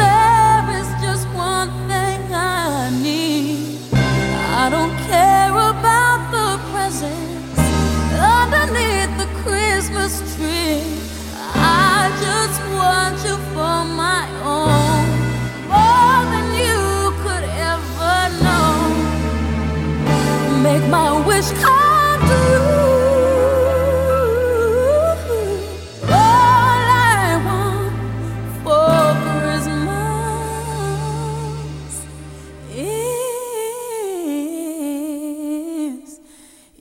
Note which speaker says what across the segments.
Speaker 1: There is just one thing I need. I don't care about the presents underneath the Christmas tree. I just want you for my own, more than you could ever know make my wish come true. All I want for Christmas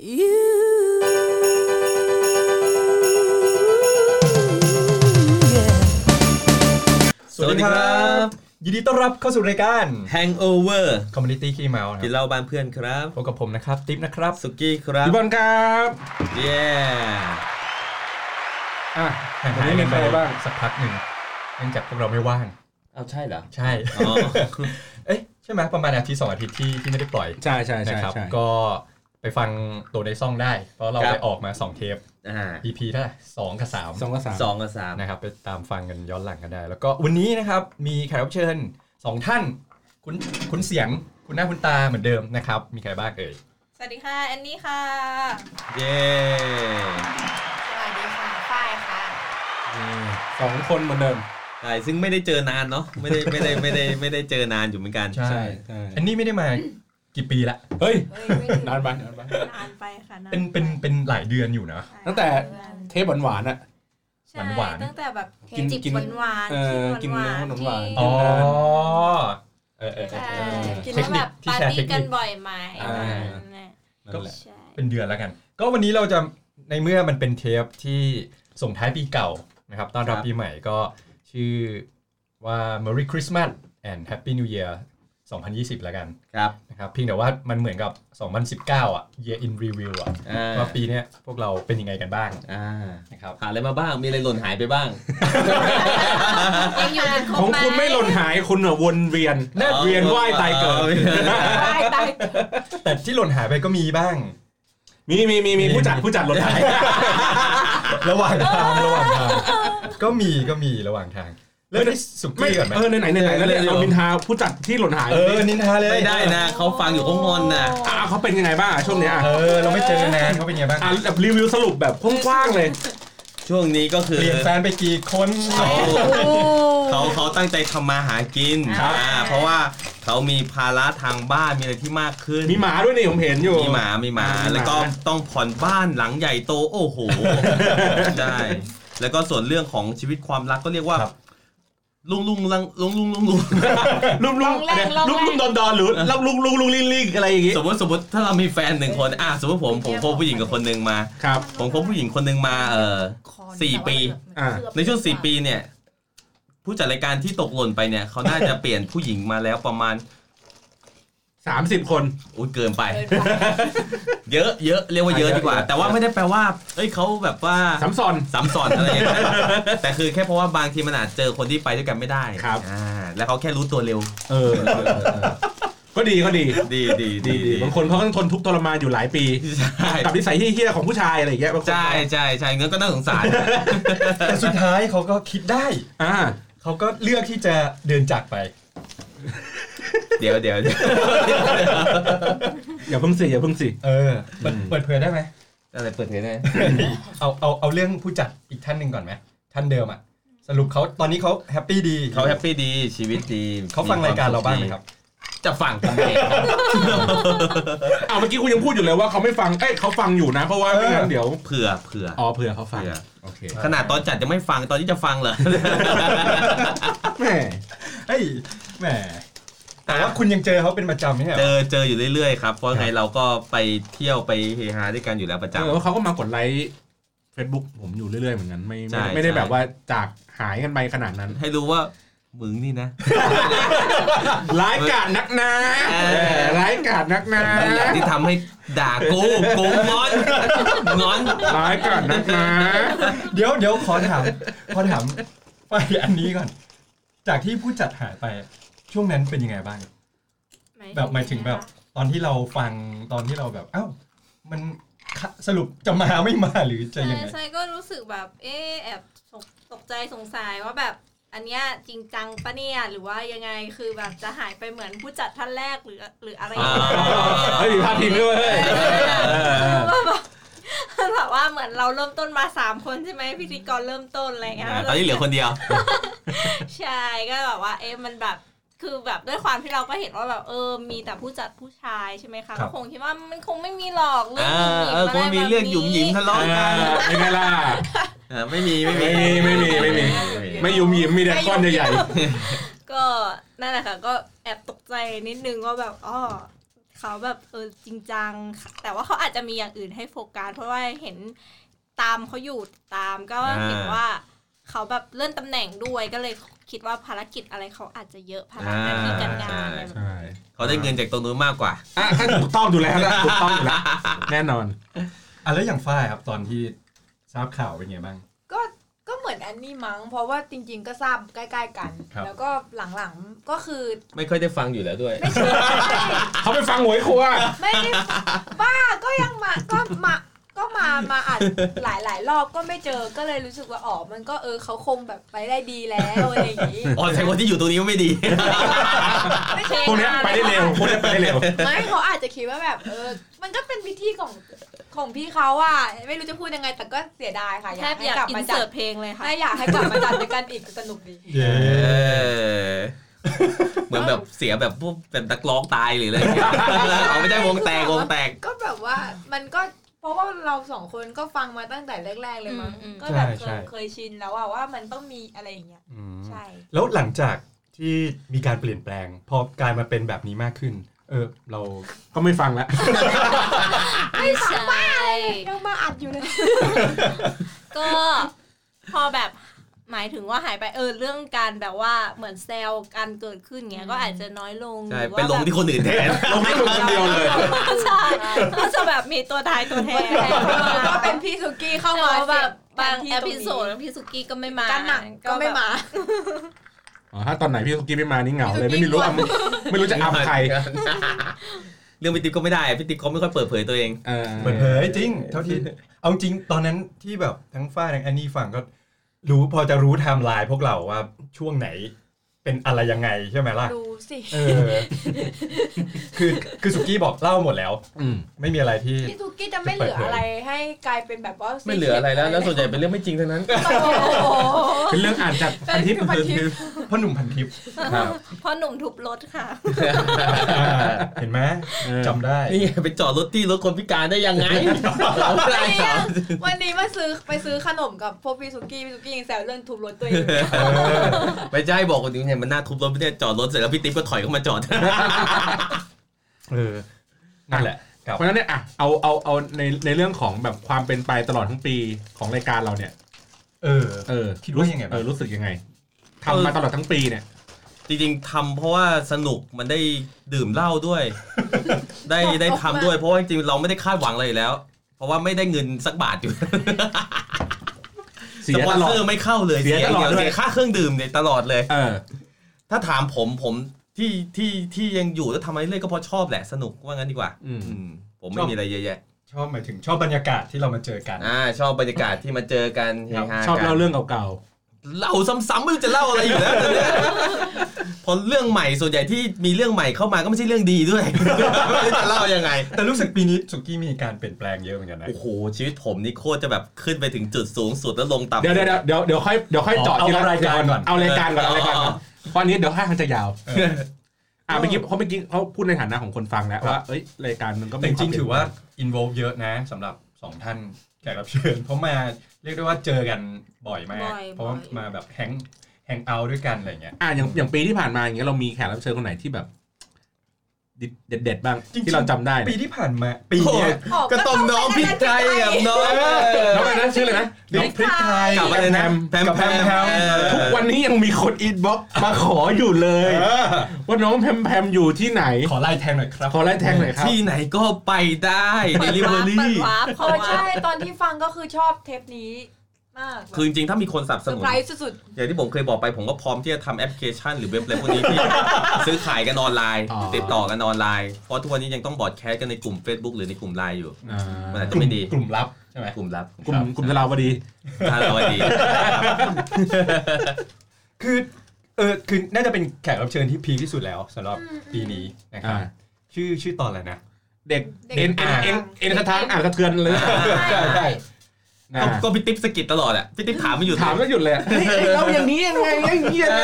Speaker 1: is you. Yeah.
Speaker 2: สวัสดีครับ
Speaker 3: ยินดีต้อนรับเข้าสู่รายการ
Speaker 2: Hangover
Speaker 3: Community ขี้เมานะค
Speaker 2: กิน
Speaker 3: รับ
Speaker 2: เหล้าบ้านเพื่อนครับ
Speaker 3: พบกับผมนะครับ ติ๊บนะครับ
Speaker 2: สุกี้ครับ
Speaker 3: พี่บอลครับ
Speaker 2: เย้
Speaker 3: อ่ะห่างหายกันไปบ้างสักพักหนึ่งเนื่องจากพวกเราไม่ว่าง
Speaker 2: เอาใช่เหรอ
Speaker 3: ใช่
Speaker 2: อ๋อ
Speaker 3: เอ๊ะใช่ไหมประมาณอาทิตย์สองอาทิตย์ที่ที่ไม่ได้ปล่อย
Speaker 4: ใช่ใช่
Speaker 3: นะ
Speaker 4: ใช่
Speaker 3: ครับ
Speaker 4: ใช่
Speaker 3: ก็ไปฟังตัวในซ่องได้ เพราะเรา
Speaker 2: ครับ
Speaker 3: ไปออกมา 2 เทป
Speaker 2: อ่า
Speaker 3: EP เท่าไหร่สองกับสาม
Speaker 4: สองกับสาม
Speaker 2: สองกับสาม
Speaker 3: นะครับไปตามฟังกันย้อนหลังกันได้ แล้วก็วันนี้นะครับมีแขกรับเชิญสองท่าน คุณคุณเสียงคุณหน้าคุณตาเหมือนเดิมนะครับ มีใครบ้างเอ่ย
Speaker 5: สวัสดีค่ะ แอนนี่ค่ะ
Speaker 2: เย้
Speaker 5: สวัสดีค่ะฝ้ายค่ะ
Speaker 4: สองคนเหมือนเดิม
Speaker 2: ใช่ซึ่งไม่ได้เจอนานเนาะไม่ได้ไม่ได้ไม่ได้ไม่ได้เจอนานอยู่เหมือนกัน
Speaker 3: ใช่
Speaker 4: ใช่ใช่
Speaker 3: อันนี้ไม่ได้มากี่ปีละ
Speaker 4: เฮ้ย
Speaker 5: เฮ้ยไม่ถึง
Speaker 4: นานไปนานไป
Speaker 5: นานไปค่ะานไ
Speaker 3: เป็นเป็นเป็นหลายเดือนอยู่นะ
Speaker 4: ตั้งแต่เทปหวานๆอะ
Speaker 5: ใช่
Speaker 3: หวานๆ
Speaker 5: ตั้งแต่แบบเท
Speaker 4: กิน
Speaker 5: จิบ
Speaker 4: กิน
Speaker 5: หวานหวาน
Speaker 4: เออกินเนื้อขนมหวาน
Speaker 5: ที่
Speaker 3: อ๋อ
Speaker 4: เดือน
Speaker 3: เออเออเอ
Speaker 5: ใช่
Speaker 3: อ
Speaker 5: กิน
Speaker 3: เท
Speaker 5: แล้
Speaker 3: คว นิค
Speaker 5: แบบ
Speaker 3: ที่
Speaker 5: ปา
Speaker 3: แช
Speaker 5: ร์
Speaker 3: ร์
Speaker 5: ตี้
Speaker 3: เทค
Speaker 5: กัน
Speaker 3: นิค
Speaker 5: บ่อยไหม
Speaker 4: อ่า
Speaker 5: นั่นแหละ
Speaker 4: นั่นแหละ
Speaker 5: ใช่
Speaker 3: เป็นเดือนแล้วกัน ก็วันนี้เราจะในเมื่อมันเป็นเทปที่ส่งท้ายปีเก่านะครับต้อนรับ
Speaker 2: ครับ
Speaker 3: ปีใหม่ก็ชื่อว่า Merry Christmas and Happy New Year 2020 แล้วกัน
Speaker 2: ครับ
Speaker 3: นะครับเพียงแต่ว่ามันเหมือนกับ 2019 อ่ะ Year in Review อ่ะ
Speaker 2: อ่า
Speaker 3: ว่าปีเนี้ยพวกเราเป็นยังไงกันบ้าง
Speaker 2: อ่า
Speaker 3: นะครับ
Speaker 2: ผ่านอะไรมาบ้างมีอะไรหล่นหายไปบ้าง
Speaker 5: ยังอยู่กันครบ
Speaker 4: ของ
Speaker 5: ไหม
Speaker 4: คุณไม่หล่นหายคุณอะวนเวียน
Speaker 3: น่า
Speaker 2: อ๋อ
Speaker 4: เวียนว่ายตายเกิด
Speaker 2: อ๋อ
Speaker 5: ตายตาย
Speaker 3: แต่ที่หล่นหายไปก็มีบ้าง
Speaker 4: มีมีมีมีผู้จัดผู้จัดหล่นหาย
Speaker 3: ระหว่างทางระหว่างทางก็มีก็มีระหว่างทางเริ่มที่สุ
Speaker 4: ไม่
Speaker 3: กี้ก่อนไหม
Speaker 4: เออไหนไหนไหนไหนแล้วเนี่ย
Speaker 2: เดี๋ยว
Speaker 4: เราบินทาผู้จัดที่หล่นหาย
Speaker 3: เออนินทาเลย
Speaker 2: ไม่ได้นะเขาฟังอยู่เขางอนน่ะ
Speaker 4: อ่ะเขาเป็นยังไงบ้างอ่ะช่วงเนี้ยอ่ะ
Speaker 3: เออเราไม่เจอกันนานเขาเป็นไงบ้าง
Speaker 4: อ่ะแบบรีวิวสรุปแบบกว้างๆเลย
Speaker 2: ช่วงนี้ก็คือ
Speaker 3: เปลี่ยนแฟนไปกี่คน
Speaker 2: เขา
Speaker 5: โอ้
Speaker 2: เขาเขาตั้งใจทำมาหากิน
Speaker 5: ครับ
Speaker 2: อ่าเพราะว่าเขามีภาระทางบ้านมีอะไรที่มากขึ้น
Speaker 4: มีหมาด้วยนี่ผมเห็นอยู่
Speaker 2: มีหมามีหมา
Speaker 4: มีหมา
Speaker 2: แล้วก็ต้องผ่อนบ้านหลังใหญ่โต โอ้โห ได้ แล้วก็ส่วนเรื่องของชีวิตความรักก็เรียกว่า ลุงลุงลังลุงลุงลุงลุง
Speaker 4: ลุ่มลุ่ม
Speaker 5: ลองแรงลองแรง
Speaker 4: ลุ่มลุ่มดอนดอนหรือลุ่มลุ่มลุ่มลุ่มลิงลิงอะไรอย่างงี้
Speaker 2: สมมติสมมติถ้าเรามีแฟนหนึ่งคนอ่ะสมมติผมผมคบผู้หญิงกับคนหนึ่งมา
Speaker 4: ครับ
Speaker 2: ผมคบผู้หญิงคนหนึ่งมาเออสี่ปี
Speaker 4: อ่า
Speaker 2: ในช่วงสี่ปีเนี่ย ผู้จัดรายการที่ตกหล่นไปเนี่ยเขาน่าจะเปลี่ยนผู้หญิงมาแล้วประมาณ
Speaker 4: สามสิบคน
Speaker 2: อุ้ยเกินไป
Speaker 5: เกินไป
Speaker 2: เยอะเยอะเรียกว่าเยอะ
Speaker 4: อ่ะเยอะ
Speaker 2: ดีกว่า
Speaker 4: เยอะ
Speaker 2: แต่ว่าไม่ได้แปลว่าเอ้ยเขาแบบว่า
Speaker 4: สามซอน
Speaker 2: ซ้ำซ้อนอะไรอย่างเงี้ยแต่คือแค่เพราะว่าบางทีมันอาจเจอคนที่ไปด้วยกันไม่ได้
Speaker 4: ครับ
Speaker 2: อ่าแล้วเขาแค่รู้ตัวเร็ว
Speaker 4: เออ ก็ดีก็ดี
Speaker 2: ดีดี
Speaker 4: ดี
Speaker 2: ดี
Speaker 4: ดีบางคนเขาต้องทนทุกข์ทรมานอยู่หลายปี
Speaker 2: ใช่
Speaker 4: กับนิสัยเฮี้ยๆของผู้ชายอะไรอย่างเงี้ยบางคน
Speaker 2: ใช่ใช่ใช่เงินก็น่าสงสาร
Speaker 3: แต่สุดท้ายเขาก็คิดได้
Speaker 4: อ่า
Speaker 3: เขาก็เลือกที่จะเดินจากไป
Speaker 2: เดี๋ยวเดี๋ยวเดี๋ยว
Speaker 4: อย่าเพิ่งสิอย่าเพิ่งสิ
Speaker 3: เออเปิดเปิดเผยได้ไหม
Speaker 2: อะไรเปิดเผยได้
Speaker 3: เอาเอาเอาเรื่องผู้จัดอีกท่านหนึ่งก่อนไหมท่านเดิมอ่ะสรุปเขาตอนนี้เขาแฮปปี้ดี
Speaker 2: เขาแฮปปี้ดีชีวิตดี
Speaker 3: เขาฟังรายการเราบ้างไหมครับ
Speaker 2: จะฟังทำไม
Speaker 4: อ้าวเมื่อกี้กูยังพูดอยู่เลยว่าเขาไม่ฟัง เอ้ยเขาฟังอยู่นะ เพราะว่าไม่งั้นเดี๋ยว
Speaker 2: เผื่อเผื่อ
Speaker 4: อ๋อเผื่อเขาฟัง
Speaker 2: เผื่อ
Speaker 4: โอเค
Speaker 2: ขนาดตอนจัดยังไม่ฟังตอนที่จะฟังเหร อ
Speaker 4: แม่
Speaker 3: เฮ้ยแหมแต่ว่าคุณยังเจอเขาเป็นประจำไม่ใช่เหร
Speaker 2: เจ
Speaker 3: อ
Speaker 2: อเจออยู่เรื่อยๆครับ เพราะไงเราก็ไปเที่ยวไปเฮฮาด้วยกันอยู่แล้วประจ
Speaker 4: เออเขาก็มากดไลค์ Facebook ผมอยู่เรื่อยๆเหมือนกัน ไม่
Speaker 2: ใช่
Speaker 4: ไม่ไม่ได้
Speaker 2: ใช่
Speaker 4: แบบว่าจากหายกันไปขนาดนั้น
Speaker 2: ำให้รู้ว่ามึงนี่นะ
Speaker 4: ร้ายกาดนักหนา
Speaker 2: เออ
Speaker 4: เออร้ายกาดนักหนา
Speaker 2: นั่นแหละที่ทำให้ด่ากูกูงอนงอน
Speaker 4: ร้ายกาดนักหนา
Speaker 3: เดี๋ยวเดี๋ยวขอถามขอถามไปอันนี้ก่อน จากที่ผู้จัดหายไปช่วงนั้นเป็นยังไงบ้าง แบบหมายถึงแบบ ตอนที่เราฟังตอนที่เราแบบ เอ้า มัน สรุปจะมาไม่มาหรือจะยังไง
Speaker 5: ใช่ก็รู้สึกแบบ เอ๊ะแอบสงตกใจสงสัยว่าแบบ อันเนี้ยจริงจังปะเนี่ยหรือว่ายังไงคือแบบจะหายไปเหมือนผู้จัดท่านแรกหรือหรืออะไรอย่างเงี้ย
Speaker 4: เฮ้ยมีพาดพิงด้วยเฮ้ยเออ
Speaker 5: แบบว่าเหมือนเราเริ่มต้นมาสามคนใช่ไหมพิธีกรเริ่มต้นอะไรเงี้ย
Speaker 2: อ่าตอนนี้เหลือคนเดียว
Speaker 5: ใช่ก็แบบว่า เอ๊ะมันแบบคือแบบด้วยความที่เราก็เห็นว่าแบบเออมีแต่ผู้จัดผู้ชายใช่ไหมคะ
Speaker 3: ครั
Speaker 5: ก็
Speaker 3: บ
Speaker 5: คงคิดว่ามันคงไม่มีหรอกเรื่อง
Speaker 2: อ่า
Speaker 5: ห
Speaker 2: เอ
Speaker 5: ยิ
Speaker 2: อบ คงมีเรื่องหยุ่มหยิมทะเลาะกัน
Speaker 4: ไม่ได้ล่ะ
Speaker 2: อ่าไม่มีไม่มี
Speaker 4: ไม่มีไม่มีไม่มี ไม่ยุ่มยิ้มมีแต่ก้อนใหญ่
Speaker 5: ก็นั่นแหละค่ะ ก็แอบตกใจนิดนึงว่าแบบอ๋อเขาแบบเออจริงจังค่ะแต่ว่าเขาอาจจะมีอย่างอื่นให้โฟกัสเพราะว่าเห็นตามเขาอยู่ตามก็เห็นว่าเขาแบบเลื่อนตำแหน่งด้วยก็เลยคิดว่าภารกิจอะไรเขาอาจจะเยอะภารกิจหน้าที่การงานอะไรแบ
Speaker 4: ๆ
Speaker 5: บนี้
Speaker 4: ใช่
Speaker 2: เขาได้เงินจากตรงนู้นมากกว่า
Speaker 4: อ่ะก็ถูกต้องอยู่แล้วนะถูกต้องอยู่แล้วแน่นอน
Speaker 3: อ่ะแล้วอย่างฝ้ายครับตอนที่ทราบข่าวเป็นไงบ้าง
Speaker 6: ก็ก็เหมือนแอนนี่มั้งเพราะว่าจริง ๆ ก็ทราบใกล้ๆกัน
Speaker 3: ครับ
Speaker 6: แล้วก็หลังๆก็คือ
Speaker 2: ไม่ค่อยได้ฟังอยู่แล้วด้วย
Speaker 4: เขาไปฟังหวยครัว
Speaker 6: ไม่ได้บ้าก็ยังมาก็มาก็มามาอัดหลายหลายๆรอบก็ไม่เจอก็เลยรู้สึกว่าอ๋อมันก็เออเขาคงแบบไปได้ดีแล้วอะไรอย่างนี้
Speaker 2: อ๋อแต่คนที่อยู่ตรงนี้ก็ไม่ดี
Speaker 6: ไม่ใช่
Speaker 4: พวกเนี้ยไปได้เร็วพวกเนี้ยไปได้เร็ว
Speaker 6: ไม่เขาอาจจะคิดว่าแบบเออมันก็เป็นวิธีของของพี่เขาอ่ะไม่รู้จะพูดยังไงแต่ก็เสียดายค่ะอ
Speaker 5: แทบ
Speaker 6: ยากให้
Speaker 5: อยาก
Speaker 6: กลับ
Speaker 5: อิ
Speaker 6: มาน จั
Speaker 5: เสิร์
Speaker 6: ด
Speaker 5: ตเพลงเลยค่ะ
Speaker 6: ไม่อยากให้กลับมาจัดด้วยกันอีกสนุกดี
Speaker 3: เย้
Speaker 2: เออเหมือนแบบเสียแบบพวกแบบนักร้องตายหรืออะไรเงี้ยเอาไม่ได้วงแตกวงแตก
Speaker 6: ก็แบบว่ามันก็เพราะว่าเราสองคนก็ฟังมาตั้งแต่แรก ๆ เลยมั้ง
Speaker 5: อืมอืม
Speaker 6: ก็แบบ
Speaker 3: ใช่ใช่
Speaker 6: เคยเคยชินแล้วอะว่ามันต้องมีอะไรอย่างเงี้ยใช่
Speaker 3: แล้วหลังจากที่มีการเปลี่ยนแปลง พอกลายมาเป็นแบบนี้มากขึ้น เออเรา
Speaker 4: ก็ไม่ฟังแล้ว
Speaker 5: ไม่ใช่
Speaker 6: ยังมาอัดอยู่เลย
Speaker 5: ก็พอแบบหมายถึงว่าหายไปเออเรื่องการแบบว่าเหมือนเซลกันเกิดขึ้นเงี้ยก็อาจจะน้อยลง
Speaker 2: ใช่
Speaker 5: หรือ
Speaker 2: ไป
Speaker 5: ว่า
Speaker 2: ลงที่คนอื่นแทน
Speaker 4: ลงให้คนคนเดียวเลย
Speaker 5: ใช่ก็จะแบบมีตัวตายตัวแทน
Speaker 6: ก็เป็นพี่สุกี้เข้า
Speaker 5: แต่
Speaker 6: มา
Speaker 5: ว่าแบบบาง
Speaker 6: เสี
Speaker 5: เอย
Speaker 6: บ
Speaker 5: พิโซดพี่สุกี้ก็ไม่มา
Speaker 6: การหนักก็ไม่มา
Speaker 4: อ๋อถ้าตอนไหนพี่สุกี้ไม่มานี่เหงาเลยไม่มีรู้อำไม่รู้จะอำใคร
Speaker 2: เรื่องพี่ติ๊กก็ไม่ได้ พี่ติ๊กเขาไม่ค่อยเปิดเผยตัวเอง
Speaker 4: เออ
Speaker 3: เปิดเผยจริง เท่าที่ เอาจริงตอนนั้นที่แบบทั้งฝ้ายทั้งแอนนี่ฟังก็ รู้พอจะรู้ไทม์ไลน์พวกเราว่าช่วงไหนเป็นอะไรยังไงใช่ไหมล่ะ
Speaker 6: ดูสิ
Speaker 3: เออ คือคือสุกี้บอกเล่าหมดแล้ว
Speaker 4: อืม
Speaker 3: ไม่มีอะไรที่
Speaker 6: พี่สุกี้จะไม่เหลืออะไรให้กลายเป็นแบบว่า
Speaker 2: ไม่เหลืออะไรแล้ว แล้วส่วนใหญ่เป็นเรื่องไม่จริงทั้งนั้น
Speaker 6: โอ้โห
Speaker 4: เป็นเรื่องอ่านจากพันทิป
Speaker 6: พันทิป
Speaker 3: พ่อหนุ่มพันทิพย์
Speaker 4: ครับ
Speaker 5: เพราะหนุ่มทุบรถค่ะ
Speaker 3: เห็นไหม
Speaker 4: เออ
Speaker 3: จำได้
Speaker 2: นี่ไงไปจอดรถที่รถคนพิการได้ยังไงเราไม่ได้สอน
Speaker 6: วันนี้มาซื้อไปซื้อขนมกับพวกพี่สุกี้พี่สุกี้ยังแซวเรื่องทุบรถตัวเอง
Speaker 2: ไม่ใช่บอกคนนี้เนี่ยมันน่าทุบรถไม่ได้จอดรถเสร็จแล้วพี่ติ๊กก็ถอยเข้ามาจอด
Speaker 3: เออนั่นแหละครับ
Speaker 4: เพราะฉะนั้นเนี่ยอ่ะเอาเอาเอาในในเรื่องของแบบความเป็นไปตลอดทั้งปีของรายการเราเนี่ย
Speaker 3: เออ
Speaker 4: เออ
Speaker 3: คิดว่ายังไงบ้าง
Speaker 4: เออรู้สึกยังไงทำ
Speaker 2: เออ
Speaker 4: มาตลอดทั้งปีเนี่ย
Speaker 2: จริงๆทำเพราะว่าสนุกมันได้ดื่มเหล้าด้วย ได้ได้ทำด้วย เพราะว่าจริงๆเราไม่ได้คาดหวังอะไรอยู่แล้ว เพราะว่าไม่ได้เงินสักบาทอยู่
Speaker 4: เสี
Speaker 2: ส
Speaker 4: ย
Speaker 2: ปอ
Speaker 4: ต
Speaker 2: น
Speaker 4: ลอด
Speaker 2: เซอร์ไม่เข้าเลย
Speaker 4: เสียตลอด
Speaker 2: าง
Speaker 4: ด้วย
Speaker 2: เสียค่าเครื่องดื่มเนี่ยตลอดเลย
Speaker 4: เออ
Speaker 2: ถ้าถามผมผมที่ที่ที่ยังอยู่แล้วทำอะไรเรื่อยก็เพราะชอบแหละสนุกว่างั้นดีกว่า
Speaker 4: อืม
Speaker 2: อืมผมไม่มีอะไรเยอะแยะ
Speaker 3: ชอบหมายถึงชอบบรรยากาศที่เรามาเจอกัน
Speaker 2: อ่าชอบบรรยากาศที่มาเจอกันเฮฮา
Speaker 4: ชอบ
Speaker 2: กัน
Speaker 4: เล่าเรื่องเก่า
Speaker 2: เล่าซ้ำๆไม่รู้จะเล่าอะไรอยู่แล้วเนี่ยพอ เรื่องใหม่ส่วนใหญ่ที่มีเรื่องใหม่เข้ามาก็ไม่ใช่เรื่องดีด้วยไม่รู้จะเล่า ยังไง
Speaker 3: แต่รู้สึกปีนี้สุกี้มีการเปลี่ยนแปลงเยอะเหมือนกันนะ
Speaker 2: โอ้โห ชีวิตผมนี่โคตรจะแบบขึ้นไปถึงจุดสูงสุดแล้วลง
Speaker 4: ๆ
Speaker 2: ต่ำ
Speaker 4: เดี๋ยวเดี๋ยวเดี๋ยวเดี๋ยวค่อยเดี๋ยวค่อย
Speaker 3: อ๋อ
Speaker 4: เจาะ
Speaker 3: เอา
Speaker 4: ทีละ
Speaker 3: รายการก่อน
Speaker 4: เอารายการก่อนเอารายการก่อนเพราะอันนี้เดี๋ยวค่ามันจะยาว
Speaker 3: เออ
Speaker 4: อ่ะเมื่อกี้เขาเมื่อกี้เขาพูดในฐานะของคนฟังแล้
Speaker 3: ค
Speaker 4: ว
Speaker 3: รับ
Speaker 4: ว่าเอ้ยรายการมันก็
Speaker 3: แต่
Speaker 4: มี
Speaker 3: จ
Speaker 4: คม
Speaker 3: ริงๆ
Speaker 4: เปลี่ยน
Speaker 3: ถือว่า involve เยอะนะสำหรับสองท่านแขกรับเชิญ เพราะมาเรียกได้ว่าเจอกันบ่อยมาก
Speaker 5: บ่อยๆ
Speaker 3: เพราะว่ามาแบบแฮงแฮงเอาด้วยกันอะไรเงี้ย
Speaker 4: อ่ะอย่างอย่างปีที่ผ่านมาอย่างเงี้ยเรามีแขกรับเชิญคนไหนที่แบบเด็ดเด็ดๆบ้าง
Speaker 3: จริงๆ
Speaker 4: ที่เราจำได้
Speaker 3: ปีที่ผ่านมาปีเนี้ย
Speaker 6: ออก
Speaker 2: ก็ต้องน้องพริกไทยกับน้องเอ่อ
Speaker 4: น้องอะไรนะชื่ออะไรนะ
Speaker 3: น้องพริกไทย
Speaker 2: กลับมาเลยนะแพม
Speaker 3: กับ
Speaker 2: แพ
Speaker 3: แพ
Speaker 2: ม
Speaker 3: มแพม
Speaker 2: เออ
Speaker 4: ทุกวันนี้ยังมีคนอินบ็อกซ์มาขออยู่เลย
Speaker 3: เออ
Speaker 4: ว่าน้องแพมแพมอยู่ที่ไหน
Speaker 3: ขอไล่แทงหน่อยครับ
Speaker 4: ขอไล่แทงหน่อยครับ
Speaker 2: ที่ไหนก็ไปได้
Speaker 5: เปิดวาร์ป
Speaker 2: delivery
Speaker 5: เปิดวาร์ป
Speaker 6: เอ
Speaker 5: เขา
Speaker 6: อ
Speaker 5: ว่า
Speaker 6: ใช่ตอนที่ฟังก็คือชอบเทปนี้ มากแบบ
Speaker 2: คือจริงๆถ้ามีคนสนับส
Speaker 6: เซอร์
Speaker 2: นุน
Speaker 6: ไพรส์สุด
Speaker 2: อย่างที่ผมเคยบอกไปผมก็พร้อมที่จะทำแอปพลิเคชันหรือเว็บอะไรพวกนี้ที่ ซื้อขายกันออนไลน์
Speaker 4: อ๋อ
Speaker 2: ติดต่อกันออนไลน์ เพราะทุกวันนี้ยังต้องบอร์ดแคสต์กันในกลุ่ม Facebook หรือในกลุ่มไลน์อยู่
Speaker 4: อ่า
Speaker 2: มันอาจจะไม่ดี
Speaker 3: กลุ่มลับใช่ไหม
Speaker 2: กลุ่มลับ
Speaker 4: กลุ่มกลุ่มทลาวดี
Speaker 2: ถ้าเราดี
Speaker 3: คือเออคือน่าจะเป็นแขกรับเชิญที่พีคที่สุดแล้วสำหรับปีนี้นะครับ
Speaker 4: อ่า
Speaker 3: ชื่อชื่อตอนอะไรนะ
Speaker 4: เด็ก
Speaker 6: ๆ
Speaker 4: เอ็น
Speaker 6: ด็
Speaker 4: เอ็น
Speaker 6: กมา
Speaker 4: เอ็น
Speaker 6: ก
Speaker 4: เอ็นกระทางอ่านกระเทือนเลย
Speaker 2: อ่า
Speaker 3: ใช่ใช่
Speaker 4: นะ
Speaker 2: ก็ก็พี่ติ๊บสะกิดตลอดอ่ะพี่ติ๊บถามไม่หยุด
Speaker 4: ถามไม่หยุดเลยอะเฮ้ยเฮ้ยเราอย่างนี้ยังไงอย่างนี้ยังไง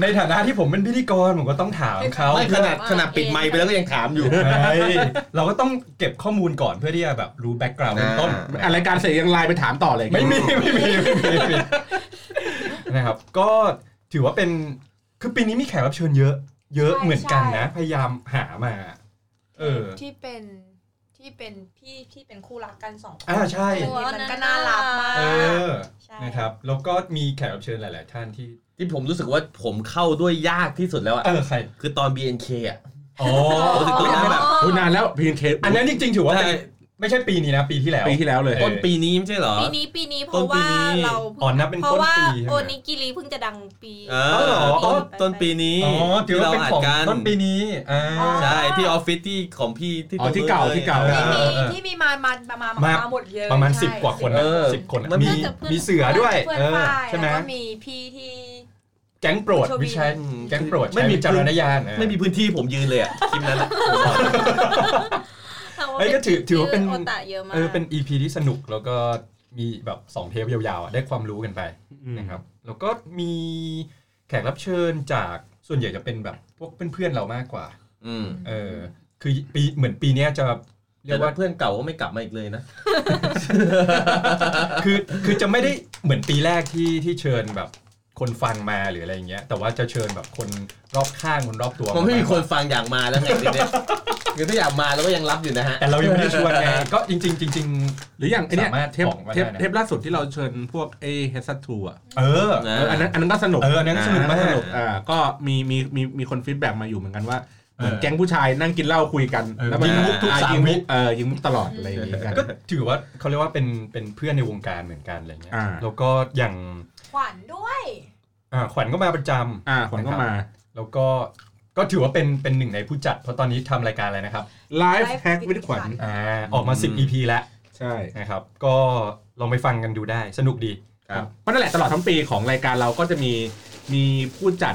Speaker 3: ในฐานะที่ผมเป็นพิธีกรผมก็ต้องถามเขา
Speaker 2: ไม่ขนาดขนาดปิดไมค์ไปแล้วก็ยังถามอยู่
Speaker 3: เฮ้ยเราก็ต้องเก็บข้อมูลก่อนเพื่อที่จะแบบรู้แบ็กกราวด์เบื้องต้น
Speaker 2: อ่า
Speaker 4: อะไรายการเสร็จยังไลน์ไปถามต่อเลย
Speaker 3: ไม่มี ไม่มีไม่มีไม่มีนะครับ ก็ถือว่าเป็นคือปีนี้มีแขกรับเชิญเยอะ เยอะ
Speaker 6: ใช่
Speaker 3: เหมือนกัน
Speaker 6: ใช่
Speaker 3: นะ พยายามหามา เออ
Speaker 6: ที่เป็นที่เป็นพี่ที่เป็นคู่รักกันสองคน
Speaker 3: อ่าใช่
Speaker 5: ตัวนั้น
Speaker 6: มัน
Speaker 5: ก็
Speaker 6: ก็
Speaker 5: น่า
Speaker 6: น่า
Speaker 5: รั
Speaker 6: รั
Speaker 5: ก
Speaker 6: ก
Speaker 5: มาม
Speaker 6: าก
Speaker 3: เอก อ
Speaker 6: ใช่
Speaker 3: นะครับ แล้วก็มีแขกรับเชิญหลาย ๆ ท่านที่
Speaker 2: ที่ผมรู้สึกว่าผมเข้าด้วยยากที่สุดแล้วอ่ะ
Speaker 3: เออใคร
Speaker 2: คือตอน BNK อ่ะ
Speaker 3: อ๋อ
Speaker 2: รู้สึกตัวนั้นแบบ
Speaker 4: อุ๊ยนานแล้วพีนเค
Speaker 3: อันนั้นจริงๆถือว่า
Speaker 2: ใช่
Speaker 3: เป็นไม่ใช่ปีนี้นะ ปีที่แล้ว
Speaker 4: ปีที่แล้วเลย
Speaker 3: เออ
Speaker 2: ต้นปีนี้ไม่ใช่เหรอ
Speaker 5: ปีนี้ปีนี้เพ
Speaker 2: ต้น
Speaker 5: ราะ
Speaker 2: ปี
Speaker 5: ว่า
Speaker 2: นี้
Speaker 5: เรา
Speaker 3: อ๋อนับเป็น
Speaker 5: เพ
Speaker 3: ต้
Speaker 5: ราะ
Speaker 3: น
Speaker 5: ว่า
Speaker 3: ปีใช่
Speaker 5: โอ
Speaker 3: ไหม
Speaker 5: นิกิริเพิ่งจะดังปี
Speaker 2: เอ
Speaker 3: อ๋อเหรอ
Speaker 2: ต้นต้นปีนี้
Speaker 3: อ๋อถือ
Speaker 2: ที่
Speaker 3: ว่า
Speaker 2: เรา
Speaker 3: เป็น
Speaker 2: อัด
Speaker 3: ของ
Speaker 2: กัน
Speaker 3: ต้นปีนี้อ่า
Speaker 2: ใช่ที่ออฟฟิศที่ของพี่ที่
Speaker 4: อ๋อที่เก่าที่เก่า
Speaker 3: เอ
Speaker 6: ที่
Speaker 3: อ
Speaker 6: มีที่มีมามามามา
Speaker 3: มา
Speaker 6: มาหมดเลย
Speaker 3: ประมาณ
Speaker 6: ใช่
Speaker 3: สิบกว่าคน
Speaker 2: เอ
Speaker 3: นะ
Speaker 2: อ
Speaker 3: สิบคนอะ
Speaker 2: มัน
Speaker 3: มี
Speaker 2: มี
Speaker 3: มีเสือด้วย
Speaker 6: เพื่อน
Speaker 3: เออ
Speaker 6: ฝ้าย
Speaker 3: ใช่ไหม
Speaker 6: แล้วก็มีพี่ที่
Speaker 3: แก๊งโปรด
Speaker 6: ชวี
Speaker 3: วิชัย
Speaker 2: อืม
Speaker 3: แก๊งโปรด
Speaker 2: ไม่
Speaker 3: ไม่
Speaker 2: มี
Speaker 3: มีจารณญาณเออ
Speaker 2: ไม่มีพื้นที่ผมยืนเลยอ่ะคลิปนั้นอะ
Speaker 5: เรา
Speaker 3: เอ้ยก็ถือถือว่าเป็น
Speaker 5: โอตะเยอะมาก
Speaker 3: เออเป็นอีพีที่สนุกแล้วก็มีแบบสองเทปยาวๆอะได้ความรู้กันไปนะครับแล้วก็มีแขกรับเชิญจากส่วนใหญ่จะเป็นแบบพวกเพื่อนๆเรามากกว่า
Speaker 2: อืม
Speaker 3: เออคือปีเหมือนปีเนี้ยจะเรี
Speaker 2: แต่
Speaker 3: ยก
Speaker 2: ว่า
Speaker 3: ว่า
Speaker 2: เพื่อนเก่าก็ไม่กลับมาอีกเลยนะ
Speaker 3: คือคือจะไม่ได้เหมือนปีแรกที่ที่เชิญแบบคนฟังมาหรืออะไรอย่างเงี้ย แต่ว่าจะเชิญแบบคนรอบข้างคนรอบตัว
Speaker 2: มันไม่มี
Speaker 3: า
Speaker 2: คนฟังอยากมาแล้วไงเนี่ยคือถ้าอยากมาเราก็ยังรับอยู่นะฮะ
Speaker 3: แต่เรายังไม่ได้ชวนไงก็จริงจริงจริง
Speaker 4: หรืออย่างไอเนี้ย
Speaker 3: สามารถ
Speaker 4: เทป
Speaker 3: บอกมาได้
Speaker 4: เทป
Speaker 3: นะ
Speaker 4: เทปล่าสุดที่เราเชิญพวกไอเฮสัตทูอ่ะ
Speaker 3: ๆเออ
Speaker 2: นะ
Speaker 4: เอออันนั้นอันนั้นก็สนุก
Speaker 3: เอออันนั้นสนุกมา
Speaker 4: ส
Speaker 3: ก
Speaker 4: นุกอ่าก็มีมีมีมีคนฟีดแบ็กมาอยู่เหมือนกันว่าเหมือน
Speaker 3: เออ
Speaker 4: แก๊งผู้ชายนั่งกินเหล้าคุยกัน
Speaker 3: เออ
Speaker 4: แล้วมัน
Speaker 3: ยิงมุกทุก
Speaker 4: อ่
Speaker 3: สาม
Speaker 4: ยิง
Speaker 3: วิ
Speaker 4: กเออยิงมุกตลอดอะไรอย่างงี้กัน
Speaker 3: ก็ถือว่าเขาเรียกว่าเป็นเป็นเพื่อนในวงการเหมือนกันอะไรเงี้ย
Speaker 4: อ่า
Speaker 3: แล้วก็อย่าง
Speaker 6: ขวัญด้วย
Speaker 3: อ่าขวัญก็มาประจำ
Speaker 4: อ่าคนก็มา
Speaker 3: แล้วก็ก็ถือว่าเป็นเป็นหนึ่งในผู้จัด เพราะตอนนี้ทำรายการอะไรนะครับ
Speaker 4: ไลฟ์แฮกวิดขวัญ
Speaker 3: อ่าออกมา
Speaker 2: อืม
Speaker 3: 10 EP แล้ว
Speaker 4: ใช่
Speaker 3: นะครับ ก็ลองไปฟังกันดูได้สนุกดี
Speaker 4: ครับเพราะนั่นแหละตลอดทั้งปีของรายการเราก็จะมีมีผู้จัด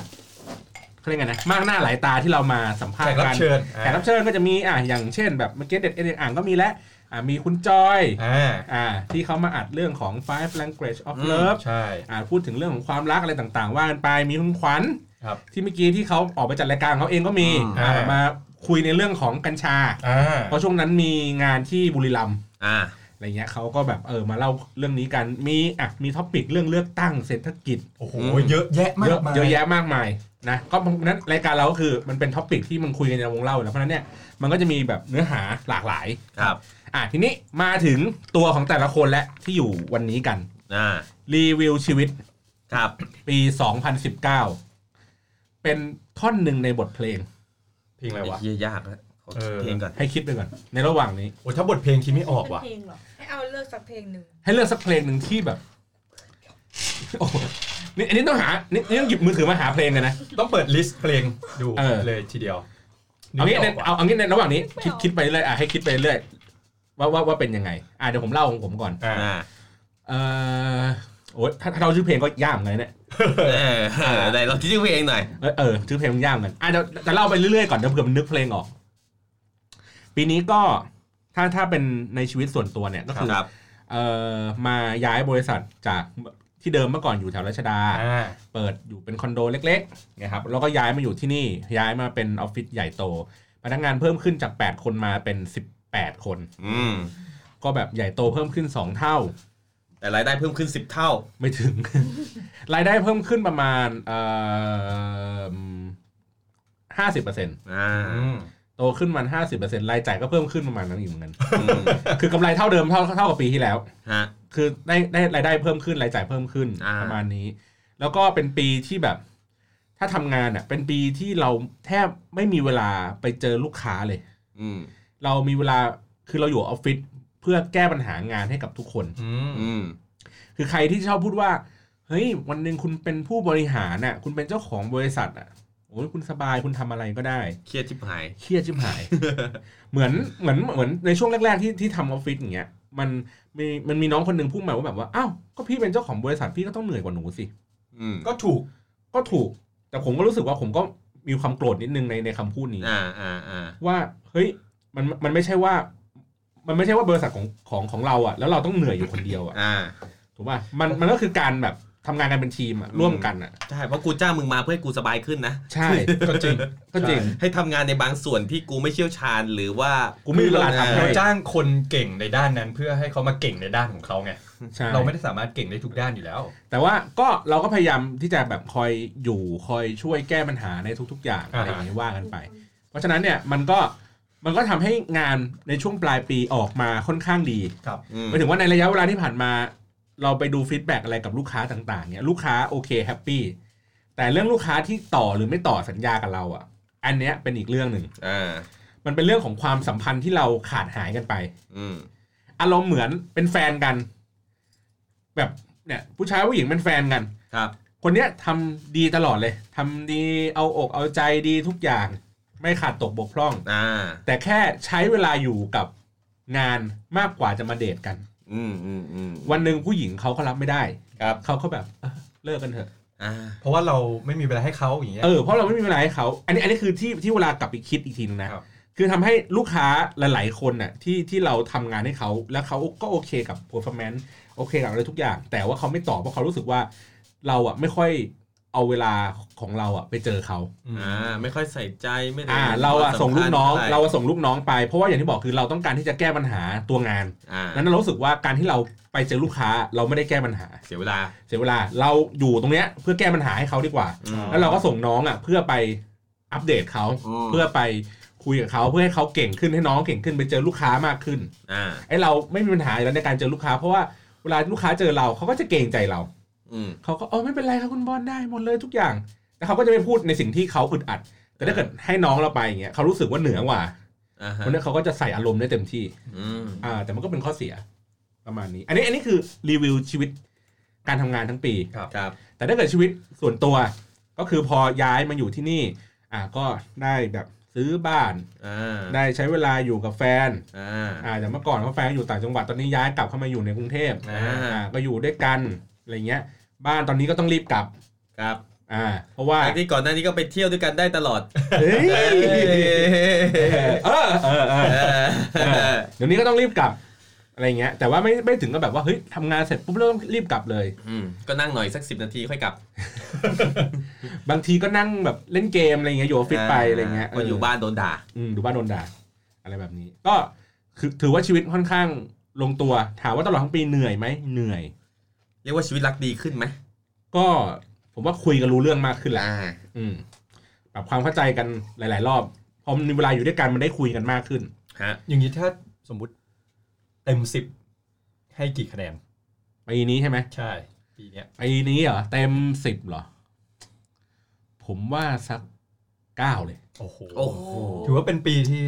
Speaker 4: เขาเรียกไงนะมากหน้าหลายตาที่เรามาสัมภาษ
Speaker 3: แข
Speaker 4: ณ์
Speaker 3: กรั
Speaker 4: กับ น
Speaker 3: เชิญ
Speaker 4: แขกรับเชิญก็จะมีอ่ะอย่างเช่นแบบเมื่อกี้เด็ดเอ็นอ่างก็มีแล้วอ่ะมีคุณจอย
Speaker 3: อ่า
Speaker 4: อ่ะที่เขามาอัดเรื่องของ five language of love
Speaker 3: ใช่
Speaker 4: อ่ะพูดถึงเรื่องของความรักอะไรต่างๆ ว่ากันไปมีคุณขวัญ
Speaker 3: ครับ
Speaker 4: ที่เมื่อกี้ที่เขาออกไปจัดรายการเขาเองก็มี
Speaker 2: อืม
Speaker 4: อ่ะ
Speaker 3: อ่าม
Speaker 4: มาคุยในเรื่องของกัญชา
Speaker 3: อ่า
Speaker 4: เพราะช่วงนั้นมีงานที่บุรีรัมย์
Speaker 2: อ่า
Speaker 4: อะไรเงี้ยเขาก็แบบเออมาเล่าเรื่องนี้กันมีอ่ะมีท็อปิกเรื่องเลือกตั้งเศรษฐกิจ
Speaker 3: โอ้โห
Speaker 2: อืม
Speaker 3: เยอะแยะมา
Speaker 4: เยอะ
Speaker 3: กมาย
Speaker 4: เยอะแยะมากมายนะก็เพราะฉะนั้นรายการเราก็คือมันเป็นท็อปิกที่มันคุยกันในวงเล่าอยู่แล้วเพราะฉะนั้นเนี่ยมันก็จะมีแบบเนื้อหาหลากหลาย
Speaker 2: ครับ
Speaker 4: อ่ะทีนี้มาถึงตัวของแต่ละคนและที่อยู่วันนี้กัน
Speaker 2: อ่า
Speaker 4: รีวิวชีวิต
Speaker 2: ครับ
Speaker 4: ปี 2019 เป็นท่อนหนึ่งในบทเพลง
Speaker 3: เพลงอะไร
Speaker 2: ไอ้
Speaker 3: วะ
Speaker 2: เหี้ยยากนะขอ
Speaker 3: เออ
Speaker 2: เพลงก่อน
Speaker 4: ให้คิดไปก่อน ในระหว่างนี้
Speaker 3: โอ้ถ้าบทเพลงคิดไม่ออก
Speaker 6: เป็น
Speaker 3: ว่ะ
Speaker 6: เพลงเหรอให้เอาเลือกสักเพลงหนึ่ง
Speaker 4: ให้เลือกสักเพลงหนึ่งที่แบบโอ้โหนี่อันนี้ต้องหานี่นี่ต้องหยิบมือถือมาหาเพลงกันนะ
Speaker 3: ต้องเปิดลิสต์เพลงดู
Speaker 4: เออ
Speaker 3: เลยทีเดียว
Speaker 4: เอางี้
Speaker 3: นึ
Speaker 4: เนี่ย
Speaker 3: กไม่กว่ะ
Speaker 4: เอาเอางี้ในระหว่างนี้คิดคิดไปเรื่อยอ่ะให้คิดไปเรื่อยว่าว่าว่าเป็นยังไงอ่ะเดี๋ยวผมเล่าของผมก่อน
Speaker 3: อ่า
Speaker 2: อ่า
Speaker 4: เอ่อโอ้ยถ้าถ้าเราชื่อเพลงก็ยากเหมือนกันเนี่ย
Speaker 2: เออเออไหนเราคิดชื่อเพลงหน่อย
Speaker 4: เออเออชื่อเพลงมันยากเหมือนกันอ่ะเดี๋ยวจะเล่าไปเรื่อยๆก่อนเดี๋ยวเผื่อมันนึกเพลงออก ปีนี้ก็ถ้าถ้าเป็นในชีวิตส่วนตัวเนี่ยก็คือ
Speaker 2: ครับ
Speaker 4: เออมาย้ายบริษัทจากที่เดิมเมื่อก่อนอยู่แถวรัชดา
Speaker 3: อ่า
Speaker 4: เปิดอยู่เป็นคอนโดเล็กๆนะครับแล้วก็ย้ายมาอยู่ที่นี่ย้ายมาเป็นออฟฟิศใหญ่โต พนักงานเพิ่มขึ้นจาก 8 คนมาเป็น 18 คน
Speaker 2: อืม
Speaker 4: ก็แบบใหญ่โตเพิ่มขึ้น 2 เท่า
Speaker 2: แต่รายได้เพิ่มขึ้น 10 เท่า
Speaker 4: ไม่ถึง รายได้เพิ่มขึ้นประมาณห้าสิบเปอร์เซ็นต์
Speaker 2: อ่า
Speaker 3: อืม
Speaker 4: โตขึ้นประมันห้าสิบเปอร์เซ็นต์รายจ่ายก็เพิ่มขึ้นประมาณนั้นอีกเหมือ นกัน
Speaker 2: อืม
Speaker 4: คือกำไรเท่าเดิมเท่าเท่ากับปีที่แล้ว
Speaker 2: ฮะ
Speaker 4: คือได้ได้รายได้เพิ่มขึ้นรายจ่ายเพิ่มขึ้น
Speaker 2: อ่า
Speaker 4: ประมาณนี้ แล้วก็เป็นปีที่แบบ ถ้าทำงานอ่ะ เป็นปีที่เราแทบไม่มีเวลาไปเจอลูกค้าเลย
Speaker 2: อืม
Speaker 4: เรามีเวลาคือเราอยู่ออฟฟิศเพื่อแก้ปัญหางานให้กับทุกคน
Speaker 3: อืม
Speaker 2: อืม
Speaker 4: ข คือใครที่ชอบพูดว่าเฮ้ยวันหนึ่งคุณเป็นผู้บริหารน่ะคุณเป็นเจ้าของบริษัทอ่ะโอ้ยคุณสบายคุณทำอะไรก็ได้
Speaker 2: เครียดชิบหาย
Speaker 4: เครียดชิบหาย เหมือนเหมือนเหมือนในช่วงแรก ๆ ที่ที่ทำออฟฟิศอย่างเงี้ย มันมีมันมีน้องคนหนึ่งพูดมาว่าแบบว่าอ้าวก็พี่เป็นเจ้าของบริษัทพี่ก็ต้องเหนื่อยกว่าหนูสิ
Speaker 2: อืม
Speaker 3: ก็ถูก
Speaker 4: ก็ถูก แต่ผมก็รู้สึกว่าผมก็มีความโกรธนิดนึงในในคำพูดนี้
Speaker 2: อ่าอ่าอ่า
Speaker 4: ว่าเฮ้ยมันมันไม่ใช่ว่า มันไม่ใช่ว่าบริษัทของของของเราอ่ะแล้วเราต้องเหนื่อยอยู่คนเดียวอ่ะ
Speaker 2: อ่า
Speaker 4: ถูกป่ะมันมันก็คือการแบบทำงานกันเป็นทีมอะร่วมกันอ่ะ
Speaker 2: ใช่ เพราะกูจ้างมึงมาเพื่อให้กูสบายขึ้นนะ
Speaker 4: ใช่
Speaker 3: ก็จริง
Speaker 4: ก็จริง
Speaker 2: ให้ทำงานในบางส่วนที่กูไม่เชี่ยวชาญหรือว่า
Speaker 4: กูไม่มีเวลาทำ
Speaker 3: เรา
Speaker 4: ให้
Speaker 3: จ้างคนเก่งในด้านนั้นเพื่อให้เขามาเก่งในด้านของเขาไง
Speaker 4: ใช่
Speaker 3: เราไม่ได้สามารถเก่งได้ทุกด้านอยู่แล้ว
Speaker 4: แต่ว่าก็เราก็พยายามที่จะแบบคอยอยู่คอยช่วยแก้ปัญหาในทุก ๆ อย่าง
Speaker 3: อ่า
Speaker 4: อะ
Speaker 3: ฮะ
Speaker 4: ไรอย่างนี้ว่ากันไป เพราะฉะนั้นเนี่ยมันก็มันก็ทำให้งานในช่วงปลายปีออกมาค่อนข้างดี
Speaker 2: อืม
Speaker 4: หมายถึงว่าในระยะเวลาที่ผ่านมา เราไปดูฟีดแบ็กอะไรกับลูกค้าต่างๆเนี่ยลูกค้าโอเคแฮปปี้แต่เรื่องลูกค้าที่ต่อหรือไม่ต่อสัญญากับเราอ่ะ อันเนี้ยเป็นอีกเรื่องหนึ่ง
Speaker 2: อ่า
Speaker 4: มันเป็นเรื่องของความสัมพันธ์ที่เราขาดหายกันไป
Speaker 2: อืม
Speaker 4: อารมณ์เหมือนเป็นแฟนกัน แบบเนี่ยผู้ชายผู้หญิงเป็นแฟนกัน
Speaker 2: ครับ
Speaker 4: คนเนี้ยทำดีตลอดเลยทำดีเอาอกเอาใจดีทุกอย่าง ไม่ขาดตกบกพร่อง
Speaker 2: อ่า
Speaker 4: แต่แค่ใช้เวลาอยู่กับงานมากกว่าจะมาเดทกัน
Speaker 2: อืมอืมอืม
Speaker 4: วันหนึ่งผู้หญิงเขาก็รับไม่ได้
Speaker 2: ครับ
Speaker 4: เขาก็แบบเออเลิกกันเถอะ
Speaker 2: อ่า
Speaker 3: เพราะว่าเราไม่มีเวลาให้เขาอย่างเงี้ย
Speaker 4: เออเพราะเราไม่มีเวลาให้เขาอันนี้อันนี้คือที่ที่เวลากลับไปคิดอีกทีนึงนะครับ คือทำให้ลูกค้าหลาย ๆ คนน่ะที่ที่เราทำงานให้เขาแล้วเขาก็โอเคกับ performance โอเคกับอะไรทุกอย่าง แต่ว่าเขาไม่ตอบเพราะเขารู้สึกว่า เราอ่ะไม่ค่อยเอาเวลาของเราอ่ะไปเจอเขา
Speaker 3: อืม
Speaker 2: อ่า ไม่ค่อยใส่ใจไม่ได้
Speaker 4: อ่าเราอะส่งลูกน้อง
Speaker 2: ท่ไห
Speaker 4: เราอะส่งลูกน้องไป เพราะว่าอย่างที่บอกคือเราต้องการที่จะแก้ปัญหาตัวงาน
Speaker 2: อ่า
Speaker 4: นั้นเรารู้สึกว่าการที่เราไปเจอลูกค้าเราไม่ได้แก้ปัญหา
Speaker 2: เสียเวลา
Speaker 4: เสียเวลาเราอยู่ตรงเนี้ยเพื่อแก้ปัญหาให้เขาดีกว่า
Speaker 2: อืม
Speaker 4: แล้วเราก็ส่งน้องอะเพื่อไปอัปเดตเขา
Speaker 2: อืม
Speaker 4: เพื่อไปคุยกับเขาเพื่อให้เขาเก่งขึ้นให้น้องเก่งขึ้นไปเจอลูกค้ามากขึ้น
Speaker 2: อ่า
Speaker 4: ไอ้เราไม่มีปัญหาอยู่แล้วในการเจอลูกค้า เพราะว่าเวลาลูกค้าเจอเราเขาก็จะเกรงใจเรา
Speaker 2: อืม
Speaker 4: เขาก็อ๋อไม่เป็นไรครับคุณบอลได้หมดเลยทุกอย่างแต่เขาก็จะไม่พูดในสิ่งที่เขาอึดอัด แต่ถ้าเกิดให้น้องเราไปอย่างเงี้ยเขารู้สึกว่าเหนือกว่า
Speaker 2: อ่าฮะ
Speaker 4: คนนี้นเขาก็จะใส่อารมณ์ได้เต็มที่
Speaker 2: อืม
Speaker 4: อ่า แต่มันก็เป็นข้อเสียประมาณนี้ อันนี้อันนี้คือรีวิวชีวิตการทำงานทั้งปี
Speaker 2: ครับ
Speaker 4: แต่ถ้าเกิดชีวิตส่วนตัว ก็คือพอย้ายมาอยู่ที่นี่ อ่าก็ได้แบบซื้อบ้าน
Speaker 2: อ่า
Speaker 4: ได้ใช้เวลาอยู่กับแฟน
Speaker 2: อ่า
Speaker 4: อ่าแต่เมื่อก่อนเขาแฟนก็อยู่ต่างจังหวัด ตอนนี้ย้ายกลับเข้ามาอยู่ในกรุงเทพ
Speaker 2: อ่า
Speaker 4: ก็อยู่ด้วยกันอะไรเงี้ย บ้านตอนนี้ก็ต้องรีบกลับ
Speaker 2: ครับ
Speaker 4: อ่า เพราะว่า
Speaker 2: ทั้งที่ก่อนหน้านี้ก็ไปเที่ยวด้วยกันได้ตลอด
Speaker 4: เฮ้ย
Speaker 2: เอ้ย
Speaker 4: เออเออเออ
Speaker 2: เออ
Speaker 4: เดี๋ยวนี้ก็ต้องรีบกลับอะไรเงี้ยแต่ว่าไม่ไม่ถึงกับแบบว่าเฮ้ยทำงานเสร็จปุ๊บเริ่มรีบกลับเลย
Speaker 2: อืมก็นั่งหน่อยสักสิบนาทีค่อยกลับบ
Speaker 4: างทีก็นั่งแบบเล่นเกมอะไรเงี้ยอยู่ออฟฟิศไปอะไรเงี้ย
Speaker 2: ก็อยู่บ้านโดนด่า
Speaker 4: อืมดูบ้านโดนด่าอะไรแบบนี้ ก็คือถือว่าชีวิตค่อนข้างลงตัวถามว่าตลอดทั้งปีเหนื่อยไหมเหนื่อย
Speaker 2: เรียกว่าชีวิตรักดีขึ้นไหม
Speaker 4: ก็ผมว่าคุยกันรู้เรื่องมากขึ้นแหละ
Speaker 2: อ่า
Speaker 4: อืมปรับความเข้าใจกันหลาย ๆ รอบพอมีเวลาอยู่ด้วยกันมันได้คุยกันมากขึ้น
Speaker 2: ฮะ
Speaker 3: อย่างนี้ถ้าสมมุติเต็มสิบให้กี่คะแนน
Speaker 4: ปีนี้ใช่ไหม
Speaker 3: ใช่ปีเนี้ย
Speaker 4: ปีนี้เหรอเต็มสิบเหรอ ผมว่าสักเก้าเลย
Speaker 3: โอ้โห
Speaker 2: โอ้โห
Speaker 3: ถือว่าเป็นปีที่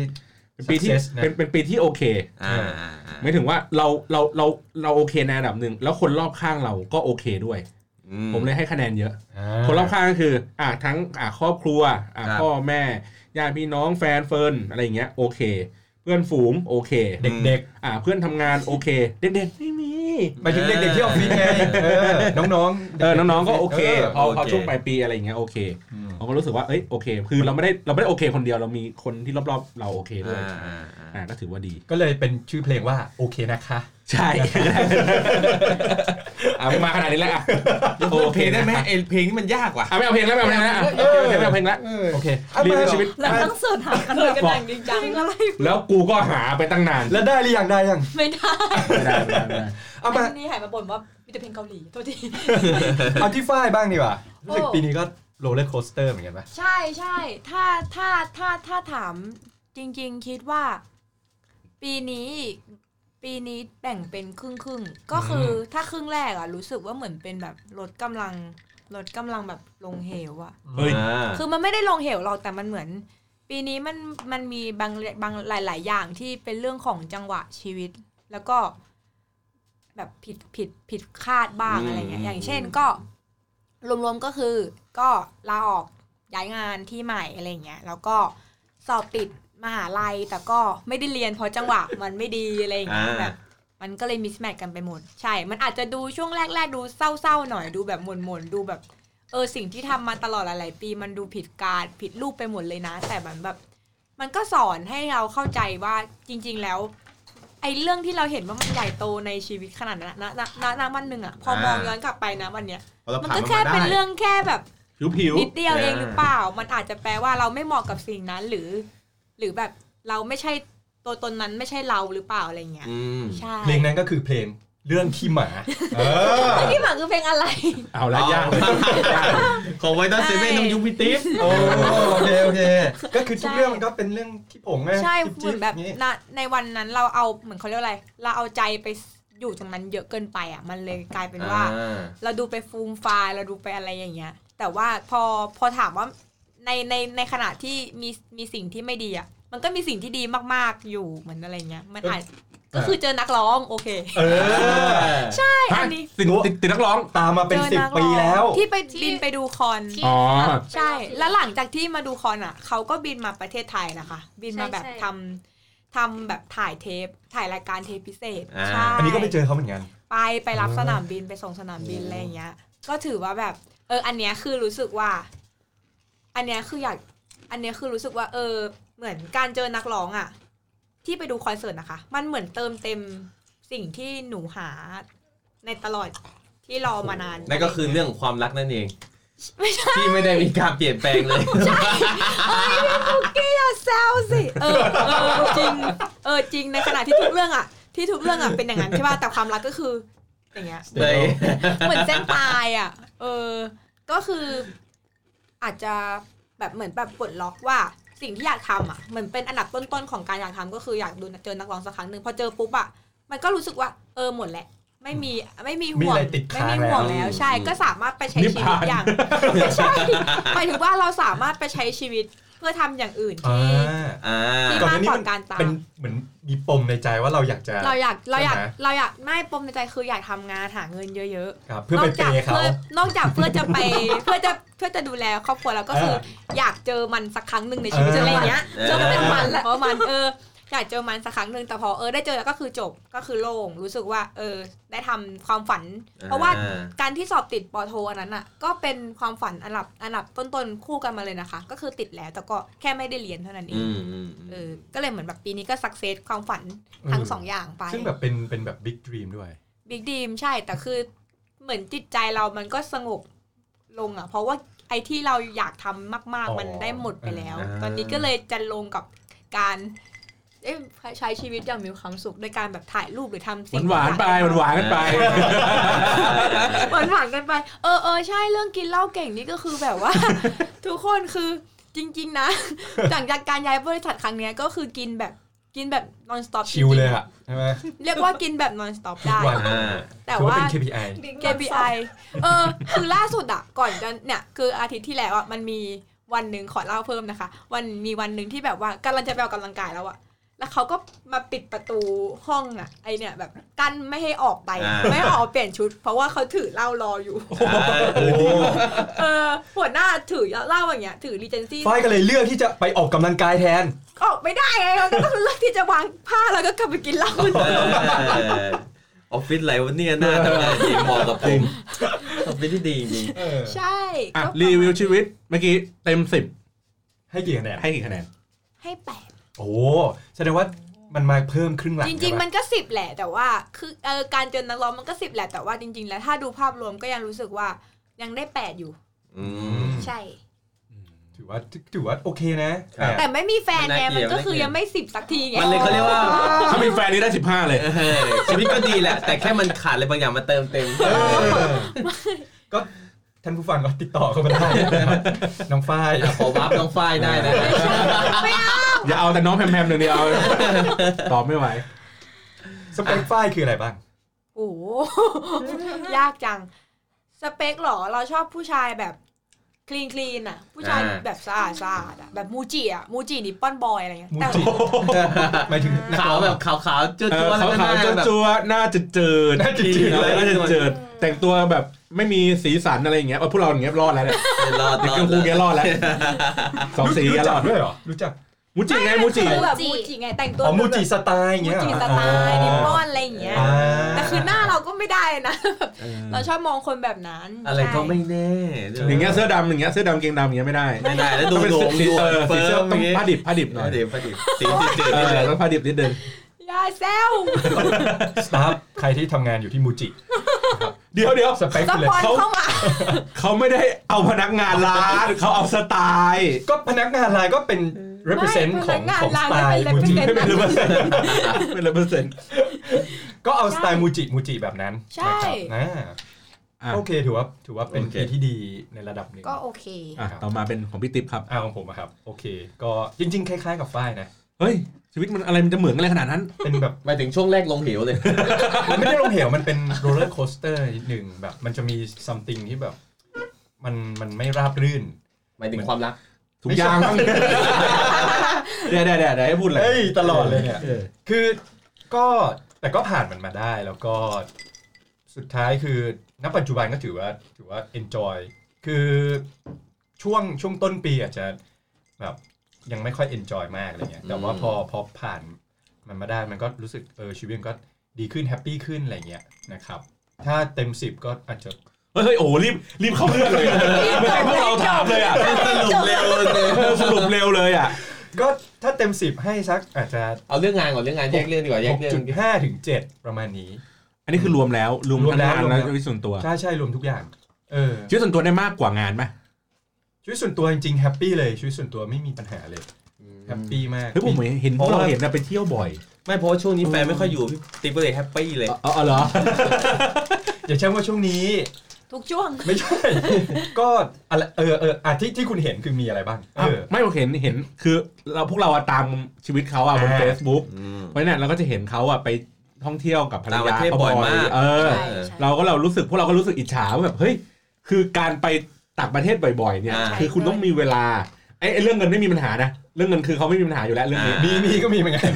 Speaker 4: เป็นปีที่
Speaker 3: Success นะ
Speaker 4: เป็นเป็นปีที่โอเค
Speaker 2: อ่าอ่าอ่า
Speaker 4: หมายถึงว่าเราเราเราเราโอเคในระดับหนึ่งแล้วคนรอบข้างเราก็โอเคด้วย
Speaker 2: อื
Speaker 4: ผมเลยให้คะแนนเยอะ
Speaker 3: อ่า
Speaker 4: คนรอบข้างก็คือ อ่ะทั้งอ่ะครอบครัวอ่ะ
Speaker 2: ครับ
Speaker 4: พ่อแม่ญาติพี่น้องแฟนเฟิร์นอะไรอย่างเงี้ยโอเค เพื่อนฝูงโอเค
Speaker 3: เด็ก
Speaker 4: อ่ะเพื่อนทำงานโอเค เด็กๆไม่มี
Speaker 3: ๆหมายถึงเด็กๆที่ออฟฟิศไงเออน้องๆ
Speaker 4: เออน้องๆก็โอเคพอพอ
Speaker 2: โอเค
Speaker 4: ช่วงปลายปีอะไรอย่างเงี้ยโอเค
Speaker 3: อืม
Speaker 4: ผมก็รู้สึกว่าเอ้ยโอเค คือเราไม่ได้เราไม่ได้โอเคคนเดียวเรามีคนที่รอบๆ เราโอเคด้วย
Speaker 2: อ่าอ่าอ่า
Speaker 4: อ่ะก็ถือว่าดี
Speaker 3: ก็เลยเป็นชื่อเพลงว่าโอเคนะคะ
Speaker 4: ใช่ อ่ะมาขนาดนี้แล้วอ่ะ
Speaker 2: โอเคได้ไหมเอยเพลงนี้มันยากว่ะ
Speaker 4: อ่ะไม่เอาเพลงแล้วไม่เอาเพลงแล้วอ่ะ
Speaker 3: เออ
Speaker 4: ไม่เอาเพลงแล้ว
Speaker 3: โอเค
Speaker 4: รีวิวชีวิต
Speaker 5: เราต้องเสิร์ชหากันเลยกันอย่างจริงจังอะไร
Speaker 4: แล้วกูก็หาไปตั้งนาน
Speaker 3: แล้วได้หรือยังได้ยัง
Speaker 5: ไม่ได้
Speaker 4: ไม่ได้ไม่ได้ไม่ได้
Speaker 3: เอามา
Speaker 6: อันนี้หายมาบ่นว่ามีแต่เพลงเกาหลีโทษที
Speaker 3: เอาที่ฝ้ายบ้างดีกว่ารู้สึก
Speaker 6: โอ้
Speaker 3: ปีนี้ก็โรลเลอร์โคสเตอร์เหมือนกันปะ
Speaker 6: ใช่ใช่ถ้าถ้าถ้าถ้าถามจริง ๆ คิดว่า ปีนี้ ปีนี้แบ่งเป็นครึ่งครึ่งๆก็คืออถ้าครึ่งแรกอะรู้สึกว่าเหมือนเป็นแบบลดกำลังลดกำลังแบบลงเหวอะ
Speaker 4: เฮ้ย
Speaker 2: อ่า
Speaker 6: คือมันไม่ได้ลงเหวหรอกแต่มันเหมือน ปีนี้มันมันมีบางบางหลาย ๆ อย่างที่เป็นเรื่องของจังหวะชีวิต แล้วก็
Speaker 5: แบบผิดผิดผิดคาดบ้าง
Speaker 2: อืม
Speaker 5: อะไรเงี้ย อย่างเช่น
Speaker 2: อืม
Speaker 5: ก็ รวมๆก็คือก็ลาออกย้ายงานที่ใหม่อะไรเงี้ย แล้วก็สอบติดมหาลัยแต่ก็ไม่ได้เรียนเพราะจังหวะ มันไม่ดีอะไรเงี้ย
Speaker 2: อ่า
Speaker 5: แบบ มันก็เลยมิสแมทกันไปหมด ใช่ มันอาจจะดูช่วงแรก ๆ ดูเศร้าๆหน่อยดูแบบหม่นๆดูแบบ เออสิ่งที่ทำมาตลอดหลายๆปี มันดูผิดการผิดรูปไปหมดเลยนะ แต่มันแบบ มันก็สอนให้เราเข้าใจว่าจริง ๆแล้ว ไอ้เรื่องที่เราเห็นว่ามันใหญ่โตในชีวิตขนาดนั้นนะนะนะนะวันหนึ่งอะพอมองย้อนกลับไปนะวันเนี้ย
Speaker 7: พอเรา
Speaker 5: มัน
Speaker 7: ผ่าน
Speaker 5: ก็
Speaker 7: มัน
Speaker 5: แค่
Speaker 7: มา
Speaker 5: เป็น
Speaker 7: ได้
Speaker 5: เรื่องแค่แบบ
Speaker 4: ผิวผิว
Speaker 5: นิดเดียว
Speaker 2: อ่า
Speaker 5: เองหรือเปล่า มันอาจจะแปลว่าเราไม่เหมาะกับสิ่งนั้นหรือ หรือแบบเราไม่ใช่ตัวตนนั้นไม่ใช่เราหรือเปล่าอะไรเงี้ย
Speaker 2: อืม
Speaker 5: ใช่
Speaker 3: เพลงนั้นก็คือเพลงเรื่องขี้หมา
Speaker 7: เออ
Speaker 5: ที่หมาคือเพลงอะไร
Speaker 4: ๆเอาละยากเลย
Speaker 2: ของไวท์ดัสเซเว่นต้องยุคพิติฟ
Speaker 3: โอ้โอเคโอเค ก็คือทุกเรื่องมันก็เป็นเรื่องที่ผงไง
Speaker 5: ใช่
Speaker 3: จิ๊
Speaker 5: เหมือนแบบ
Speaker 3: จิ๊
Speaker 5: ณในวันนั้นเราเอาเหมือนเขาเรียกอะไร เราเอาใจไปอยู่ตรงนั้นเยอะเกินไปอ่ะ มันเลยกลายเป็นว่า เราดูไปฟูมไฟายเราดูไปอะไรอย่างเงี้ย แต่ว่าพอพอถามว่าในในในขณะที่มีมีสิ่งที่ไม่ดีอ่ะ มันก็มีสิ่งที่ดีมากๆอยู่เหมือนอะไรเงี้ย มันอาจก็คือเจอนักร้องโอเค
Speaker 3: เออ
Speaker 5: ใช่อันนี้
Speaker 4: ติดติดติดนักร้อง
Speaker 3: ตามมาเป็น
Speaker 5: จอ
Speaker 3: สิบ
Speaker 5: ก
Speaker 3: ปี
Speaker 5: ร้อง
Speaker 3: แล้ว
Speaker 5: ที่ไป
Speaker 6: ที่
Speaker 5: บินไปดูคอน
Speaker 6: ที่
Speaker 4: อ๋อ
Speaker 5: ใช่ แล้วหลังจากที่มาดูคอนอ่ะ เขาก็บินมาประเทศไทยนะคะ บินมาแบบ
Speaker 6: ใช่ใช่
Speaker 5: ทำทำแบบถ่ายเทป ถ่ายรายการเทปพิเศษ
Speaker 2: อ่า
Speaker 5: ใช่
Speaker 3: อันนี้ก็ไปเจอเขาเหมือนกัน
Speaker 5: ไปไปรับ
Speaker 3: อ๋อ
Speaker 5: สนามบินไปส่งสนามบินอะไรอย่างเงี้ย ก็ถือว่าแบบ เออ อันเนี้ยคือรู้สึกว่า อันเนี้ยคืออยาก อันเนี้ยคือรู้สึกว่า เออ เหมือนการเจอนักร้องอ่ะ ที่ไปดูคอนเสิร์ตนะคะ มันเหมือนเติมเต็มสิ่งที่หนูหาในตลอดที่รอมานาน
Speaker 2: นั่นก็คือเรื่องของความรักนั่นเองที่ไม่ได้มีการเปลี่ยนแปลงเลย
Speaker 5: อย่าแซวสิ เออ เออ จริง เออ จริง ในขณะที่ทุกเรื่องอ่ะ ที่ทุกเรื่องอ่ะ เป็นอย่างนั้นใช่ป่ะ แต่ความรักก็คือ อย่างเงี้ย
Speaker 2: ใน
Speaker 5: เหมือนเส้นตายอ่ะ เออ ก็คืออาจจะแบบเหมือนแบบปลดล็อกว่าสิ่งที่อยากทำอ่ะเหมือนเป็นอันดับต้นๆของการอยากทำก็คืออยากดูเจอนักร้องสักครั้งหนึ่งพอเจอปุ๊บอ่ะมันก็รู้สึกว่า เออหมดแหละ ไม่มีไม่มีห่ว
Speaker 3: มีอะ
Speaker 5: ง
Speaker 3: ไรติด
Speaker 5: ไม่
Speaker 3: ค้าง
Speaker 5: มีห่วง
Speaker 2: แล้ว
Speaker 5: แล้วใช่
Speaker 2: อืม
Speaker 5: ก็สามารถไปใช้
Speaker 4: นิพ
Speaker 5: ชีวิ
Speaker 4: พา
Speaker 5: ต
Speaker 4: น
Speaker 5: อย่างไม่ใช่หมายถึงว่าเราสามารถไปใช้ชีวิตเพื่อทำอย่างอื่น
Speaker 3: อ่
Speaker 5: ที่
Speaker 3: า
Speaker 2: อ่า
Speaker 5: ที่
Speaker 3: ก่อนหน้านี้
Speaker 5: มากกว่า
Speaker 3: มัน
Speaker 5: การตาม
Speaker 3: เป็นเหมือนมีปมในใจว่าเราอยากจะ
Speaker 5: เราอยากเราอยาก
Speaker 3: ใช่ไหม
Speaker 5: เราอยากไม่ปมในใจคืออยากทำงานหาเงินเยอะๆ
Speaker 3: ครับเพื่อไปเปย์เขา
Speaker 5: นอกจากพื่อนอกจากเพื่อจะไป เพื่อจะเพื่อจะดูแลครอบครัวแล้วก็คืออยากเจอมันสักครั้งหนึ่งในชีวิต
Speaker 3: เอออ
Speaker 5: อะไรเงี้ย
Speaker 2: เออ
Speaker 5: เจอมันเป็นวันแหละเพราะมันเอออยากเจอมันสักครั้งหนึ่งแต่พอเออได้เจอแล้วก็คือจบก็คือโล่งรู้สึกว่า เออ ได้ทำความฝัน เพราะว่า
Speaker 2: อ่
Speaker 5: การที่สอบติดปอโทอันนั้นอ่ะ ก็เป็นความฝันอันดับอันดับต้นๆคู่กันมาเลยนะคะ ก็คือติดแล้วแต่ก็แค่ไม่ได้เรียนเท่านั้นเอ
Speaker 2: อื
Speaker 5: ง
Speaker 2: มอืมอืม
Speaker 5: เออก็เลยเหมือนแบบปีนี้ก็สักเซสความฝันทั้ง
Speaker 3: เออ
Speaker 5: สองอย่างไป
Speaker 3: ซึ่งแบบเป็นเป็นแบบบิ๊กดรีมด้วย
Speaker 5: บิ๊กดีมใช่แต่คือเหมือนจิตใจเรามันก็สงบลงอ่ะ เพราะว่าไอ้ที่เราอยากทำมาก
Speaker 3: อ๋อ
Speaker 5: ๆ มันได้หมดไปแล้ว ตอนนี้ก็เลยจะลงกับการเอ้ยใช้ชีวิตอย่างมีความสุขด้วยการแบบถ่ายรูปหรือทำ
Speaker 4: หวา
Speaker 5: สิ่ง
Speaker 4: นหวานๆไปหวานหวานๆกันไป
Speaker 5: หวานหวานๆกันไป เออเออใช่เรื่องกินเหล้าเก่งนี่ก็คือแบบว่า ทุกคนคือจริง ๆ นะ หลังจากการย้ายบริษัทครั้งเนี้ยก็คือกินแบบกินแบบ non stop
Speaker 3: ชิลเลยอ่ะใช่ไหม
Speaker 5: เรียกว่ากินแบบ non stop
Speaker 3: ทุก
Speaker 5: ได้
Speaker 3: วัน
Speaker 2: อ่า
Speaker 5: แต่
Speaker 3: ถือว่า
Speaker 5: ว่า
Speaker 3: เป็น KPI
Speaker 5: KPI เออ คือล่าสุดอะก่อนจะเนี่ยคืออาทิตย์ที่แล้วอะมันมีวันหนึ่งขอเล่าเพิ่มนะคะ วันมีวันหนึ่งที่แบบว่ากำลังจะไปออกกำลังกายแล้วอะแล้วเขาก็มาปิดประตูห้องอะไอเนี่ยแบบกั้นไม่ให้ออกไปอะ
Speaker 2: อ่า
Speaker 5: ไม่ให้ออกเปลี่ยนชุด เพราะว่าเขาถือเหล้ารออยู่
Speaker 2: โอ้โห
Speaker 5: เออหัวหน้าถือเหล้าอย่างเงี้ยถือรีเจนซี่
Speaker 3: ฝ้ายก็เลยเลือกที่จะไปออกกำลังกายแทน
Speaker 5: ออกไม่ได้ไงเราก็ต้องเลือกที่จะวางผ้าแล้วก็กลับไปกินเหล้า
Speaker 2: เออออฟฟิศอะไรวะเนี่ยน่าทำงานดีเหมาะกับผมออฟฟิศที่ดีจริง
Speaker 5: ใช่
Speaker 4: อ่ะ
Speaker 5: ก็ประมาณ
Speaker 4: รีวิวชีวิตเมื่อกี้เต็มสิบ
Speaker 3: ให้กี่คะแนน
Speaker 4: ให้กี่คะแนน
Speaker 5: ให้แปด
Speaker 3: โอ้แสดงว่ามันมาเพิ่มครึ่งหลัง
Speaker 5: จริง ๆ
Speaker 3: ใช่ปะ
Speaker 5: มันก็สิบแหละแต่ว่าคือเออการเจอนักร้องมันก็สิบแหละแต่ว่าจริง ๆ แล้วถ้าดูภาพรวมก็ยังรู้สึกว่ายังได้แปดอยู่
Speaker 2: ๆอื
Speaker 3: อื
Speaker 2: ม
Speaker 3: ม
Speaker 5: ใช่
Speaker 3: ถือว่าถือว่าโอเคนะครับ
Speaker 5: แต่ไม่มีแฟนไง
Speaker 2: ไม่
Speaker 5: มัน
Speaker 2: น่าเกลียด
Speaker 5: ก็คือยังไม่สิบสักทีไง
Speaker 2: มันเลยเขาเรียกว่า
Speaker 4: ถ้ามีแฟนนี่ได้สิบห้าเลย
Speaker 2: เออชีวิตก็ดีแหละ แต่แค่มันขาดอะไรบางอย่างมาเติมเต็ม
Speaker 3: เออก็ท่านผู้ฟังก็ติดต่อเข้ามาได้นะครับน้องฝ้าย
Speaker 2: ขอวับน้องฝ้ายได้นะ
Speaker 5: ไม่เอา
Speaker 4: อย่าเอาแต่น้องแพมแพมหนึ่างเดียวเอาตอบไม่ไหว
Speaker 3: สเปคฝ้ายคืออะไรบ้าง
Speaker 5: โอ้โห ยากจัง สเปคเหรอ เราชอบผู้ชายแบบ
Speaker 6: คลีนคลีนอ่ะ ผู้ชาย
Speaker 2: อ่า
Speaker 6: แบบสะอาดสะอาดอ่ะแบบมูจิอ่ะมูจินิปปอนบอยอะไรเงี้ย
Speaker 3: มู
Speaker 6: แต่
Speaker 3: จิหมายถึงนัก
Speaker 2: ขาว
Speaker 3: ร้อง
Speaker 2: แบบขาวขาวๆจุด
Speaker 4: เอ
Speaker 2: จุ
Speaker 4: อ
Speaker 2: ด
Speaker 4: ขาวขาวๆจัวๆน่าจะเจิด
Speaker 2: น่าจะจืด
Speaker 4: อะไร
Speaker 2: เลย
Speaker 4: น่าจะเจิด แต่งตัวแบบไม่มีสีสันอะไรอย่างเงี้ยเออพวกเราอย่างเงี้ยรอดแล้วเนี่ย
Speaker 2: รอด
Speaker 4: เด็ก
Speaker 2: รอ
Speaker 4: กังกูแก
Speaker 2: ด
Speaker 4: รอดแล้วสองสีแก
Speaker 3: รู้
Speaker 4: ร
Speaker 3: จั
Speaker 4: อก ด
Speaker 3: ด้วยเหรอรู้จัก
Speaker 4: มูจิไงมูจิ
Speaker 6: คือแบบมูจิไงแต่งตัว
Speaker 3: อ๋อมูจิ
Speaker 6: แบบ
Speaker 3: สไตล์อย่าง
Speaker 6: มู
Speaker 3: เงี้ยเหร
Speaker 6: จิ
Speaker 3: อ
Speaker 6: สไตล์นิปป
Speaker 3: อ
Speaker 6: อนอะไรอย่างเงี้ย
Speaker 3: ่า
Speaker 6: แต่คือหน้าเราก็ไม่ได้นะแบบเราชอบมองคนแบบนั้น
Speaker 2: อะไรก็ไม่แน่
Speaker 4: อย่างเงี้ยเสื้อดำอย่างเงี้ยเสื้อดำเกงดำอย่างเงี้ยไม่ได้
Speaker 2: ไม่ได้แล้วดู
Speaker 4: ต้องเป็น
Speaker 2: โดง
Speaker 4: สี
Speaker 2: ดู
Speaker 4: เออสีเสื้อต้องผ้าดิบผ้าดิบหน่
Speaker 2: ผ้า
Speaker 4: อย
Speaker 2: ดิบผ้าดิบสีจืดจืด
Speaker 4: เอ
Speaker 2: นิด
Speaker 4: อ
Speaker 2: นึง
Speaker 4: ต้องผ้าดิบนิดนึง
Speaker 6: อย่าแซว
Speaker 3: สตาฟใครที่ทำงานอยู่ที่มูจิ
Speaker 4: เดี๋ยวเดี๋ยว
Speaker 3: สเปค
Speaker 6: ส
Speaker 3: เลย
Speaker 6: ปอน
Speaker 3: เขา
Speaker 6: เข้ามา
Speaker 4: เขาไม่ได้เอาพนักงานร้านเขาเอาสไตล์
Speaker 3: ก็พนักงานรายก็เป็น represent
Speaker 6: ไม่
Speaker 3: ของ
Speaker 6: พนักงาน
Speaker 3: ของส
Speaker 6: ราย
Speaker 3: ไต
Speaker 6: ไม่
Speaker 3: ล์มู
Speaker 6: เป็น
Speaker 3: จิ
Speaker 6: represent
Speaker 4: เป็นร้อยเปอร์เซ็นต์เป็นร้อยเปอร์เซ็นต์
Speaker 3: ก็เอาสไตล์มูจิมูจิแบบนั้น
Speaker 6: ใช่
Speaker 3: นะครับอ่า
Speaker 4: อ่ะ
Speaker 3: โอเคถือว่าถือว่าเป็นปีที่ดีในระดับหนึ่ง
Speaker 6: ก็โอเค
Speaker 4: อ่ะต่อมาเป็นของพี่ติ๊บครับ
Speaker 3: อ่าของผมอะครับ โอเค ก็จริง ๆ คล้าย ๆ กับฝ้ายนะ
Speaker 4: เฮ้ย ชีวิตมันอะไรมันจะเหมือนกันอะไรขนาดนั้น
Speaker 3: เป็นแบบ
Speaker 2: หมายถึงช่วงแรกลงเหวเลย
Speaker 3: มันไม่ได้ลงเหวมันเป็นโรลเลอร์โคสเตอร์หนึ่งแบบ มันจะมี something ที่แบบ มันมันไม่ราบรื่น
Speaker 2: หมายถึงความรัก
Speaker 4: ถุงยางบ้างเดี๋ยวเดี๋ยวเดี๋ยวเดี๋ยวให้พูดเลย
Speaker 3: เอ้ยตลอดเลยเนี่ย
Speaker 4: ออ
Speaker 3: คือก็แต่ก็ผ่านมันมาได้แล้วก็สุดท้ายคือณปัจจุบันก็ถือว่าถือว่า enjoy คือช่วงช่วงต้นปีอาจจะแบบยังไม่ค่อย enjoy มากอะไรเงี้ยแต่ว่า
Speaker 2: อืม
Speaker 3: พอพอผ่านมันมาได้มันก็รู้สึกเออชีวิตมันก็ดีขึ้นแฮปปี้ขึ้นอะไรเงี้ยนะครับ ถ้าเต็ม 10 ก็อาจจะ
Speaker 4: เฮ้ยโอ้โหรีบรีบเข้าเรื่องเลยอะไม่ให้พวกเราถามเลยอ่ะ
Speaker 2: สรุปเร็วเลย
Speaker 4: เออสรุปเร็วเลยอ่ะ
Speaker 3: ก็ถ้าเต็ม 10 ให้สักอาจจะ
Speaker 2: เอาเรื่องงานก่อนเรื่องงานแยกเรื่องดีกว่าแยกเรื่อง
Speaker 3: 6.5 ถึง 7 ประมาณนี้
Speaker 4: อันนี้คือรวมแล้วรวม
Speaker 3: รวม
Speaker 4: ทั้ง
Speaker 3: แล้วร
Speaker 4: งาน
Speaker 3: วมแล้ว
Speaker 4: และชีวิตส่วนตัว
Speaker 3: ใช่ใช่รวมทุกอย่าง เออ
Speaker 4: ชีวิตส่วนตัวได้มากกว่างานไหม
Speaker 3: ชีวิตส่วนตัวจริงๆแฮปปี้เลยชีวิตส่วนตัวไม่มีปัญหาเลยแฮปปี้มาก
Speaker 4: เฮ้ยผมเห็นพวกเราเห็นนะไปเที่ยวบ่อย
Speaker 2: ไม่เพราะว่าช่วงนี้แฟนไม่ค่อยอยู่พี่ติ๊กก็เลยแฮปปี้เลย
Speaker 4: อ๋ออ๋อเหรอ
Speaker 3: อย่าใช้ว่าช่วงนี้
Speaker 6: ทุกช่วง
Speaker 3: ไม่ใช่ ก็อะไรเออเอออ่ะที่ที่คุณเห็นคือมีอะไรบ้างเออ
Speaker 4: ไม่ผมเห็นเห็นคือเราพวกเราอะตามชีวิตเขาอะบน
Speaker 3: อ่า
Speaker 4: Facebook เพราะฉะนั้นเราก็จะเห็นเขาอะไปท่องเที่ยวกับภรร
Speaker 2: ต่างป
Speaker 4: ยา
Speaker 2: ระเทศ
Speaker 4: เขา
Speaker 2: บ่อยมาก
Speaker 4: เออ
Speaker 6: ใช่
Speaker 4: เราก็เรารู้สึกพวกเราก็รู้สึกอิจฉาว่าแบบเฮ้ยคือการไปต่างประเทศบ่อยๆเนี่ย
Speaker 2: อ่า
Speaker 4: คือคุณต้องมีเวลาไอ้ไอ้เรื่องเงินไม่มีปัญหานะเรื่องเงินคือเขาไม่มีปัญหาอยู่แล้วเรื่องนี้
Speaker 2: อ่า
Speaker 3: มีมีก็มีเหมือน กัน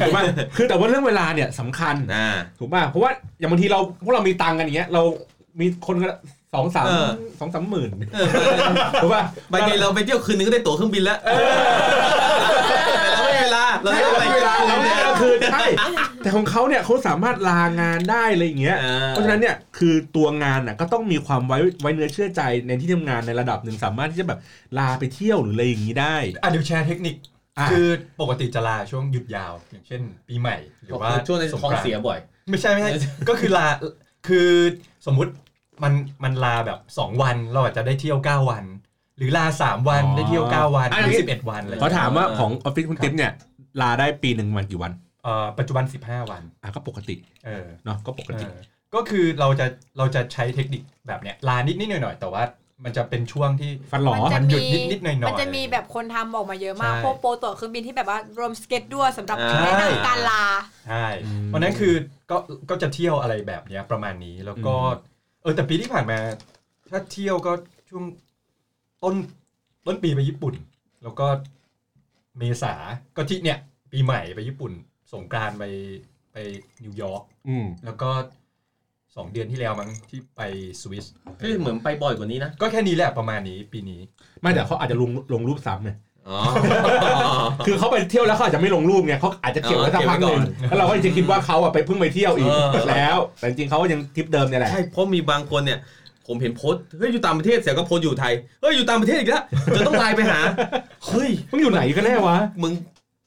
Speaker 4: ถูกป่ะคือแต่ว่าเรื่องเวลาเนี่ยสำคัญ
Speaker 2: อ่า
Speaker 4: ถูกป่ะเพราะว่าอย่างบางทีเราพวกเรามีตังค์กันอย่างเงี้ยเรามีคนก็สองสาม
Speaker 2: เออ
Speaker 4: สองสามหมื่น
Speaker 2: เออ
Speaker 4: ถูกป่ะ
Speaker 2: บางทีเราไปเที่ยวคืนนึงก็ได้ตั๋วเครื่องบินแล้วแต่เราไม่มีเวลา เรา
Speaker 4: ใช่
Speaker 2: ไม่
Speaker 4: เรา
Speaker 2: ไป
Speaker 4: ไม่มีเวลาเราไม่ได้เอาคืนใช่แต่ของเขาเนี่ยเขาสามารถลางานได้อะไรอย่างเงี้ย เพราะฉะนั้นเนี่ยคือตัวงานน่ะก็ต้องมีความไว้ไว้เนื้อเชื่อใจในที่ทำงานในระดับหนึ่งสามารถที่จะแบบลาไปเที่ยวหรืออะไรอย่างนี้ได้
Speaker 3: อ่ะเดี๋ยวแชร์เทคนิค
Speaker 4: อ่ะ
Speaker 3: คือปกติจะลาช่วงหยุดยาว อย่างเช่น ปีใหม่ หรือว่า
Speaker 2: ว่าช่วงนั้น
Speaker 3: สง
Speaker 2: ท้อง
Speaker 3: กรานต์
Speaker 2: เสียบ่อย
Speaker 3: ไม่ใช่ไม่ใช่ ก็คือลาคือสมมุติมันมันลาแบบ 2 วันเราอาจจะได้เที่ยว 9 วัน หรือลา 3 วัน
Speaker 4: อ๋อ
Speaker 3: ได้เที่ยว 9 วัน
Speaker 4: อ่ะ
Speaker 3: หรือ
Speaker 4: นี่
Speaker 3: สิบเอ็ดวันอะไร
Speaker 4: เขาถามว่า
Speaker 2: เออ
Speaker 4: ของออฟฟิศคุณติ๊บเนี่ยลาได้ปีหนึ่งวันกี่วัน
Speaker 3: เอ่อปัจจุบัน 15 วัน
Speaker 4: อ่ะก็ปกติ
Speaker 3: เออ
Speaker 4: เนาะก็ปกติ
Speaker 3: เออก็คือเราจะเราจะใช้เทคนิคแบบเนี้ยลานิดนิดหน่อยหน่อยๆแต่ว่ามันจะเป็นช่วงที่
Speaker 4: ฟันหลอ
Speaker 6: มัจะ
Speaker 3: มันหยุ
Speaker 6: มี
Speaker 3: ดนิดๆหน่อยๆ
Speaker 6: มันจะมีแบบคนทำออกมาเยอะมาก
Speaker 3: ใช่
Speaker 6: พวกโปรตั๋วเครื่องบินที่แบบว่ารวมสเก็ตด้วยสำหรับ
Speaker 2: อ่า
Speaker 6: แนะนำการลา
Speaker 3: ใช่เพราะฉะนั้นคือก็ก็จะเที่ยวอะไรแบบเนี้ยประมาณนี้แล้วก็เออแต่ปีที่ผ่านมา ถ้าเที่ยวก็ช่วงต้นต้นปีไปญี่ปุ่น แล้วก็เมษาก็ที่เนี่ย ปีใหม่ไปญี่ปุ่น สงกรานต์ไปไปนิวยอร์ก
Speaker 4: อืม
Speaker 3: แล้วก็สองเดือนที่แล้วมั้งที่ไปสวิส
Speaker 2: คือเหมือนไปบ่อยกว่านี้นะ
Speaker 3: ก็แค่นี้แหละประมาณนี้ปีนี้
Speaker 4: ไม่แต่เขาอาจจะลงลงรูปซ้ำไง
Speaker 2: อ๋อ
Speaker 4: คือเขาไปเที่ยวแล้วเขาอาจจะไม่ลงรูปไงเขาอาจจะเก็บไว้สักพักหนึ่งแล้วเราก็จะคิดว่าเขาอะไปเพิ่งไปเที่ยวอีก
Speaker 2: เออ
Speaker 4: แล้ว แต่จริงๆเขาก็ยังทริปเดิมเนี่ยแหละ
Speaker 2: ใช่เพราะมีบางคนเนี่ย ผมเห็นโพสต์เฮ้ยอยู่ต่างประเทศเสียก็โพสต์อยู่ไทย เฮ้ยอยู่ต่างประเทศอีกแล้วจะต้องไลน์ไปหา เฮ้ย
Speaker 4: มึงอยู่ไหนกันแน่วะ
Speaker 2: มึง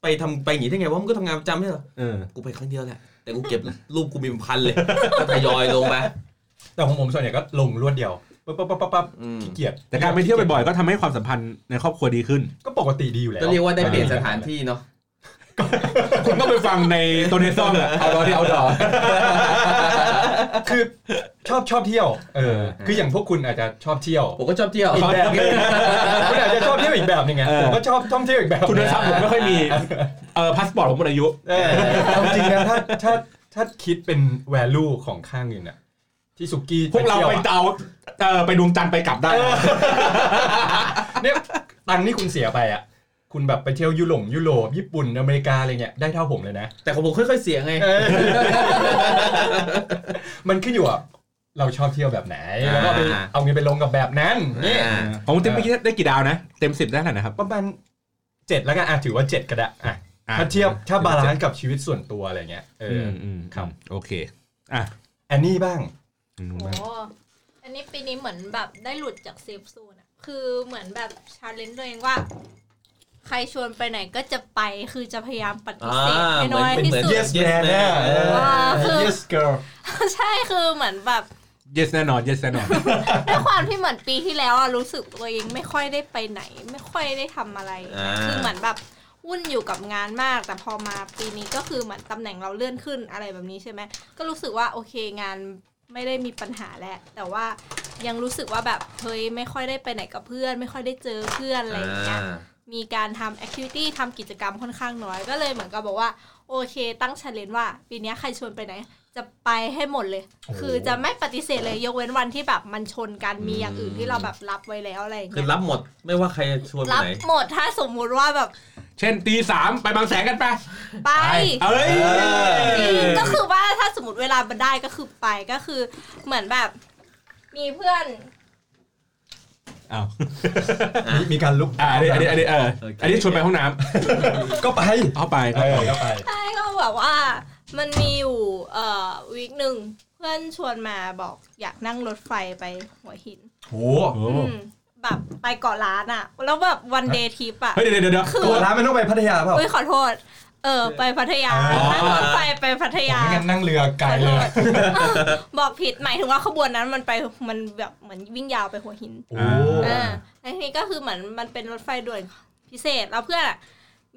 Speaker 2: ไปทำไปอย่างนี้ได้ไงวะมึงก็ทำงานประจำใช่เหรอ
Speaker 4: เออ
Speaker 2: กูไปครั้งเดียวแหละ แต่กูเก็บรูปกูมีเป็นพันเลยก็ทยอยลงไป
Speaker 3: แต่ของผมส่วนใหญ่ก็ลงรวดเดียวปั๊บปั๊บปั๊บปั๊บปั๊บ
Speaker 2: อืม
Speaker 3: ขี้เกียจ
Speaker 4: แต่การไปเที่ยวบ่อยๆ ก็ทำให้ความสัมพันธ์ในครอบครัวดีขึ้น
Speaker 3: ก็ปกติดีอยู่แล้ว
Speaker 2: ก็เรียกว่าได้เปลี่ยนสถานที่เนาะ
Speaker 4: คุณก็ไปฟังในโตเนซ่องอะเอาดอที่เอาดอ
Speaker 3: คือชอบชอบเที่ยวเออ
Speaker 2: เออ
Speaker 3: คืออย่างพวกคุณอาจจะชอบเที่ยว
Speaker 2: ผมก็ชอบเที่ยว
Speaker 3: อีกแบบหนึงคุณอาจจะชอบเที่ยวอีกแบบหนึงไง
Speaker 4: เออ
Speaker 3: ผมก็ชอบท่องเที่ยวอีกแบบ
Speaker 4: คุณทรัพย์ผมไม่ค่อยมี เออพาสปอร์ตผมหมดอายุ
Speaker 3: เออเอาจริงนะถ้าถ้าถ้าคิดเป็น value ของค่าเงินอ่ะ ที่สุกี้
Speaker 4: พวกเรา
Speaker 3: ที่ย
Speaker 4: ไป
Speaker 3: อะ
Speaker 4: เตาเออไปดวงจันทร์ไปกลับได้
Speaker 3: เออ เนี่ยตังค์ที่คุณเสียไปอ่ะ คุณแบบไปเที่ยวยุโรปยุโรปญี่ปุ่นอเมริกาอะไรเงี้ยได้เท่าผมเลยนะ
Speaker 2: แต่ของผมค่อยๆเสียไง
Speaker 3: มันขึ้นอยู่กับเราชอบเที่ยวแบบไหนแล้วก็ไป
Speaker 2: อ่า
Speaker 3: เอาเงินไปลงกับแบบนั้นนี่
Speaker 2: อ่า
Speaker 4: ของคุณเต็มไปได้กี่ดาวนะ เต็มสิบได้เท่าไหร่นะครับ
Speaker 3: ประมาณเจ็ดแล้วกันอ่ะถือว่าเจ็ดก็ได้อ่ะ
Speaker 4: อ่ะ
Speaker 3: ถ้าเทียบถ้าบาลานซ์กับชีวิตส่วนตัวอะไรเงี้ยเอ
Speaker 4: อื
Speaker 3: อ
Speaker 4: ม
Speaker 3: อ
Speaker 4: อืม
Speaker 3: ครับ
Speaker 4: โอเค อ่ะ
Speaker 3: แอนนี่บ้าง
Speaker 4: อืม
Speaker 5: โอ้อันนี้ปีนี้เหมือนแบบได้หลุดจากเซฟโซนอะคือเหมือนแบบชาเลนจ์ตัวเองว่า ใครชวนไปไหนก็จะไป คือจะพยายามปฏิ
Speaker 2: อ่า
Speaker 5: เสธให้
Speaker 2: เหมื
Speaker 5: น้
Speaker 2: อน
Speaker 5: อย
Speaker 2: เป็นเห
Speaker 5: ที่
Speaker 2: มือน
Speaker 5: สุด
Speaker 3: yes man เนี่ยเออ
Speaker 5: ว้าวคือ
Speaker 3: yes girl
Speaker 5: ใช่คือเหมือนแบบ
Speaker 4: yes แน่นอน yes แน่นอน
Speaker 5: ด้วยความที่เหมือนปีที่แล้วอะรู้สึกตัวเองไม่ค่อยได้ไปไหน ไม่ค่อยได้ทำอะไร
Speaker 2: อ่า
Speaker 5: คือเหมือนแบบวุ่นอยู่กับงานมาก แต่พอมาปีนี้ก็คือเหมือนตำแหน่งเราเลื่อนขึ้นอะไรแบบนี้ใช่ไหมก็รู้สึกว่าโอเคงานไม่ได้มีปัญหาแล้วแต่ว่ายังรู้สึกว่าแบบเฮ้ยไม่ค่อยได้ไปไหนกับเพื่อน ไม่ค่อยได้เจอเพื่อนอะไรอย่างเงี้ย
Speaker 2: อ่า
Speaker 5: มีการทำแอคทิวิตี้ทำกิจกรรมค่อนข้างน้อย ก็เลยเหมือนกับบอกว่า โอเค ตั้งช l เลน g e ว่า ปีเนี้ยใครชวนไปไหน จะไปให้หมดเลย
Speaker 3: โอ้โห
Speaker 5: คือจะไม่ปฏิเสธเลยยกเว้นวันที่แบบมันชนกันมีอย่างอื่น
Speaker 2: อืม
Speaker 5: ที่เราแบบรับไว้แล้วอะไรอย่าง
Speaker 2: คือ
Speaker 5: เงี้ย
Speaker 2: รับหมดไม่ว่าใครชวนไป
Speaker 5: รับ
Speaker 2: ไหน
Speaker 5: หมดถ้าสมมุติว่าแบบ
Speaker 4: เช่นตีสามไปบางแสนกันไป
Speaker 5: ไป
Speaker 4: เอ้ย
Speaker 5: จริงก็คือว่าถ้าสมมติเวลามันได้ก็คือไปก็คือเหมือนแบบ มีเพื่อน
Speaker 4: อ้าว
Speaker 3: มีมีการลุก
Speaker 4: อ่ะอันนี้อันนี้อันนี้เออ
Speaker 2: โอเค
Speaker 4: อันนี้ชวนไปห้องน้
Speaker 3: ก็ไป
Speaker 4: ำเข้าไป
Speaker 3: เออก็ไป
Speaker 5: ใช่ก็แบบว่ามันมีอยู่เอ่อวีคหนึ่งเพื่อนชวนมาบอกอยากนั่งรถไฟไปหัวหิน
Speaker 3: โห
Speaker 4: โอ้
Speaker 5: อืมแบบไปเกาะล้านอะแล้วแบบวันเดย์ทริปอะ
Speaker 4: เฮ้ยเดี๋ยวเดี๋ยวเดี๋ยว
Speaker 5: คือ
Speaker 3: โกร้านมันต้องไปพัทยาเปล่า
Speaker 5: อุ้ยขอโทษ เออ ไปพัทยา
Speaker 3: อ๋อ
Speaker 5: นั่งรถไฟไปพัทยา
Speaker 3: ไม่งั้นนั่งเรือไกลเลย
Speaker 5: บอกผิดหมายถึงว่าขบวนนั้นมันไปมันแบบเหมือนวิ่งยาวไปหัวหิน
Speaker 3: โอ้
Speaker 4: อ่า
Speaker 5: อ่าแล้วทีนี้ก็คือเหมือนมันเป็นรถไฟด่วนพิเศษแล้วเพื่อนอะ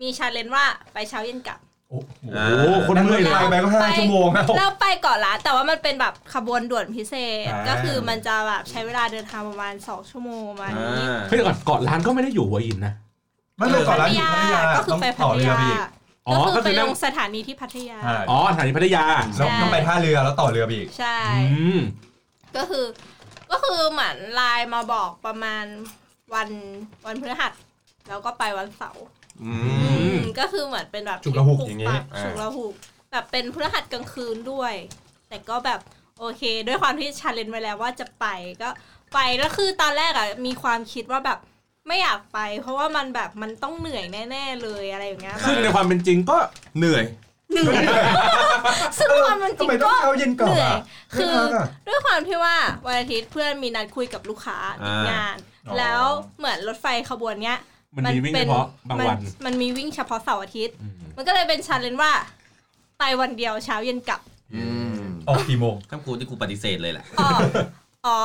Speaker 5: มีชาเลนจ์ว่าไปเช้าเย็นกลับ
Speaker 3: โอ้โห
Speaker 2: อ่า
Speaker 4: โอ้โหคนเมื่อยเลย
Speaker 3: ไปไปก็ห้าชั่วโมงแล้ว
Speaker 5: เราไปเกาะล้านแต่ว่ามันเป็นแบบขบวนด่วนพิเศษ
Speaker 3: อ่า
Speaker 5: ก็คือมันจะแบบใช้เวลาเดินทางประมาณสองชั่วโมงประมาณนี้
Speaker 2: อ่า
Speaker 4: เฮ้ยเดี๋ยวก่อนเกาะล้านก็ไม่ได้อยู่หัวหินนะ
Speaker 3: ไม่ไปก่อนร้านอยู่พัทยา
Speaker 5: ก็คือ
Speaker 3: ต้อง
Speaker 5: ไปพั
Speaker 3: ต่อ
Speaker 5: ท
Speaker 3: เรือย
Speaker 5: า
Speaker 3: ไปอีก
Speaker 4: อ๋อ
Speaker 5: ก็
Speaker 4: ก็
Speaker 5: คือ
Speaker 4: คื
Speaker 5: ไป
Speaker 4: อ
Speaker 5: ล
Speaker 4: นั่ง
Speaker 5: งสถานีที่พัทยา
Speaker 3: อ่า
Speaker 4: อ๋อสถานีพัทยา
Speaker 3: แล้วต้องไปท่าเรือแล้วต่อเรือไปอีก
Speaker 5: ใช่
Speaker 4: อืม
Speaker 5: ก็คือ ก็คือเหมือนไลน์มาบอกประมาณวันวันพฤหัสแล้วก็ไปวันเสาร์
Speaker 2: อืม
Speaker 4: ม
Speaker 5: อืมก็คือเหมือนเป็นแบบ
Speaker 3: ฉุกละหุก
Speaker 5: ป
Speaker 3: อย่างงี้
Speaker 5: ปั
Speaker 3: อ่า
Speaker 5: ฉุกละหุกแบบเป็นพฤหัสกลางคืนด้วย แต่ก็แบบโอเค ด้วยความที่ชาเลนจ์ไว้แล้วว่าจะไปก็ไปแล้วคือตอนแรกอะมีความคิดว่าแบบไม่อยากไป เพราะว่ามันแบบมันต้องเหนื่อยแน่ ๆ เลยอะไรอย่างเงี้ย
Speaker 4: ซึ่งในความเป็นจริงก็
Speaker 2: เหนื่อย
Speaker 5: ซึ่งความมันจ
Speaker 3: ทำ
Speaker 5: ริง
Speaker 3: ไมต้อง
Speaker 5: ก็
Speaker 3: เช้าเย็นก่อน
Speaker 5: เหนื่อย
Speaker 3: อ่ะ
Speaker 5: คือ ด้วยความที่ว่าวันอาทิตย์เพื่อนมีนัดคุยกับลูกค้า
Speaker 2: อ่า
Speaker 5: งาน แล้วเหมือนรถไฟขบวนเนี้ย
Speaker 4: มันมีวิ่งเฉ
Speaker 5: น
Speaker 4: พาะบางวัน
Speaker 5: มันมันมีวิ่งเฉพาะเสาร์อาทิตย์
Speaker 4: อืม
Speaker 5: มันก็เลยเป็นชาเลนจ์ว่าไปวันเดียวเช้าเย็นกลับ
Speaker 2: อืม
Speaker 3: ออกกี่โมง
Speaker 2: ข้ามกูที่กูปฏิเสธเลยแหละ
Speaker 5: ออกอ๋อ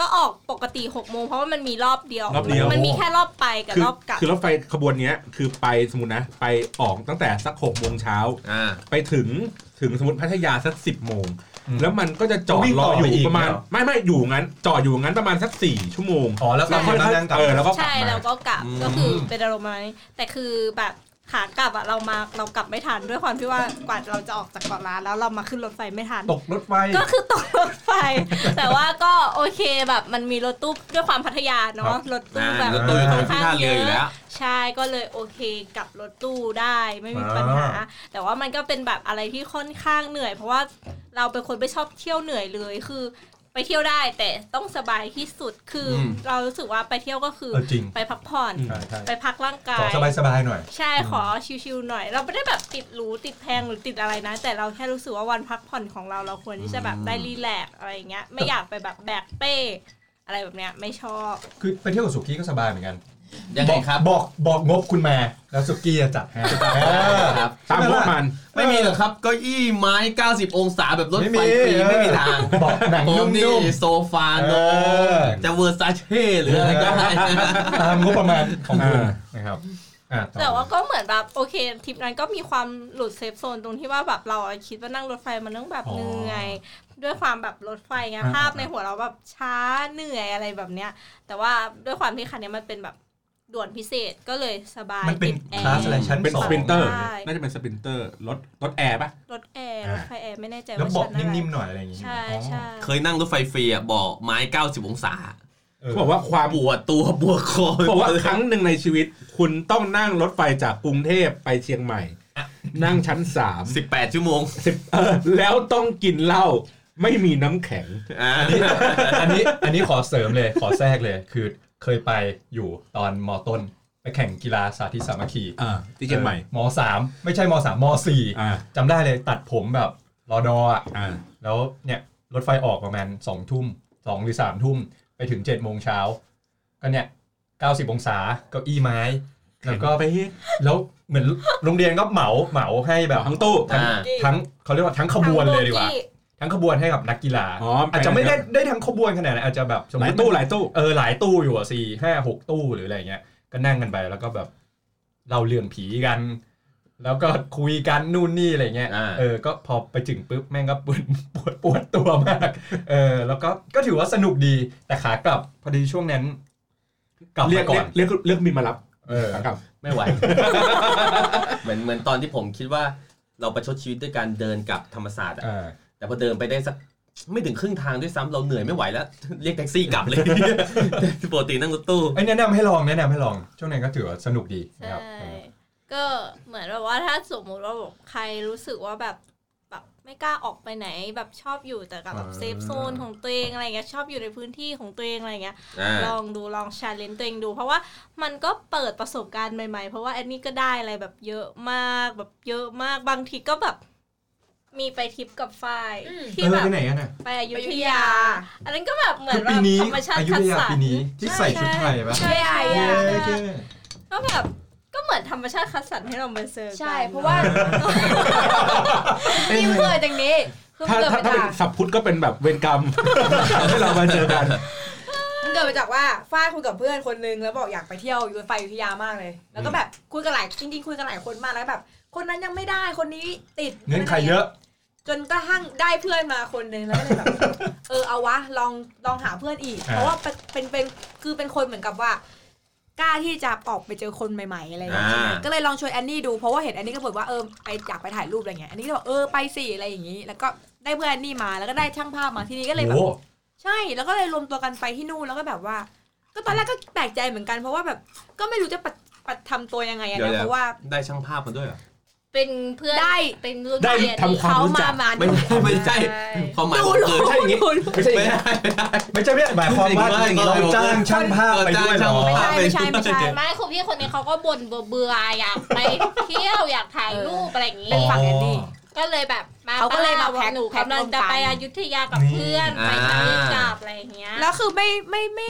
Speaker 5: ก็ออกปกติ6กโมงเพราะว่ามันมีรอบเดียว
Speaker 4: รอบเดียว
Speaker 5: มันมีแค่รอบไปกับ
Speaker 4: คือ
Speaker 5: รอบกลับ
Speaker 4: คือรถไฟขบวนเนี้ยคือไปสมมตินะ ไปออกตั้งแต่สักหกโมงเช้า
Speaker 2: อ่า
Speaker 4: ไปถึงถึงสมมติพัทยาสักสิบโมง
Speaker 3: อืม
Speaker 4: แล้วมันก็จะจอด
Speaker 3: วิ่ง
Speaker 4: ร
Speaker 3: ต่
Speaker 4: อ
Speaker 3: อ
Speaker 4: อ
Speaker 3: ไปอี
Speaker 4: ยู่
Speaker 3: ก
Speaker 4: ประมาณ
Speaker 3: เหรอ
Speaker 4: ไม่ไม่อยู่งั้น จอดอยู่งั้นประมาณสักสี่ชั่วโมง
Speaker 3: อ๋อแล้วต
Speaker 5: ใช่
Speaker 3: อน
Speaker 4: ค่
Speaker 3: นั้
Speaker 4: อน ย
Speaker 3: นั่งกลับ
Speaker 4: ๆเออแล้วก็กลับ
Speaker 5: ใช่
Speaker 4: มา
Speaker 5: เราก็กลับ
Speaker 2: อืม
Speaker 5: ก็คือเป็นอารมณ์ประมาณนี้แต่คือแบบขากลับอะเรามาเรากลับไม่ทันด้วยความที่ว่ากว่าเราจะออกจากเกาะล้านแล้วเรามาขึ้นรถไฟไม่ทัน
Speaker 3: ตกรถไฟ
Speaker 5: ก็คือตกรถ ไฟ แต่ว่าก็โอเคแบบมันมีรถตู้ด้วยความพัทยาเนาะรถตู้
Speaker 2: อ่า
Speaker 5: แบบ
Speaker 2: รถตู้อยู่ตรงที่
Speaker 5: ค่น
Speaker 2: ท่า
Speaker 5: ข้ง
Speaker 2: เรืออยู่แล้ว
Speaker 5: ใช่ก็เลยโอเคกลับรถตู้ได้ไม่มี
Speaker 3: อ่า
Speaker 5: ปัญหา แต่ว่ามันก็เป็นแบบอะไรที่ค่อนข้างเหนื่อย เพราะว่าเราเป็นคนไม่ชอบเที่ยวเหนื่อยเลยคือ ไปเที่ยวได้แต่ต้องสบายที่สุดคืออ
Speaker 2: ม
Speaker 5: เรารู้สึกว่าไปเที่ยวก็คือ
Speaker 3: เออจริง
Speaker 5: ไปพักผ่อน
Speaker 3: ใช่ใช่
Speaker 5: ไปพักร่างกา
Speaker 3: ขอย สบายๆหน่อย
Speaker 5: ใช่ขอชิวๆหน่อย เราไม่ได้แบบติดหรูติดแพงหรือติดอะไรนะ แต่เราแค่รู้สึกว่าวันพักผ่อนของเราเราควรที่จะแบบได้รีแลกซ์อะไรอย่างเงี้ย ไม่อยากไปแบบแบกเป้อะไรแบบเนี้ยไม่ชอบ
Speaker 3: คือไปเที่ยวกับสุกี้ก็สบายเหมือนกัน
Speaker 2: ยังไงครับ
Speaker 3: บอกบอกงบคุณมา แล้วสุกี้จะจัดให้เออ
Speaker 4: ตามพวกมัน
Speaker 2: ไม่มีหรอกครับเก็อี้ไม้ 90 องศาแบบรถ
Speaker 3: ไม่
Speaker 2: ไฟ
Speaker 3: มี
Speaker 2: ฟรี
Speaker 3: เออ
Speaker 2: ไม่มีทาง
Speaker 3: บอกหนัง
Speaker 2: ผม
Speaker 3: นุ่
Speaker 2: นี่
Speaker 3: ม
Speaker 2: โซฟาโน
Speaker 3: เออ
Speaker 2: จะเวอร์ซาเช่หรืออะไรก็ได้
Speaker 3: ตามงบประมาณของคุณ
Speaker 4: อ่า
Speaker 3: นะครับอ่ะอ
Speaker 5: แต่ว่าก็เหมือนแบบโอเคทริปนั้นก็มีความหลุดเซฟโซนตรงที่ว่าแบบเราคิดว่านั่งรถไฟมันต้องแบบเหนื่อย ด้วยความแบบรถไฟไงภาพในหัวเราแบบช้าเหนื่อยอะไรแบบเนี้ย แต่ว่าด้วยความที่คันเนี้ยมันเป็นแบบด่วนพิเศษก็เลยสบาย
Speaker 3: มันเป็น
Speaker 5: ติดแอ
Speaker 3: คลาส
Speaker 5: ร์
Speaker 3: อะไรชั้น
Speaker 4: เป็น
Speaker 3: สอ
Speaker 4: ส
Speaker 3: ง
Speaker 4: ปรินเตอร์
Speaker 5: ได้
Speaker 4: น่าจะเป็นสปรินเตอร์รถรถแอร์ปะ
Speaker 5: รถแอร์ ร์รถไฟแอร์ไม่แน่ใจ
Speaker 3: แล้ว
Speaker 5: ว่า
Speaker 3: เบอก
Speaker 5: ชั้นอะไร
Speaker 3: นิ่มๆหน่อยอะไรอย่างงี้
Speaker 5: ใช่ใช่
Speaker 2: เคยนั่งรถไฟฟรีอ่ะเบอกไม้ 90 องศา
Speaker 4: เขาบอกว่าความ
Speaker 2: ปวดตัวปวดคอ
Speaker 4: เขาบอกว่าครั้งหนึ่งในชีวิต คุณต้องนั่งรถไฟจากกรุงเทพไปเชียง ใหม่ นั่งชั้นสาม
Speaker 2: 18 ชั่วโมง
Speaker 4: สิบเออแล้วต้องกินเหล้าไม่มีน้ำแข็ง
Speaker 2: อ่า
Speaker 3: อันนี้อันนี้ขอเสริมเลยขอแทรกเลยคือเคยไปอยู่ตอนมต้น ไปแข่งกีฬาสาธิตสามัคคี
Speaker 4: อ่าที่เชียงใหม่
Speaker 3: มสามไม่ใช่มสามมสี่
Speaker 4: อ่า
Speaker 3: จำได้เลยตัดผมแบบรอดออ่ะ
Speaker 4: อ่า
Speaker 3: แล้วเนี่ยรถไฟออกประมาณสองทุ่มสองหรือสามทุ่มไปถึงเจ็ดโมงเช้าก็เนี่ยเก้าสิบองศาเก้าอี้ไม้ แล้วก็
Speaker 4: ไป
Speaker 3: แล้วเหมือนโรงเรียนก็เหมาเหมาให้แบบ
Speaker 4: ทั้งตู้
Speaker 2: อ่า
Speaker 3: ทั้งเขาเรียกว่าทั้งขบวนเลยดีกว่าทั้ง
Speaker 5: ทางโบกี้
Speaker 3: ขบวนให้กับนักกีฬา
Speaker 4: อ๋อไป
Speaker 3: อาจจะไม่ได้
Speaker 4: นะครับ
Speaker 3: ได้ทั้งขบวนขนาดนั้นอาจจะแบบสม
Speaker 4: ห
Speaker 3: ม
Speaker 4: ลาย
Speaker 3: ติ
Speaker 4: ตู้หลายตู้
Speaker 3: เออหลายตู้อยู่อะสี่ห้าหกตู้หรืออะไรเงี้ยก็นั่งกันไปแล้วก็แบบเล่าเรื่องผีกัน แล้วก็คุยกันนู่นนี่อะไรเงี้ย
Speaker 2: อ่า
Speaker 3: เออ ก็พอไปถึงปุ๊บแม่งก็ปวด ปวดปวดตัวมาก เออ แล้วก็ ก็ถือว่าสนุกดี แต่ขากลับพอดีช่วงนั้น กลับ
Speaker 4: เรีย
Speaker 3: มาก ก่
Speaker 4: เรี
Speaker 3: อย น
Speaker 4: กเรียกเรียกมีมารับ
Speaker 3: เออ
Speaker 4: ขากลับ
Speaker 2: ไม่ไหว เหมือนเหมือนตอนที่ผมคิดว่าเราประชดชีวิตด้วยการเดินกลับธรรมศาสตร์อะ
Speaker 3: เออ
Speaker 2: แต่พอเดินไปได้สักไม่ถึงครึ่งทางด้วยซ้ำเราเหนื่อยไม่ไหวแล้ว เรียกแท็กซี่กลับเลย ปกตินั่งรถตู้
Speaker 3: ไอ้ยแนะนำให้ลอง แนะนำให้ลอง ช่วงนั้นก็ถือว่าสนุกดีนะ
Speaker 5: ใช่
Speaker 3: ครับเออ
Speaker 5: ก็เหมือนแบบว่าถ้าสมมุติว่าแบบใครรู้สึกว่าแบบแบบไม่กล้าออกไปไหนแบบชอบอยู่แต่กับแบบเซฟโซนของตัวเองอะไรเงี้ยชอบอยู่ในพื้นที่ของตัวเองอะไรเงี้ย
Speaker 2: อ่า
Speaker 5: ลองดูลองชาเลนจ์ตัวเองดู เพราะว่ามันก็เปิดประสบการณ์ใหม่ๆ เพราะว่าแอนนี่ก็ได้อะไรแบบเยอะมากแบบเยอะมากบางทีก็แบบ มีไปทริปกับฝ้าย
Speaker 6: อืม
Speaker 5: ที่
Speaker 3: เออ
Speaker 5: แบบ
Speaker 3: ไปไหนกันอ่ะ
Speaker 5: ไปอยุธยา อันนั้นก็แบบเหมือน
Speaker 3: คือ
Speaker 5: แบ
Speaker 3: ปี
Speaker 5: บ
Speaker 3: นี้
Speaker 5: ธรรมชาติ
Speaker 3: อายุ
Speaker 5: คั
Speaker 3: ท
Speaker 5: ด
Speaker 3: ยา
Speaker 5: สรร
Speaker 3: ปีนี้ที่ใส่ชุดไทยปะ
Speaker 5: ใช่
Speaker 6: ใช่ใช่
Speaker 5: ใช่
Speaker 3: เย้
Speaker 6: อะ
Speaker 3: เย้
Speaker 5: ก็แบบ ก็เหมือนธรรมชาติคัดสรรให้เรามาเจอกัน
Speaker 6: ใช่ เพราะว่ายิ้มเกิดอย่างนี้คือ
Speaker 4: ถ้า
Speaker 6: เกิด
Speaker 4: ถ้า
Speaker 6: มา
Speaker 4: ถ้าเป็น
Speaker 6: จาก
Speaker 4: สับพุทธก็เป็นแบบเวรกรรม ให้เรามาเจอกัน
Speaker 6: เกิดมาจากว่าฝ้ายคุยกับเพื่อนคนนึงแล้วบอกอยากไปเที่ยวอยู่ไฟอยุธยามากเลย แล้วก็แบบคุยกันหลายจริงๆคุยกันหลายคนมากแล้วแบบ คนนั้นยังไม่ได้คนนี้ติด
Speaker 3: เงื่อนไขเยอะ
Speaker 6: จนกระทั่งได้เพื่อนมาคนนึงแล้วก็เลยแบบ เออเอาวะลองลองหาเพื่อนอีก
Speaker 3: อ่า
Speaker 6: เพราะว่าเป็นเป็นเป็นคือเป็นคนเหมือนกับว่า กล้าที่จะออกไปเจอคนใหม่ๆอะไรอย่างเงี้ย
Speaker 2: อ่า
Speaker 6: ใช่ไหมก็เลยลองชวนแอนนี่ดูเพราะว่าเห็นแอนนี่ก็บอกว่าเออไปอยากไปถ่ายรูปอะไรเงี้ยแอนนี่ก็บอกเออไปสิอะไรอย่างงี้ แล้วก็ได้เพื่อนแอนนี่มาแล้วก็ได้ช่างภาพมาทีนี้ก็เลยแบ
Speaker 3: โอ้
Speaker 6: บใช่แล้วก็เลยรวมตัวกันไปที่นู่นแล้วก็แบบว่า ก็ตอนแรกก็แปลกใจเหมือนกัน เพราะว่าแบบก็ไม่รู้จะปะปะทำตัวยังไงอะ
Speaker 2: เดี๋ยวๆ
Speaker 6: นะเพราะว่า
Speaker 2: ได้ช่างภาพมาด้วยเหรอ
Speaker 5: เป็นเพื่อน
Speaker 6: ได้
Speaker 5: เป็นรุ่น
Speaker 4: ได้
Speaker 5: เรียน
Speaker 4: ทำความรู้จัก
Speaker 6: เขามามา
Speaker 2: ไม่ใช่ไม่ใช่ความหมายของเธอใช่อย่างงี้
Speaker 3: ไม่ใช่
Speaker 2: ไม่
Speaker 3: ไม่
Speaker 2: ได้ไม่ได้
Speaker 3: ใช่ไม่ใช่หมายความว่า
Speaker 2: ไม่ใช่ไม่ใช่
Speaker 3: เราจ้างช่างภาพไปด้วยเหรอ
Speaker 6: ไม่ใช่ไม่ใช่ไม่ใช่
Speaker 5: ไม่คุณพี่คนนี้เขาก็บ่นเบื่อๆอยากไปเที่ยว อยากถ่ายรูปอะไรอย่างงี้
Speaker 6: เป็นฝั่งแอนนี่
Speaker 5: ก็เลยแบบมา
Speaker 6: เขาก็เลยมา
Speaker 5: ป้
Speaker 6: แพ็ค
Speaker 5: หนู
Speaker 6: แพ็ค
Speaker 5: กำลังจะ
Speaker 6: รวมกัน
Speaker 5: ไปอยุธยากับเพื่อน
Speaker 2: นี่
Speaker 5: ไปทะเล
Speaker 2: อ่า
Speaker 5: กาบอะไรอย่างเงี้ย
Speaker 6: แล้วคือไม่ไม่ไม่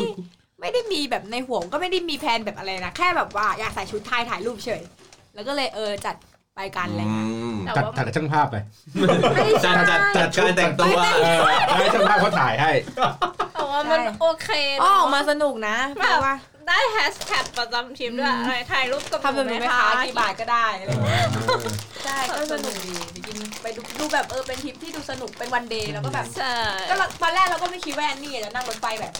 Speaker 6: ไม่ได้มีแบบในหัวก็ไม่ได้มีแพลนแบบอะไรนะ แค่แบบว่าอยากใส่ชุดไทยถ่ายรูปเฉย แล้วก็เลยเออจัดไปกันอะไร
Speaker 2: อื
Speaker 6: เงี้ย
Speaker 2: ม
Speaker 4: จั
Speaker 5: แต่
Speaker 4: ดจัด
Speaker 5: ว่า
Speaker 4: กับช่างภาพไป
Speaker 2: จัดจัดจัดการแต่งตัว
Speaker 6: ไม่
Speaker 4: เออให้ช่างภาพเขาถ่ายให้
Speaker 5: แต่ว่ามัน
Speaker 6: ใช่
Speaker 5: โอเคนะ
Speaker 6: อ๋อออกมาสนุกนะเพ
Speaker 5: แบบ
Speaker 6: ราะว่า
Speaker 5: ได้แฮชแท็กประจำทีมด้วยอะไรถ่ายรูปกับ
Speaker 6: ทำแบบ
Speaker 5: ห
Speaker 6: นี้ไหม
Speaker 5: แม่
Speaker 6: คะ
Speaker 5: ค้า
Speaker 6: กี่บาทก็ได้อะไร
Speaker 3: เออ
Speaker 6: เงี้ยใช่ก็สนุกดีจริงๆไปดูดูแบบเออเป็นทริปที่ดูสนุกเป็นวันเดย์แล้วก็แบบ
Speaker 5: ใช่
Speaker 6: ก็เราตอนแรกเราก็ไม่คิดว่าแอนนี่จะนั่งรถไฟแบบ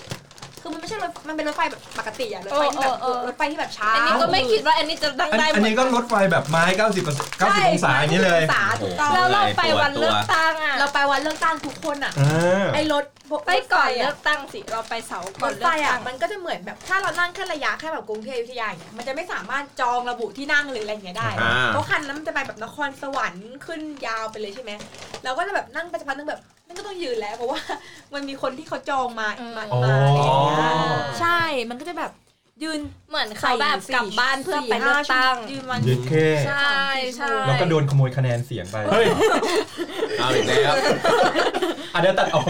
Speaker 6: คือมันไม่ใช่รถมันเป็นรถไฟแบบปกติอะรถไฟที่แบบเออรถไฟที่แบบช้า
Speaker 5: อันนี้ก็ไม่คิดว่าอันนี้จะตั้ง
Speaker 3: อัน
Speaker 5: ได้เห
Speaker 3: อัน
Speaker 5: มื
Speaker 3: นี้
Speaker 5: น
Speaker 3: ก็
Speaker 5: กัน
Speaker 3: รถไฟแบบไม้ 90 90องศาอย่างนี้เลย
Speaker 6: 90องศาถูกต้อง
Speaker 5: แล้วเราไปวันเลือกตั้งอ่ะ
Speaker 6: เราไปวันเลือกตั้งทุกคนอะ
Speaker 3: เออ
Speaker 6: ไอ้รถพวก
Speaker 5: ไปก่อน
Speaker 6: รถฟะ
Speaker 5: เลือกตั้งสิเราไปเสาร์
Speaker 6: ร
Speaker 5: ก่อน
Speaker 6: ถ
Speaker 5: เลื
Speaker 6: ไฟ
Speaker 5: อก
Speaker 6: อ่ะ
Speaker 5: ตั้ง
Speaker 6: มันก็จะเหมือนแบบถ้าเรานั่งแค่ระยะแค่แบบกรุงเทพอยุธยาอย่างเงี้ยมันจะไม่สามารถจองระบุที่นั่งหรืออะไรอย่างเงี้ยได้
Speaker 2: อ่า
Speaker 6: เพราะคันนั้นมันจะไปแบบนครสวรรค์ขึ้นยาวไปเลยใช่ไหมเราก็จะแบบนั่งไปสักพักนึงแบบนั่นก็ต้องยืนแล้วเพราะว่า มันมีคนที่เขาจองมามา
Speaker 3: อ๋อ
Speaker 6: มาอะไรอย่างเงี้ย
Speaker 3: อ๋อ
Speaker 6: ใช่ มันก็จะแบบยืน
Speaker 5: เหมือนเขาแบบ
Speaker 6: สี่
Speaker 5: กลับบ้านเพื่อไปเลือกตั้ง
Speaker 6: สี่ห้าชั่วโมยืนวัน
Speaker 3: เย็ดแค่
Speaker 5: ใช่ใช่
Speaker 3: แล้วก็โดนขโมยคะแนนเสียงไป เฮ้ย
Speaker 2: เอาอีกแล้ว
Speaker 3: อันนี้ตัดออก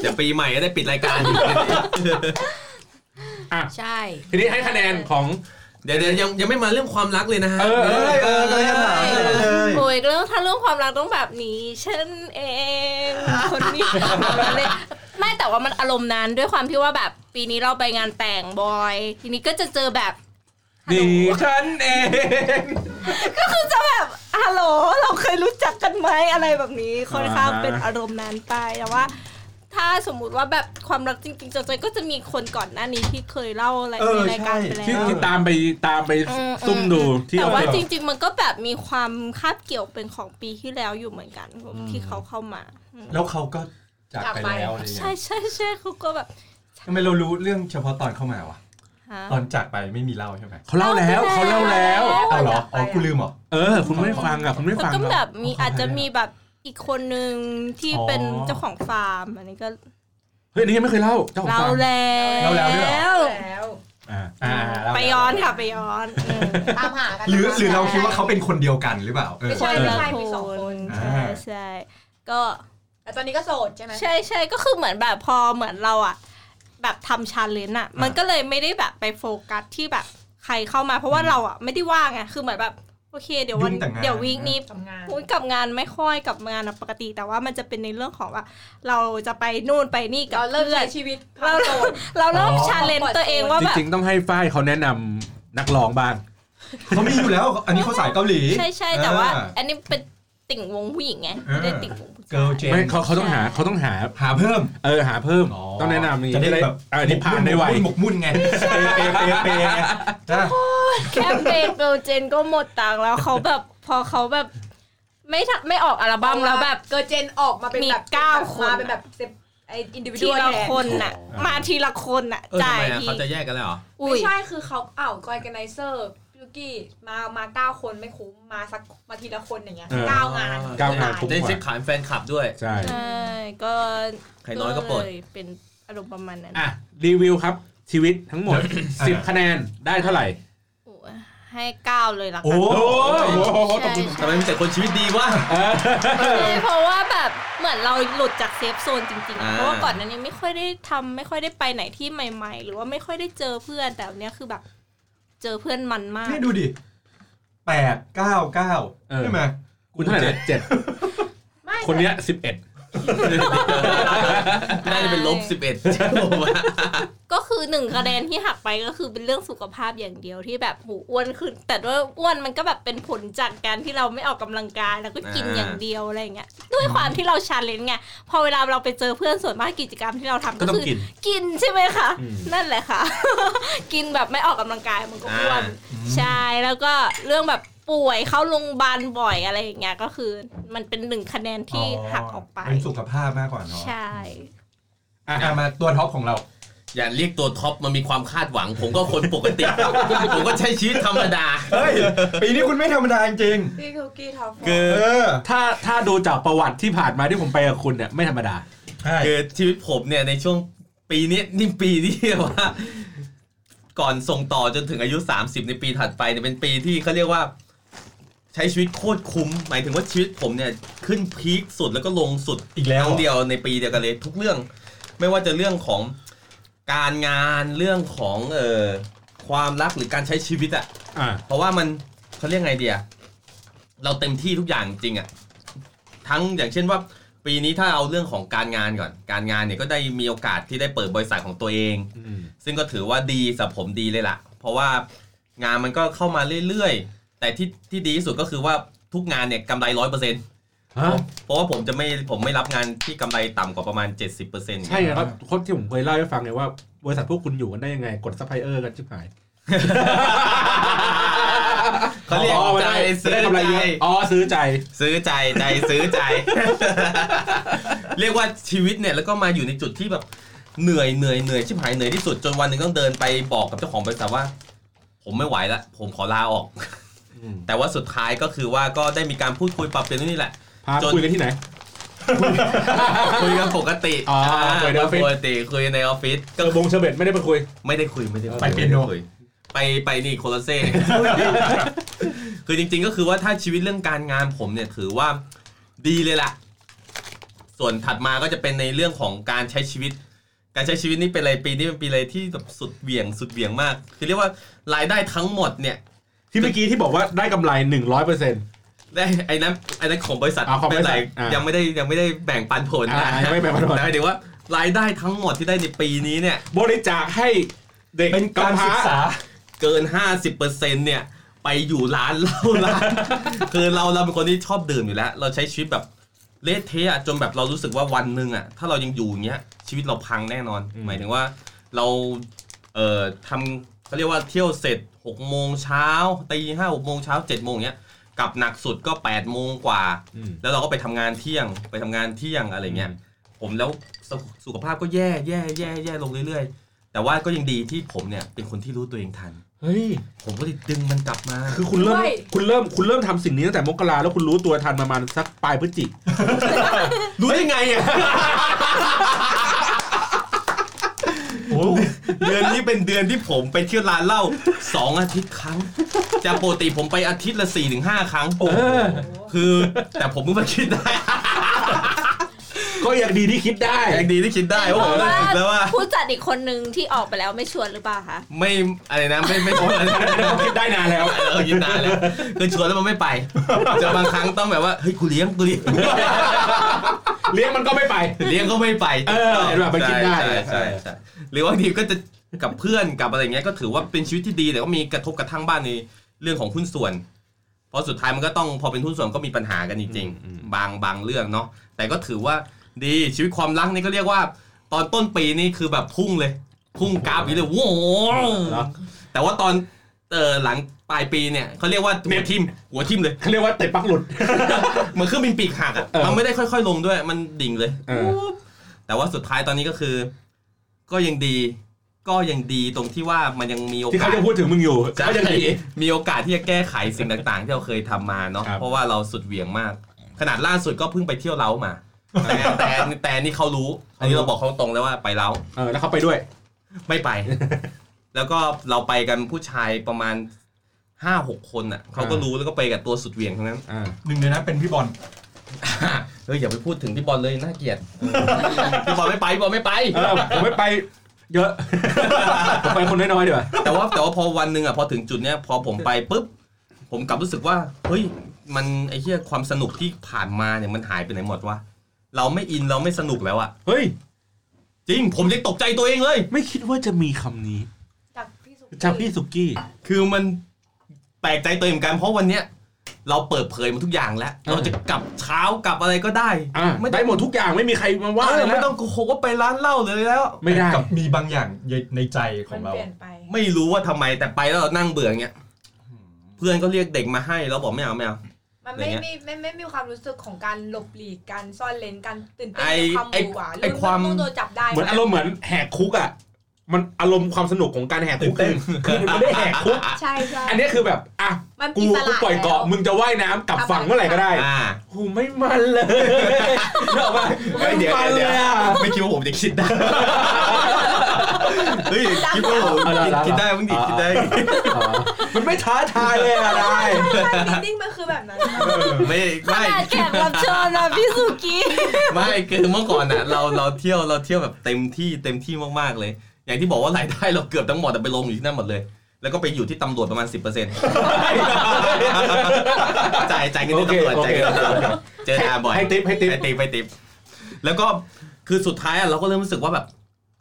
Speaker 2: เดี๋ยวปีใหม่ก็ได้ปิดรายการอีก
Speaker 6: ใช่
Speaker 4: ทีนี้ให้คะแนนของ
Speaker 2: เดี๋ยวเดี๋ยวยังยังไม่มาเรื่องความรักเลยนะฮะ
Speaker 3: เออเออเออก็เลยถามเลย
Speaker 5: โอ้ยเรื่องถ้าเรื่องความรักต้องแบบนี้ฉันเองคนนี้ไม่แต่ว่ามันอารมณ์นั้นด้วยความที่ว่าแบบปีนี้เราไปงานแต่งบอย ทีนี้ก็จะเจอแบบ
Speaker 4: ดีฉันเอง
Speaker 5: จะแบบฮัลโหลเราเคยรู้จักกันไหมอะไรแบบนี้ค่อนข้าง
Speaker 4: อ่าฮะ
Speaker 5: เป็นอารมณ์นั้นไปแต่ว่า ถ้าสมมุติว่าแบบความรักจริงๆจังๆก็จะมีคนก่อนหน้านี้ที่เคยเล่าอะไร
Speaker 3: เอ
Speaker 5: ใน
Speaker 3: อ
Speaker 5: รายการไป
Speaker 3: ใช่
Speaker 5: แล้
Speaker 4: ที่
Speaker 5: ว
Speaker 4: ที่ตามไปตามไป
Speaker 5: อืม
Speaker 4: ซุ่มดูที่
Speaker 5: แต่
Speaker 4: เอา
Speaker 5: ว่า
Speaker 4: ไป
Speaker 5: จริง ๆ มันก็แบบมีความคาบเกี่ยวเป็นของปีที่แล้วอยู่เหมือนกันที่เขาเข้ามาอืม
Speaker 3: แล้วเขาก็จากไปแล้วอะไร
Speaker 5: ใช่
Speaker 3: เงี้ย
Speaker 5: ใช่ใช่เขาก็แบบ
Speaker 3: ทำไมเรารู้เรื่องเฉพาะตอนเข้ามาวะ
Speaker 5: ฮะ
Speaker 3: ตอนจากไปไม่มีเล่าใช่ไหม
Speaker 4: เขาเล่าแล้วเขาเล่าแล้ว
Speaker 3: เอาเหรอ
Speaker 5: จากไป
Speaker 3: อ๋อกูลืมเหรอ
Speaker 4: เออ คุณไม่ฟังอ่ะคุณไม่
Speaker 5: มัน
Speaker 4: ฟัง
Speaker 5: ก็
Speaker 4: หรอ
Speaker 5: แบบมี
Speaker 3: เอาเข้า
Speaker 5: อาจจะ
Speaker 3: ไป
Speaker 5: มีแบบอีกคนนึงที่
Speaker 3: อ๋อ
Speaker 5: เป็นเจ้าของฟาร์ม อันนี้ก็
Speaker 4: เฮ้ยอันนี่ยังไม่เคยเล่าเจ้าของ
Speaker 5: เล่า
Speaker 4: ฟัง
Speaker 5: แล้ว
Speaker 3: เล่าแล้วด้วยเหรอ
Speaker 8: แล้ว
Speaker 4: อ่า
Speaker 3: อ่าเล่า
Speaker 5: ไปย้อนค่ะไปย้อนเออ
Speaker 8: ตามหากัน
Speaker 3: หรือ
Speaker 8: นะะ
Speaker 3: หรือเราคิดว่าเขาเป็นคนเดียวกันหรือเปล่าเออ
Speaker 8: ไม่ใช่
Speaker 5: คนละ
Speaker 8: มีสองคน
Speaker 5: ใช่
Speaker 3: อ่า
Speaker 5: ใช่ก็
Speaker 8: แต่ตอนนี้ก็โสดใช่ไหม
Speaker 5: ใช่ใช่ก็คือเหมือนแบบพอเหมือนเราอะแบบทำชาเลนจ์อะมันก็เลยไม่ได้แบบไปโฟกัสที่แบบใครเข้ามา เพราะว่าเราอะไม่ได้ว่างไงคือเหมือนแบบโอเค เดี๋ยววัน
Speaker 3: ยุ่งแต่งงาน
Speaker 5: เดี๋ยววีคนี้
Speaker 8: ทำงาน
Speaker 5: พูดกับงานไม่ค่อยกับงานอะปกติ แต่ว่ามันจะเป็นในเรื่องของว่าเราจะไปนู่นไปนี่กับ
Speaker 8: เราเริ่ม
Speaker 5: เพื่อ
Speaker 8: ใช้
Speaker 5: น
Speaker 8: ชีวิต
Speaker 5: เรา
Speaker 8: โส
Speaker 5: เริ่ม
Speaker 8: ด
Speaker 5: เราเริ่ม
Speaker 3: อ๋อ
Speaker 5: ชาเลนจ์ตัวเองว่า
Speaker 4: จ
Speaker 5: แบบ
Speaker 4: ริงๆต้องให้ฝ้ายเขาแนะนำนักร้องบ้าง
Speaker 3: เขามีอยู่แล้ว อันนี้เขาสายเกาหลี
Speaker 5: ใช่ใช่แต่ว่า อันนี้เป็นติ่งวงผู้หญิงไงไม่ได้
Speaker 3: เออ
Speaker 5: ติ่งวงผู้ชาย
Speaker 3: เกิร์ลเจน
Speaker 4: ไม่เขาเขาต้องหาเขาต้องหา
Speaker 3: หาเพิ่ม
Speaker 4: เออหาเพิ่มต้องแนะนำนี่
Speaker 3: จะได้แบบ
Speaker 4: อ่านี่ผ่านได้ไว
Speaker 3: หมกมุ่นไงเปย์เปย์เปย์เปย์ไงจ้า
Speaker 5: แค่เบเกิลเจนก็หมดตังค์แล้วเขาแบบพอเขาแบบ ไม่ทำไม่ออกอัลบั้มแล้วแบบ
Speaker 8: เกิร์ลเจนออกมาเป็น
Speaker 5: มี
Speaker 8: แบบ
Speaker 5: เก้าคน
Speaker 8: มาเป็นแบบเซฟไออินดิวิ
Speaker 5: ที
Speaker 8: วแท
Speaker 5: ละ
Speaker 8: น
Speaker 5: คนน่ะ
Speaker 4: อ๋อ
Speaker 5: มาทีละคนน่ะ
Speaker 2: เออทำ
Speaker 5: จ่าย
Speaker 2: ไมอะ
Speaker 5: ที
Speaker 2: เขาจะแยกกันเลยเหรอ
Speaker 5: อุ้
Speaker 8: ไม่
Speaker 5: ย
Speaker 8: ใช่คือเขาเอ้าวกอร์แกไนเซอร์ลูกี้มามาเก้าคนไม่คุ้มมาสักมาทีละคนอย่างเงี้ย
Speaker 4: เออ
Speaker 8: เก้างาน
Speaker 4: เก้างาน
Speaker 8: ตย
Speaker 4: ผม
Speaker 2: ได้
Speaker 4: ว่า
Speaker 2: เช็คขานแฟนคลับด้วย
Speaker 4: ใช่
Speaker 5: ใช่ก็
Speaker 2: ใครน้อยก็ปลด
Speaker 5: เลยเป็นอารมณ์ประมาณนั้น
Speaker 4: อ่ะรีวิวครับ ชีวิตทั้งหมด
Speaker 3: อ่า
Speaker 4: 10 คะแนนได้เท่าไหร่
Speaker 5: โอ้ยให้เก้าเลยละ
Speaker 3: โอ้
Speaker 5: กัน
Speaker 3: โห
Speaker 5: ใช่
Speaker 2: ทำไมมีแต่คนชีวิตดีวะ
Speaker 5: ใช่เพราะว่าแบบเหมือนเราหลุดจากเซฟโซนจริงๆ
Speaker 2: อ่า
Speaker 5: อะเพราะว่าก่อนหนั้านยังไม่ค่อยได้ทำไม่ค่อยได้ไปไหนที่ใหม่ ๆ หรือว่าไม่ค่อยได้เจอเพื่อนแต่วันเนี้ยคือแบบ เจอเพื่อนมันมาก
Speaker 3: นี่ดูดิแปดเก้าเก้า
Speaker 4: เออ
Speaker 3: ใช่ไหม
Speaker 4: คุณเท่าไหร่นะเจ็ด
Speaker 8: ไม่
Speaker 4: คนเนี้ยสิบเอ็ด
Speaker 2: น่าจะเป็นลบสิบเอ็ดผมว่า
Speaker 5: ก็คือหนึ่งคะแนนที่หักไปก็คือเป็นเรื่องสุขภาพอย่างเดียวที่แบบหูอ้วนขึ้น แต่ว่าอ้วนมันก็แบบเป็นผลจากการที่เราไม่ออกกำลังกายแล้วก็กิน
Speaker 2: อ่า
Speaker 5: อย่างเดียวอะไรอย่างเงี้ยด้วยความที่เราชาเลนจ์ไงพอเวลาเราไปเจอเพื่อนส่วนมากกิจกรรมที่เราทำ
Speaker 4: ก็
Speaker 5: ก็
Speaker 4: ต้อง
Speaker 5: คือ
Speaker 4: กิน
Speaker 5: กินใช่ไหมคะ
Speaker 4: อืม
Speaker 5: นั่นแหละ ค่ะ กินแบบไม่ออกกำลังกายมันก็อ้วนใช่แล้วก็เรื่องแบบป่วยเข้าโรงพยาบาลบ่อยอะไรอย่างเงี้ยก็คือ มันเป็นหนึ่งคะแนนที่หักออกไป
Speaker 3: เป็นสุขภาพมากกว่าเนาะ
Speaker 5: ใช่
Speaker 3: อ่ะมาตัวท็อปของเรา
Speaker 2: อย่าเรียกตัวท็อปมันมีความคาดหวัง ผมก็คนปกติ ผมก็ใช้ชีวิตธรรมดา
Speaker 3: เฮ้ย ปีนี้คุณไม่ธรรมดาจริง
Speaker 8: พี่คุกกี้ทอฟ
Speaker 2: คือ
Speaker 3: เออ
Speaker 4: ถ้าถ้าดูจากประวัติที่ผ่านมาที่ผมไปกับคุณเนี่ยไม่ธรรมดา
Speaker 3: ใช่
Speaker 2: คือชีวิตผมเนี่ยในช่วงปีนี้นี่ปีที่ว่า ก่อนส่งต่อจนถึงอายุ 30 ในปีถัดไปเนี่ยเป็นปีที่เขาเรียกว่า ใช้ชีวิตโคตรคุ้ม หมายถึงว่าชีวิตผมเนี่ยขึ้นพีคสุดแล้วก็ลงสุด
Speaker 3: อีกแล้ว
Speaker 2: ครั้งเดียวในปีเดียวกันเลยทุกเรื่องไม่ว่าจะเรื่องของการงานเรื่องของเอ่อความรักหรือการใช้ชีวิตอะ
Speaker 4: อ่า
Speaker 2: เพราะว่ามันเขาเรียกไงเดียเราเต็มที่ทุกอย่างจริงอะทั้งอย่างเช่นว่า ปีนี้ถ้าเอาเรื่องของการงานก่อน การงานเนี่ยก็ได้มีโอกาสที่ได้เปิดบริษัทของตัวเอง ซึ่งก็ถือว่าดีสำหรับผมดีเลยล่ะ เพราะว่างานมันก็เข้ามาเรื่อยๆ แต่ที่ที่ดีที่สุดก็คือว่าทุกงานเนี่ยกำไรร้อยเปอร์เซ็นต เพราะว่าผมจะไม่ผมไม่รับงานที่กำไรต่ำกว่าประมาณ 70%
Speaker 4: ใช่ไงครับคนที่ผมเคยเล่าให้ฟังไงว่า บริษัทพวกคุณอยู่กันได้ยังไง กดซัพพลายเออร์กันชิบหาย
Speaker 2: เขาเรียก
Speaker 4: อ๋อ
Speaker 2: ใจ
Speaker 4: ไม่
Speaker 2: ซื้
Speaker 4: ได้
Speaker 2: อ
Speaker 4: ไม่ได้กำไร
Speaker 2: ใจ
Speaker 4: เยอะอ๋อซื้อใจ
Speaker 2: ซื้อใจใจซื้อใจ เรียกว่าชีวิตเนี่ยแล้วก็มาอยู่ในจุดที่แบบเหนื่อยเหนื่อยเหนื่อยชิบหายเหนื่อยที่สุดจนวันหนึ่งต้องเดินไปบอกกับเจ้าของบริษัทว่า ผมไม่ไหวละผมขอลาออก
Speaker 4: อืม
Speaker 2: แต่ว่าสุดท้ายก็คือว่าก็ได้มีการพูดคุยปรับเปลี่ยนนู่นนี่แหละ
Speaker 4: พา
Speaker 2: จน
Speaker 4: คุยกันที่ไหน
Speaker 2: คุยกันปกติ
Speaker 4: อ๋อคุยในออฟฟิศ
Speaker 2: ปกติคุยในออฟฟิศ
Speaker 4: เจ
Speaker 2: ก็
Speaker 4: อบงเชเบตไม่ได้ไปคุย
Speaker 2: ไม่ได้คุยไม่ได้คุย
Speaker 4: ไปเปี
Speaker 2: ม่
Speaker 4: ย
Speaker 2: ด้
Speaker 4: โน
Speaker 2: คุยไปไปนี่โคลาเซ่ คือจริงๆก็คือว่าถ้าชีวิตเรื่องการงานผมเนี่ยถือว่าดีเลยล่ะ ส่วนถัดมาก็จะเป็นในเรื่องของการใช้ชีวิต การใช้ชีวิตนี่เป็นอะไรปีนี้เป็นปีอะไรที่แบบสุดเหวี่ยงสุดเหวี่ยงมาก คือเรียกว่ารายได้ทั้งหมดเนี่ย
Speaker 4: ที่เมื่อกี้ที่บอกว่าได้กำไรหนึ่งร้อยเปอร์เซ็นต์
Speaker 2: ได้ไอ้นั้นไอ้นั้นของบริษัท
Speaker 4: อ่าของบริษัท
Speaker 2: ไม่เป็น
Speaker 4: อ่ายั
Speaker 2: ไยังไม่ได้ยังไม่ได้แบ่งปันผลนะ
Speaker 4: อ่ายังไม่แบ่งปันผล
Speaker 2: แต่หมายถึงว่ารายได้ทั้งหมดที่ได้ในปีนี้เนี่ย
Speaker 4: บริจาคให้เด็ก
Speaker 3: เป็นการ
Speaker 4: ำพ
Speaker 3: ศึกษา
Speaker 2: เกิน 50%เนี่ย ไปอยู่ร้านเหล้าร้าน คือเราเราเป็นคนที่ชอบดื่มอยู่แล้ว เราใช้ชีวิตแบบ เละเทะอะจนแบบเรารู้สึกว่าวันหนึ่งอ่ะถ้าเรายังอยู่อย่างเงี้ยชีวิตเราพังแน่นอน
Speaker 4: อืม
Speaker 2: หมายถึงว่าเราเอ่อทำเขาเรียกว่าเที่ยวเสร็จหกโมงเช้าตีห้าหกโมงเช้าเจ็ดโมงเงี้ยกลับหนักสุดก็แปดโมงกว่า
Speaker 4: อืม
Speaker 2: แล้วเราก็ไปทำงานเที่ยงไปทำงานเที่ยงอะไรเงี้ย
Speaker 4: อืม
Speaker 2: ผมแล้วสุสุขภาพก็แย่แย่แย่แย่ลงเรื่อยๆ แต่ว่าก็ยังดีที่ผมเนี่ยเป็นคนที่รู้ตัวเองทัน
Speaker 4: เฮ้ย
Speaker 2: ผมก็เลยดึงมันกลับมา
Speaker 4: คือคุณเริ่ม
Speaker 8: ด้วย
Speaker 4: คุณเริ่มคุณเริ่มทำสิ่งนี้ตั้งแต่มกราแล้วคุณรู้ตัวทันประมาณสักปลายพฤศจิก
Speaker 2: รู้ได้ไงอ่ะ เดือนนี้เป็นเดือนที่ผมไปเที่ยวร้านเหล้าสองอาทิตย์ครั้งจากปกติผมไปอาทิตย์ละสี่ถึงห้าครั้ง
Speaker 4: เออ
Speaker 2: คือ แต่ผมเพิ่งมาคิดได้
Speaker 4: ก็ยังดีที่คิดได้
Speaker 2: อย่างดีที่คิดได้ว่าผมเลิกแล้วว่า
Speaker 5: ผู้จัดอีกคนนึงที่ออกไปแล้วไม่ชวนหรือเปล่าคะ
Speaker 2: ไม่อะไรนะไม่ไม่ชวน
Speaker 4: คิดได้นานแล้ว
Speaker 2: เออยินนานแล้วคือชวนแล้วมันไม่ไปจะบางครั้งต้องแบบว่าเฮ้ยกูเลี้ยงกูเลี้ยง
Speaker 4: เลี้ยงมันก็ไม่ไป
Speaker 2: เลี้ยงก็ไม่ไป
Speaker 4: เออเห็นป่ะมันคิดได้
Speaker 2: ใช่ใช่ใช่หรือบางทีก็จะกับเพื่อนกับอะไรเงี้ยก็ถือว่าเป็นชีวิตที่ดีแต่ก็มีกระทบกระทั่งบ้านในเรื่องของหุ้นส่วน เพราะสุดท้ายมันก็ต้องพอเป็นหุ้นส่วนก็มีปัญหากันจริง
Speaker 4: อืมอืม
Speaker 2: ๆบางบางเรื่องเนาะแต่ก็ถือว่าดีชีวิตความรักนี่ก็เรียกว่า ตอนต้นปีนี่คือแบบพุ่งเลย พุ่งกราฟอย่างนี้เลยโว้ว
Speaker 4: เนอะ
Speaker 2: แต่ว่าตอนเออหลังปลายปีเนี่ยเขาเรียกว่า
Speaker 4: เนี่
Speaker 2: หัวย ทิมหัวทิม เลย
Speaker 4: เขาเรียกว่าเตะปลักหลุด
Speaker 2: เหมือนเครื่องบินปีกหักอะ
Speaker 4: เออ
Speaker 2: มันไม่ได้ค่อยๆลงด้วย มันดิ่งเลย
Speaker 4: เออ
Speaker 2: แต่ว่าสุดท้ายตอนนี้ก็คือ ก็ยังดี ก็ยังดีตรงที่ว่ามันยังมีโอ
Speaker 4: ที่
Speaker 2: กาส
Speaker 4: เขาจะพูดถึงมึงอยู่
Speaker 2: จะ
Speaker 4: เขาจะหนี
Speaker 2: มีโอกาสที่จะแก้ไขสิ่งต่างๆ ที่เราเคยทำมาเนาะ
Speaker 4: ครับ
Speaker 2: เพราะว่าเราสุดเหวี่ยงมาก ขนาดล่าสุดก็เพิ่งไปเที่ยวเล้ามา แต่แต่แต่นี่เขารู้ อันนี้เราบอกเขาตรงแล้วว่าไปเล้า
Speaker 4: เออแล้วเขาไปด้วย
Speaker 2: ไม่ไป แล้วก็เราไปกันผู้ชายประมาณห้าหกคนอ่ะเขาก็
Speaker 4: อ่ารู้
Speaker 2: รู้แล้วก็ไปกับตัวสุดเหวี่ยงทั้งนั้น
Speaker 4: อ่า
Speaker 3: หนึ่งในนั้นเป็นพี่บอล
Speaker 2: เฮ้ยอย่าไปพูดถึงพี่บอลเลยน่าเกลียด พี่บอลไม่ไปพี่บอลไม่ไป
Speaker 4: เออผมไม่ไปเยอะ ผมไปคนน้อยๆดีกว่า
Speaker 2: แต่ว่าแต่ว่าพอวันหนึ่งอ่ะพอถึงจุดเนี้ยพอผมไปปุ๊บผมกลับรู้สึกว่าเฮ้ยมันไอ้เหี้ยความสนุกที่ผ่านมาเนี่ยมันหายไปไหนหมดวะเราไม่อินเราไม่สนุกแล้วอ่ะ
Speaker 4: เฮ้ย
Speaker 2: จริง ผมยังตกใจตัวเองเลย
Speaker 4: ไม่คิดว่าจะมีคำนี้
Speaker 8: จากพี่สุ
Speaker 4: จากพี่สุกี้
Speaker 2: คือมันแปลกใจตัวเองเหมือนกันเพราะวันเนี้ยเราเปิดเผยหมาทุกอย่างแล้ว เราจะกลับเช้ากลับอะไรก็ได้
Speaker 4: อ่า
Speaker 2: ไม่
Speaker 4: ได้
Speaker 2: ต้อง
Speaker 4: หมดทุกอย่างไม่มีใครมาว่า
Speaker 2: เออ
Speaker 4: เลย
Speaker 2: ไม่
Speaker 4: นะ
Speaker 2: ต้องโกหกว่าไปร้านเหล้าเลยแล้ว
Speaker 4: ไม่ได้
Speaker 3: กับมีบางอย่างในใจข
Speaker 8: มั
Speaker 3: อง
Speaker 8: น
Speaker 3: เรา
Speaker 8: เปลี่ยนไป
Speaker 2: ไม่รู้ว่าทำไมแต่ไปแล้วเรานั่งเบื่อเงี้ยเพื่อนก็เรียกเด็กมาให้เราบอกไม่เอาไม่เอา
Speaker 8: มันไม่
Speaker 2: อย่างเงี้
Speaker 8: ไม่
Speaker 2: ย
Speaker 8: ไม่ไม่มีความรู้สึกของการหลบหลีกการซ่อนเลนการตื่นเต้น
Speaker 2: ไอ้
Speaker 8: ความหวือหวา
Speaker 2: ไอ้
Speaker 8: เรื่อง
Speaker 2: ความ
Speaker 8: ต้องโดนจับได้
Speaker 4: เหมือนอารมณ์เหมือนแหกคุกอ่ะ มันอารมณ์ความสนุกของการแหกคุ
Speaker 3: ตื่น
Speaker 4: ก
Speaker 3: เต้น
Speaker 4: คือคือมันไม่ได้แหกคุก
Speaker 8: ใช่ใช่
Speaker 4: อันนี้คือแบบอ่ะ
Speaker 8: มัน
Speaker 4: กู
Speaker 8: ส
Speaker 4: กูปล่อยเกาะมึงจะว่ายน้ำกลับฝั่งเมื่อไหร่ก็ได้
Speaker 2: อ่า
Speaker 4: กูไม่มันเลยเนกออกปะ
Speaker 2: ไม่
Speaker 4: ไม่
Speaker 2: เดี๋ยว
Speaker 4: มัน
Speaker 2: เดี๋
Speaker 4: เลยยว อ่ะ
Speaker 2: ไม่คิดว่าผมจะคิดได้ เฮ้ยคิดว่าผม
Speaker 4: เอาละเอาละ
Speaker 2: คิดได้มึงดิคิดได้
Speaker 4: อ๋อมันไม่ท้าทายเลยอะไร
Speaker 8: ดิ้งดิ้งมันคือแบบนั้นนะ
Speaker 2: ไม่
Speaker 5: ข
Speaker 2: ไม่
Speaker 5: นาดแขกรับเชิญนะพี่สุกี้
Speaker 2: ไม่คือเมื่อก่อนอ่ะเราเราเที่ยวเราเที่ยวแบบเต็มที่เต็มที่มากๆเลย อย่างที่บอกว่ารายได้เราเกือบทั้งหมดแต่ไปลงอยู่ที่นั่นหมดเลย แล้วก็ไปอยู่ที่ตำรวจประมาณ 10%จ่ายจ่ายเงินที่ตำรวจ
Speaker 4: โอ
Speaker 2: จ่าย
Speaker 4: เค
Speaker 2: เงิน
Speaker 4: โอ
Speaker 2: ที่
Speaker 4: เค
Speaker 2: ตำรวจเจอนาบ่อย
Speaker 4: ให้ติ๊บให้ติ๊บ
Speaker 2: ไอติมไอติมแล้วก็คือสุดท้ายอะเราก็เริ่มรู้สึกว่าแบบ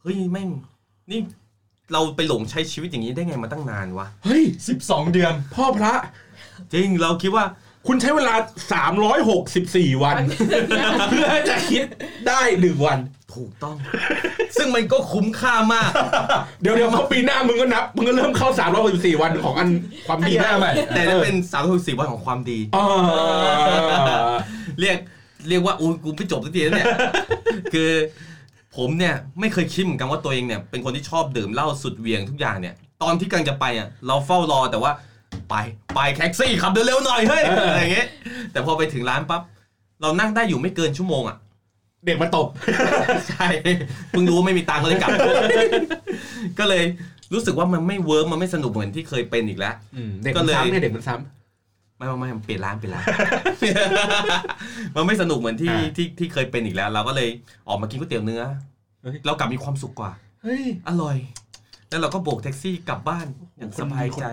Speaker 2: เฮ้ยแม่งนี่เราไปหลงใช้ชีวิตอย่างนี้ได้ไงมาตั้งนานวะ
Speaker 4: เฮ้ย
Speaker 3: 12 เดือน
Speaker 4: พ่อพระ
Speaker 2: จริงเราคิดว่า
Speaker 4: คุณใช้เวลา 364 วัน เพื่อจะคิดได้หนึ่งวัน
Speaker 2: ถูกต้อง ซึ่งมันก็คุ้มค่ามาก
Speaker 4: เดี๋ยวเดี๋ยวพอปีหน้ามึงก็นับ มึงก็เริ่มเข้า 364 วันของอันความดีหน้าใหม่
Speaker 2: แต่จะเป็นสามสิบสี่วันของความดี
Speaker 4: เออ
Speaker 2: เรียกเรียกว่าอุ้ยกูไม่จบสักทีแล้ว เนี่ย คือผมเนี่ยไม่เคยคิดเหมือนกันว่าตัวเองเนี่ยเป็นคนที่ชอบดื่มเหล้าสุดเหวียงทุกอย่างเนี่ย ตอนที่กำลังจะไปอ่ะเราเฝ้ารอแต่ว่าไปไปแท็กซี่ขับเร็วๆหน่อยเฮ้ย อะไรอย่างเงี้ยแต่พอไปถึงร้านปั๊บเรานั่งได้อยู่ไม่เกินชั่วโมงอ่ะ
Speaker 4: เด็กมาตบ
Speaker 2: ใช่เพิ่งรู้ว่าไม่มีตังค์ก็เลยกลับ ก็เลยรู้สึกว่ามันไม่เวิร์กมันไม่สนุกเหมือนที่เคยเป็นอีกแล้ว
Speaker 4: เด็ก
Speaker 2: ก็
Speaker 4: มัน
Speaker 2: เลย
Speaker 4: ซ้ำเนี่ยเด็กมันซ้ำ
Speaker 2: ไม่ไม่ไม่มันเปลี่ยนร้านเปลี่ยนร้าน มันไม่สนุกเหมือนที่
Speaker 4: อ่า
Speaker 2: ที่ที่เคยเป็นอีกแล้ว เราก็เลยออกมากินก๋วยเตี๋ยวเนื้อ
Speaker 4: เฮ้ย
Speaker 2: เรากลับมีความสุขกว่า
Speaker 4: เฮ้ย
Speaker 2: อร่อย แล้วเราก็โบกแท็กซี่กลับบ้านอย่างสบายใจ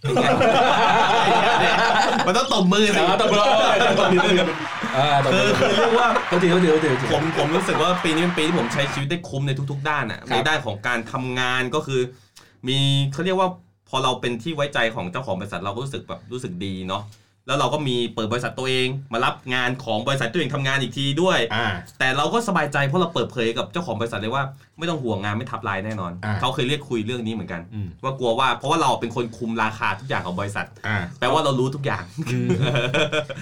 Speaker 2: เป็นไงมันต้องตบมือ
Speaker 4: เอ
Speaker 2: สิ
Speaker 4: อตบมือเลยตบมือเลยเออตบ
Speaker 2: คื
Speaker 4: มื
Speaker 2: อ
Speaker 4: อ
Speaker 2: คือเรียกว่า
Speaker 4: เขาถือเขาถือเขาถือ
Speaker 2: ผมผมรู้สึกว่าปีนี้เป็นปีที่ผมใช้ชีวิตได้คุ้มในทุก ๆ ด้านอะ
Speaker 4: ครับ
Speaker 2: ในด้านของการทำงานก็คือ มีเขาเรียกว่าพอเราเป็นที่ไว้ใจของเจ้าของบริษัทเราก็รู้สึกแบบรู้สึกดีเนาะ แล้วเราก็มีเปิดบริษัทตัวเอง มารับงานของบริษัทตัวเองทำงานอีกทีด้วย
Speaker 4: อ่า
Speaker 2: แต่เราก็สบายใจเพราะเราเปิดเผยกับเจ้าของบริษัทเลยว่าไม่ต้องห่วงงานไม่ทับลายแน่นอน
Speaker 4: อ่า
Speaker 2: เขาเคยเรียกคุยเรื่องนี้เหมือนกัน
Speaker 4: อืม
Speaker 2: ว่ากลัวว่าเพราะว่าเราเป็นคนคุมราคาทุกอย่างของบริษัท
Speaker 4: อ่า
Speaker 2: แปลว่าเรารู้ทุกอย่าง
Speaker 4: อืม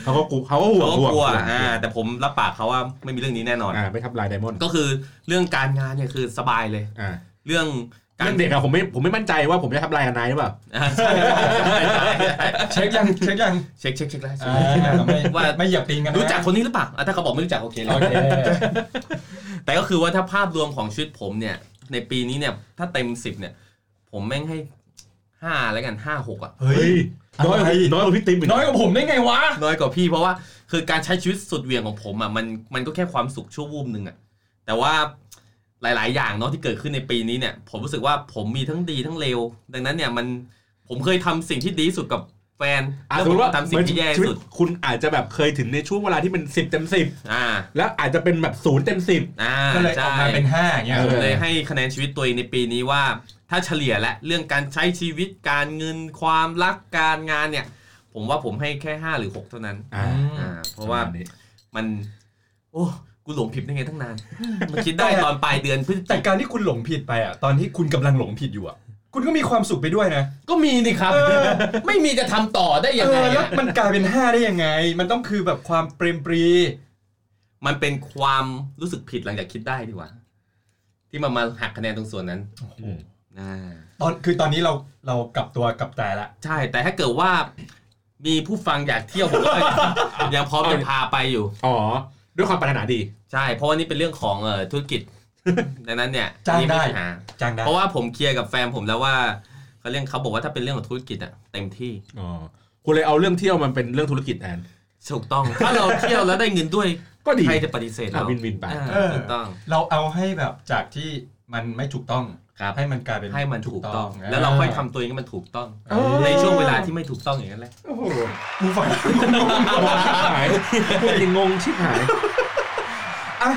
Speaker 4: เขาก็กลัวเขาก็ห่วง
Speaker 2: เราก็
Speaker 4: ห่วง
Speaker 2: กลัว
Speaker 4: ห่ง
Speaker 2: อ่าแต่ผมรับปากเขาว่าไม่มีเรื่องนี้แน่นอน
Speaker 4: อ่าไม่ทับลายไดมอนด์
Speaker 2: ก็คือเรื่องการงานเนี่ยคือสบายเลย
Speaker 4: อ่า
Speaker 2: เรื่องการ
Speaker 4: เรื่องเด็กอะผมไม่ผมไม่มั่นใจว่าผมจะทับลายกับนายหรือเปล่า
Speaker 2: อ่าใช่ใช่ใช่ใช่
Speaker 3: เช็คยังเช็คยัง
Speaker 2: เช็คเช็คเช็คแล้วเช็ค
Speaker 3: อ่าไม่
Speaker 2: ว่า
Speaker 3: ไม่เหยียบตีนกันะ
Speaker 2: รู้จักคนนี้หรือเปล่าอ่ะถ้าเขาบอกไม่รู้จักโอเคเล
Speaker 3: โอย เค
Speaker 2: แต่ก็คือว่าถ้าภาพรวมของชีวิตผมเนี่ย ในปีนี้เนี่ย ถ้าเต็มสิบเนี่ย ผมแม่งให้ห้าแล้วกันห้าหกอ่ะ
Speaker 3: เฮ้ย
Speaker 4: น้อยกว่าพี่น้อยกว่าพี่ติ๊มอีก
Speaker 3: น้อยกว่าผมได้ไงวะ
Speaker 2: น้อยกว่าพี่เพราะว่าคือการใช้ชีวิตสุดเหวียงของผมอ่ะมันมันก็แค่ความสุขชั่ววูบหนึ่งอ่ะแต่ว่าหลาย ๆ อย่างเนาะที่เกิดขึ้นในปีนี้เนี่ย ผมรู้สึกว่าผมมีทั้งดีทั้งเลวดังนั้นเนี่ยมันผมเคยทำสิ่งที่ดีที่สุดกับแฟน
Speaker 4: อ่ะ
Speaker 2: แล้ว
Speaker 4: สม
Speaker 2: ผม
Speaker 4: มติว่า
Speaker 2: ก็ทำสิ่งที่แย่
Speaker 4: ชี
Speaker 2: ที่
Speaker 4: วิต
Speaker 2: สุด
Speaker 4: คุณอาจจะแบบเคยถึงในช่วงเวลาที่เป็นสิบเต็มสิบ
Speaker 2: อ่า
Speaker 4: แล้วอาจจะเป็นแบบศูนย์เต็มสิบ
Speaker 2: อ่า
Speaker 3: ก็เลยอ
Speaker 2: ใช่
Speaker 3: อกมาเป็นห้าอย่างเงี้ย
Speaker 4: เอ
Speaker 2: ผม
Speaker 4: อ
Speaker 2: เลยให้คะแนนชีวิตตัวเองในปีนี้ว่า ถ้าเฉลี่ยและเรื่องการใช้ชีวิตการเงินความรักการงานเนี่ย ผมว่าผมให้แค่ห้าหรือหกเท่านั้น
Speaker 4: อ่า
Speaker 2: อ่าเพราะว่า
Speaker 4: ปมณนี้
Speaker 2: มัน โอ้กูหลงผิดได้ไงตั้งนาน มันคิดได้ตอนปลายเดือนพฤศจิ
Speaker 3: แต่
Speaker 2: กายน
Speaker 3: การที่คุณหลงผิดไปอ่ะ ตอนที่คุณกำลังหลงผิดอยู่อ่ะ คุณก็มีความสุขไปด้วยนะ
Speaker 2: ก็มีนี่ครับ
Speaker 3: เออ
Speaker 2: ไม่มีจะทำต่อได้
Speaker 3: เอ
Speaker 2: ยังไง
Speaker 3: อแล้ว
Speaker 2: อะ
Speaker 3: มันกลายเป็นห้าได้ยังไง มันต้องคือแบบความเปรมปรี
Speaker 2: มันเป็นความรู้สึกผิดหลังจากคิดได้ดีกว่า ที่มันมาหักคะแนนตรงส่วนนั้น
Speaker 4: อืม
Speaker 2: อ่า
Speaker 3: ตอนคือตอนนี้เราเรากลับตัวกลับใจละ
Speaker 2: ใช่ แต่ถ้าเกิดว่า มีผู้ฟังอยากเที่ยวผมก็ ยังพร้อมจะพาไปอยู่
Speaker 4: อ๋อ ด้วยความปรารถนาดี
Speaker 2: ใช่ เพราะว่านี่เป็นเรื่องของเอ่อธุรกิจ ดังนั้นเนี่ย
Speaker 3: จ้าง
Speaker 2: นี่ม่
Speaker 3: ได้
Speaker 2: ปัญหา
Speaker 3: จ้างได้
Speaker 2: เพราะว่าผมเคลียร์กับแฟนผมแล้วว่าเขาเรื่องเขาบอกว่าถ้าเป็นเรื่องของธุรกิจอะเต็มที่
Speaker 4: อ๋อ คุณเลยเอาเรื่องเที่ยวมันเป็นเรื่องธุรกิจแทน
Speaker 2: ถูกต้อง ถ้าเราเที่ยวแล้วได้เงินด้วย
Speaker 4: ก็ดี
Speaker 2: ใครจะปฏิเสธเรา
Speaker 4: อ่ะวินวินไป
Speaker 2: อ่า
Speaker 3: เออ
Speaker 2: ถูกต้อง
Speaker 3: เราเอาให้แบบจากที่มันไม่ถูกต้อง
Speaker 2: ครับ
Speaker 3: ให้มันกลายเป็น
Speaker 2: ให้มันถูกต้อง แล้วเราค่อยทำตัวเองให้มันถูกต้อง
Speaker 4: เออ
Speaker 2: ในช่วงเวลาที่ไม่ถูกต้องอย่างนั้นแหละ
Speaker 4: โอ้โห
Speaker 3: กูฝัง
Speaker 4: ชิ บหายพูดจริงงงชิบหาย
Speaker 3: อ่ะ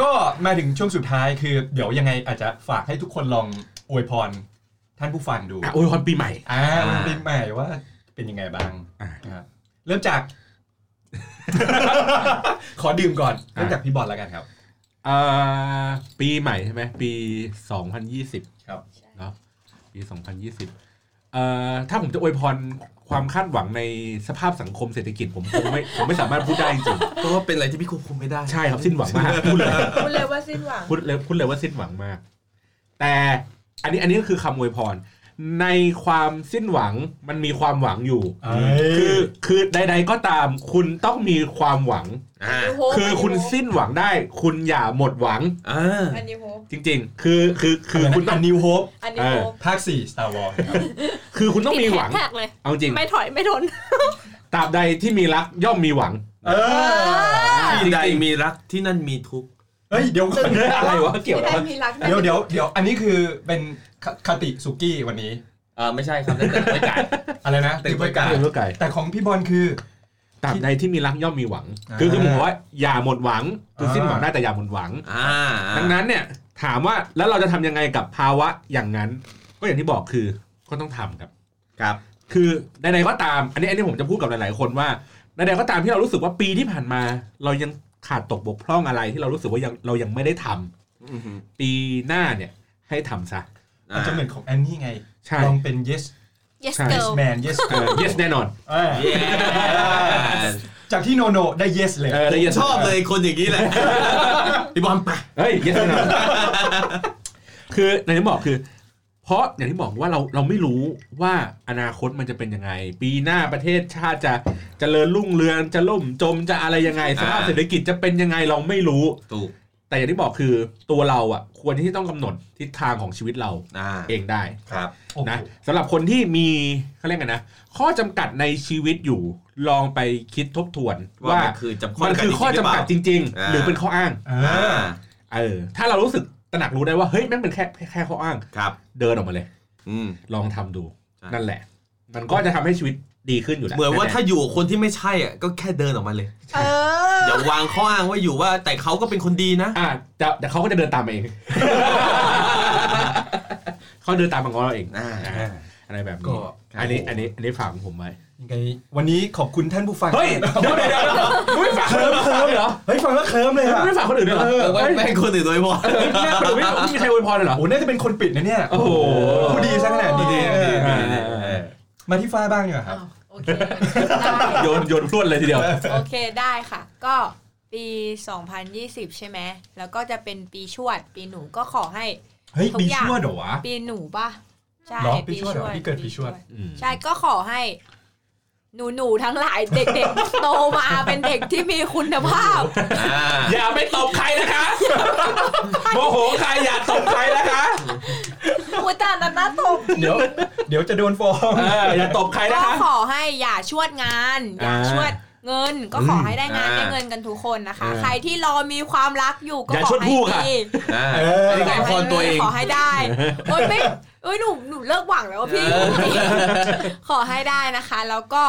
Speaker 3: ก็มาถึงช่วงสุดท้ายคือ เดี๋ยวยังไงอาจจะฝากให้ทุกคนลองอวยพรท่านผู้ฟังดู
Speaker 4: อ่ะโอ้ยพรปีใหม่
Speaker 3: อ่า
Speaker 2: อ่า
Speaker 3: ปีใหม่ว่าเป็นยังไงบ้าง
Speaker 4: อ่า
Speaker 3: นะครับเริ่มจาก ขอดื่มก่อนเริ่มจากพี่บอลแล้วกันครับ
Speaker 4: เอ่อปีใหม่ใช่ไหมปี 2020
Speaker 3: ครับ
Speaker 4: เนาะปี 2020เอ่อถ้าผมจะอวยพรความคาดหวังในสภาพสังคมเศรษฐกิจผมผมไม่ผมไม่สามารถพูดได้จริง
Speaker 2: เพราะว่าเป็นอะไรที่พี่ควบคุมไม่ได้
Speaker 4: ๆใช่ครับสิ้นหวังมากพูดเลย
Speaker 8: คุณเลยว่าสิ้นหวัง
Speaker 4: พูดเลยพูดเลยว่าสิ้นหวังมาก แต่อันนี้อันนี้ก็คือคำอวยพร ในความสิ้นหวังมันมีความหวังอยู่
Speaker 3: เอ้ย
Speaker 4: คือคือใด ๆ ก็ตามคุณต้องมีความหวัง
Speaker 2: อ่า
Speaker 4: คือคุณสิ้นหวังได้ คุณอย่าหมดหวัง
Speaker 2: อ่า
Speaker 8: อันนี้โฮป
Speaker 4: จริง ๆ คือคือคือคุณต้อง
Speaker 3: นิวโฮป
Speaker 8: อันนี้
Speaker 4: เอ
Speaker 8: โฮ
Speaker 4: อ
Speaker 8: ป
Speaker 3: ภาค 4 Star Wars ครับ
Speaker 4: คือคุณต้องมีหวัง
Speaker 5: ติดแฮชแท็กเลย
Speaker 4: เอาจริง
Speaker 5: ไม่ถอยไม่ทน
Speaker 4: ตราบใดที่มีรักย่อมมีหวัง
Speaker 3: เออ
Speaker 2: ที่ใดมีรักที่นั่นมีทุกข์
Speaker 3: เฮ้ยเดี๋ยว ก่อน
Speaker 4: อะไรวะเกี่ยว
Speaker 8: ที่
Speaker 4: อะไร
Speaker 8: ได้
Speaker 4: วะ
Speaker 8: มีรัก
Speaker 3: เดี๋ยวเดี๋ยวเดี๋ยวอันนี้คือเป็นคคติสุกี้วันนี้
Speaker 2: อ่าไม่ใช่ครับนั่นแต่บรรยากาศ
Speaker 3: อะไรนะ
Speaker 2: เต็ม
Speaker 3: บรรยากาศ
Speaker 4: เรื่องลูกไก่
Speaker 3: แต่ของพี่บอลคือ
Speaker 4: ตราบใดที่มีรักย่อมมีหวัง
Speaker 3: อ่า
Speaker 4: คือคือผมบอกว่าอย่าหมดหวัง คุณ
Speaker 3: อ่า
Speaker 4: สิ้นหวังได้แต่อย่าหมดหวัง
Speaker 2: อ่า
Speaker 4: ดังนั้นเนี่ยถามว่าแล้วเราจะทำยังไงกับภาวะอย่างนั้น ก็อย่างที่บอกคือก็ต้องทำครับ
Speaker 2: ครับ
Speaker 4: คือใดๆก็ตาม อันนี้อันนี้ผมจะพูดกับหลาย ๆ คนว่าใดๆก็ตามที่เรารู้สึกว่าปีที่ผ่านมา เรายังขาดตกบกพร่องอะไรที่เรารู้สึกว่ายังเรายังไม่ได้ทำ
Speaker 2: อือหือ
Speaker 4: ปีหน้าเนี่ยให้ทำซะ
Speaker 3: มันจะเหมือนของแอนนี่ไง
Speaker 4: ใช่
Speaker 3: ลองเป็น yes
Speaker 5: yes
Speaker 4: ใช่
Speaker 5: girl
Speaker 3: man yes
Speaker 4: เออ yes แน่นอน
Speaker 3: อ่า
Speaker 2: เย้
Speaker 3: จากที่โนโนได้ yes เลย
Speaker 4: เออได้ yes
Speaker 2: ชอบเลยคนอย่างนี้แหละ พี่บอลไป
Speaker 4: เฮ้ย yes แน่นอน คืออย่างที่บอกคือ เพราะอย่างที่บอกว่าเราเราไม่รู้ว่าอนาคตมันจะเป็นยังไง ปีหน้าประเทศชาติจะจะเจริญรุ่งเรืองจะล่มจมจะอะไรยังไงสภาพ
Speaker 2: อ่า
Speaker 4: เศรษฐกิจจะเป็นยังไงเราไม่รู้
Speaker 2: ถูก
Speaker 4: แต่อย่างที่บอกคือตัวเราอ่ะ ควรที่ต้องกำหนดทิศทางของชีวิตเรา
Speaker 2: อ่า
Speaker 4: เองได้
Speaker 2: ครับ
Speaker 4: นะสำหรับคนที่มีเขาเรียกไงนะ ข้อจำกัดในชีวิตอยู่ลองไปคิดทบทวน
Speaker 2: ว่า
Speaker 4: ว่า
Speaker 2: มันคือจำข้อ
Speaker 4: มันคือข้อจำกัดจ
Speaker 2: ริง
Speaker 4: ริง
Speaker 2: อ่า
Speaker 4: ๆ หรือเป็นข้ออ้าง
Speaker 2: ๆอ่า
Speaker 4: เออถ้าเรารู้สึกตระหนักรู้ได้ว่าเฮ้ยแม่งเป็นแค่แค่แค่ข้ออ้าง
Speaker 2: ครับ
Speaker 4: เดินออกมาเลย
Speaker 2: อืม
Speaker 4: ลองทำดู
Speaker 2: ใช่
Speaker 4: นั่นแหละ มันก็จะทำให้ชีวิตดีขึ้นอยู่แล้ว
Speaker 2: เหมือนว่า
Speaker 4: แๆ
Speaker 2: ถ้าอยู่กับคนที่ไม่ใช่อ่ะก็แค่เดินออกมาเลย
Speaker 5: เออ
Speaker 2: อย่าวางข้ออ้างว่าอยู่ว่าแต่เขาก็เป็นคนดีนะ
Speaker 4: อ่ะแต่แต่เขาก็จะเดินตามมาเอง เขาเดินตามมาของเราเอง
Speaker 2: อ่า
Speaker 4: อ่าอะไรแบบ
Speaker 3: ก็
Speaker 4: นี้อันนี้อันนี้อันนี้ฝากของผมไว้
Speaker 3: ยังไงวันนี้ขอบคุณท่านผู้ฟัง
Speaker 4: เฮ้ยเดี๋ยวเดี๋ยวเดี๋ยวไม่ฝากคนอื่นเหรอ
Speaker 3: เฮ้ยฟังแล้วเคลิ้มเลยอะ
Speaker 4: ไม่ฝากคนอื่นด้วยเหรอ
Speaker 2: เออ
Speaker 4: เฮ้ย
Speaker 2: แม่งคนอื่นโดยบอก
Speaker 4: เออไม่ฝากคนอื่นไม่ไม่มีใครอวยพรเลยเหรอ
Speaker 3: โอ้น่าจะเป็นคนปิดนะเนี่ย
Speaker 4: โอ้โห
Speaker 3: ผู้ดีซะขนาดนี้เออ
Speaker 4: อ่า
Speaker 3: มาที่ฟ้าบ้างดีกว่าครับ
Speaker 5: อ้าวโอ เค
Speaker 4: โยนโยนพรวดเลยทีเดียว
Speaker 6: โอเคได้ค่ะ ก็ปี 2020 ใช่ไหมแล้วก็จะเป็นปีชวด ปีหนูก็ขอให้
Speaker 3: เฮ้ย
Speaker 6: ทุก
Speaker 3: ปี
Speaker 6: อย่าง
Speaker 3: ชั่วเหรอวะ
Speaker 6: ปีหนูป่ะใช่
Speaker 3: เหรอปีชวดเหรอพี่เกิดปีชวด
Speaker 6: ใช่ก็ขอให้ หนูหนูๆทั้งหลายเด็กๆ โตมาเป็นเด็กที่มีคุณภาพ
Speaker 2: อ่า
Speaker 4: อย่าไปตบใครนะคะโมโหใครอย่าตบใครนะคะ
Speaker 5: อุยตานันน่าตก
Speaker 3: เดี๋ยวเดี๋ยวจะโดนฟ้อง
Speaker 4: เอออย่าตบใครนะ
Speaker 6: ก็
Speaker 4: คะ
Speaker 6: ขอให้อย่าชวดงาน อย่า
Speaker 4: อ่า
Speaker 6: ชวดเงิน ก็ขอให้ได้งาน
Speaker 2: อ่า
Speaker 6: ได้เงินกันทุกคนนะคะ
Speaker 4: อ่า
Speaker 6: ใครที่รอมีความรักอยู่ก็
Speaker 4: อย่า
Speaker 6: ข
Speaker 4: ช
Speaker 6: อ
Speaker 4: วด
Speaker 6: ให้
Speaker 4: ผู้ค่ะ
Speaker 6: มี
Speaker 2: อ่า
Speaker 3: เออ
Speaker 2: เป็นไงพรตัวเอง
Speaker 6: ขอให้ ได้ โอ๊ยไม่เอ้ยหนูหนูเลิกหวังแล้วอะพี่
Speaker 2: เออ
Speaker 6: ขอให้ได้นะคะ แล้วก็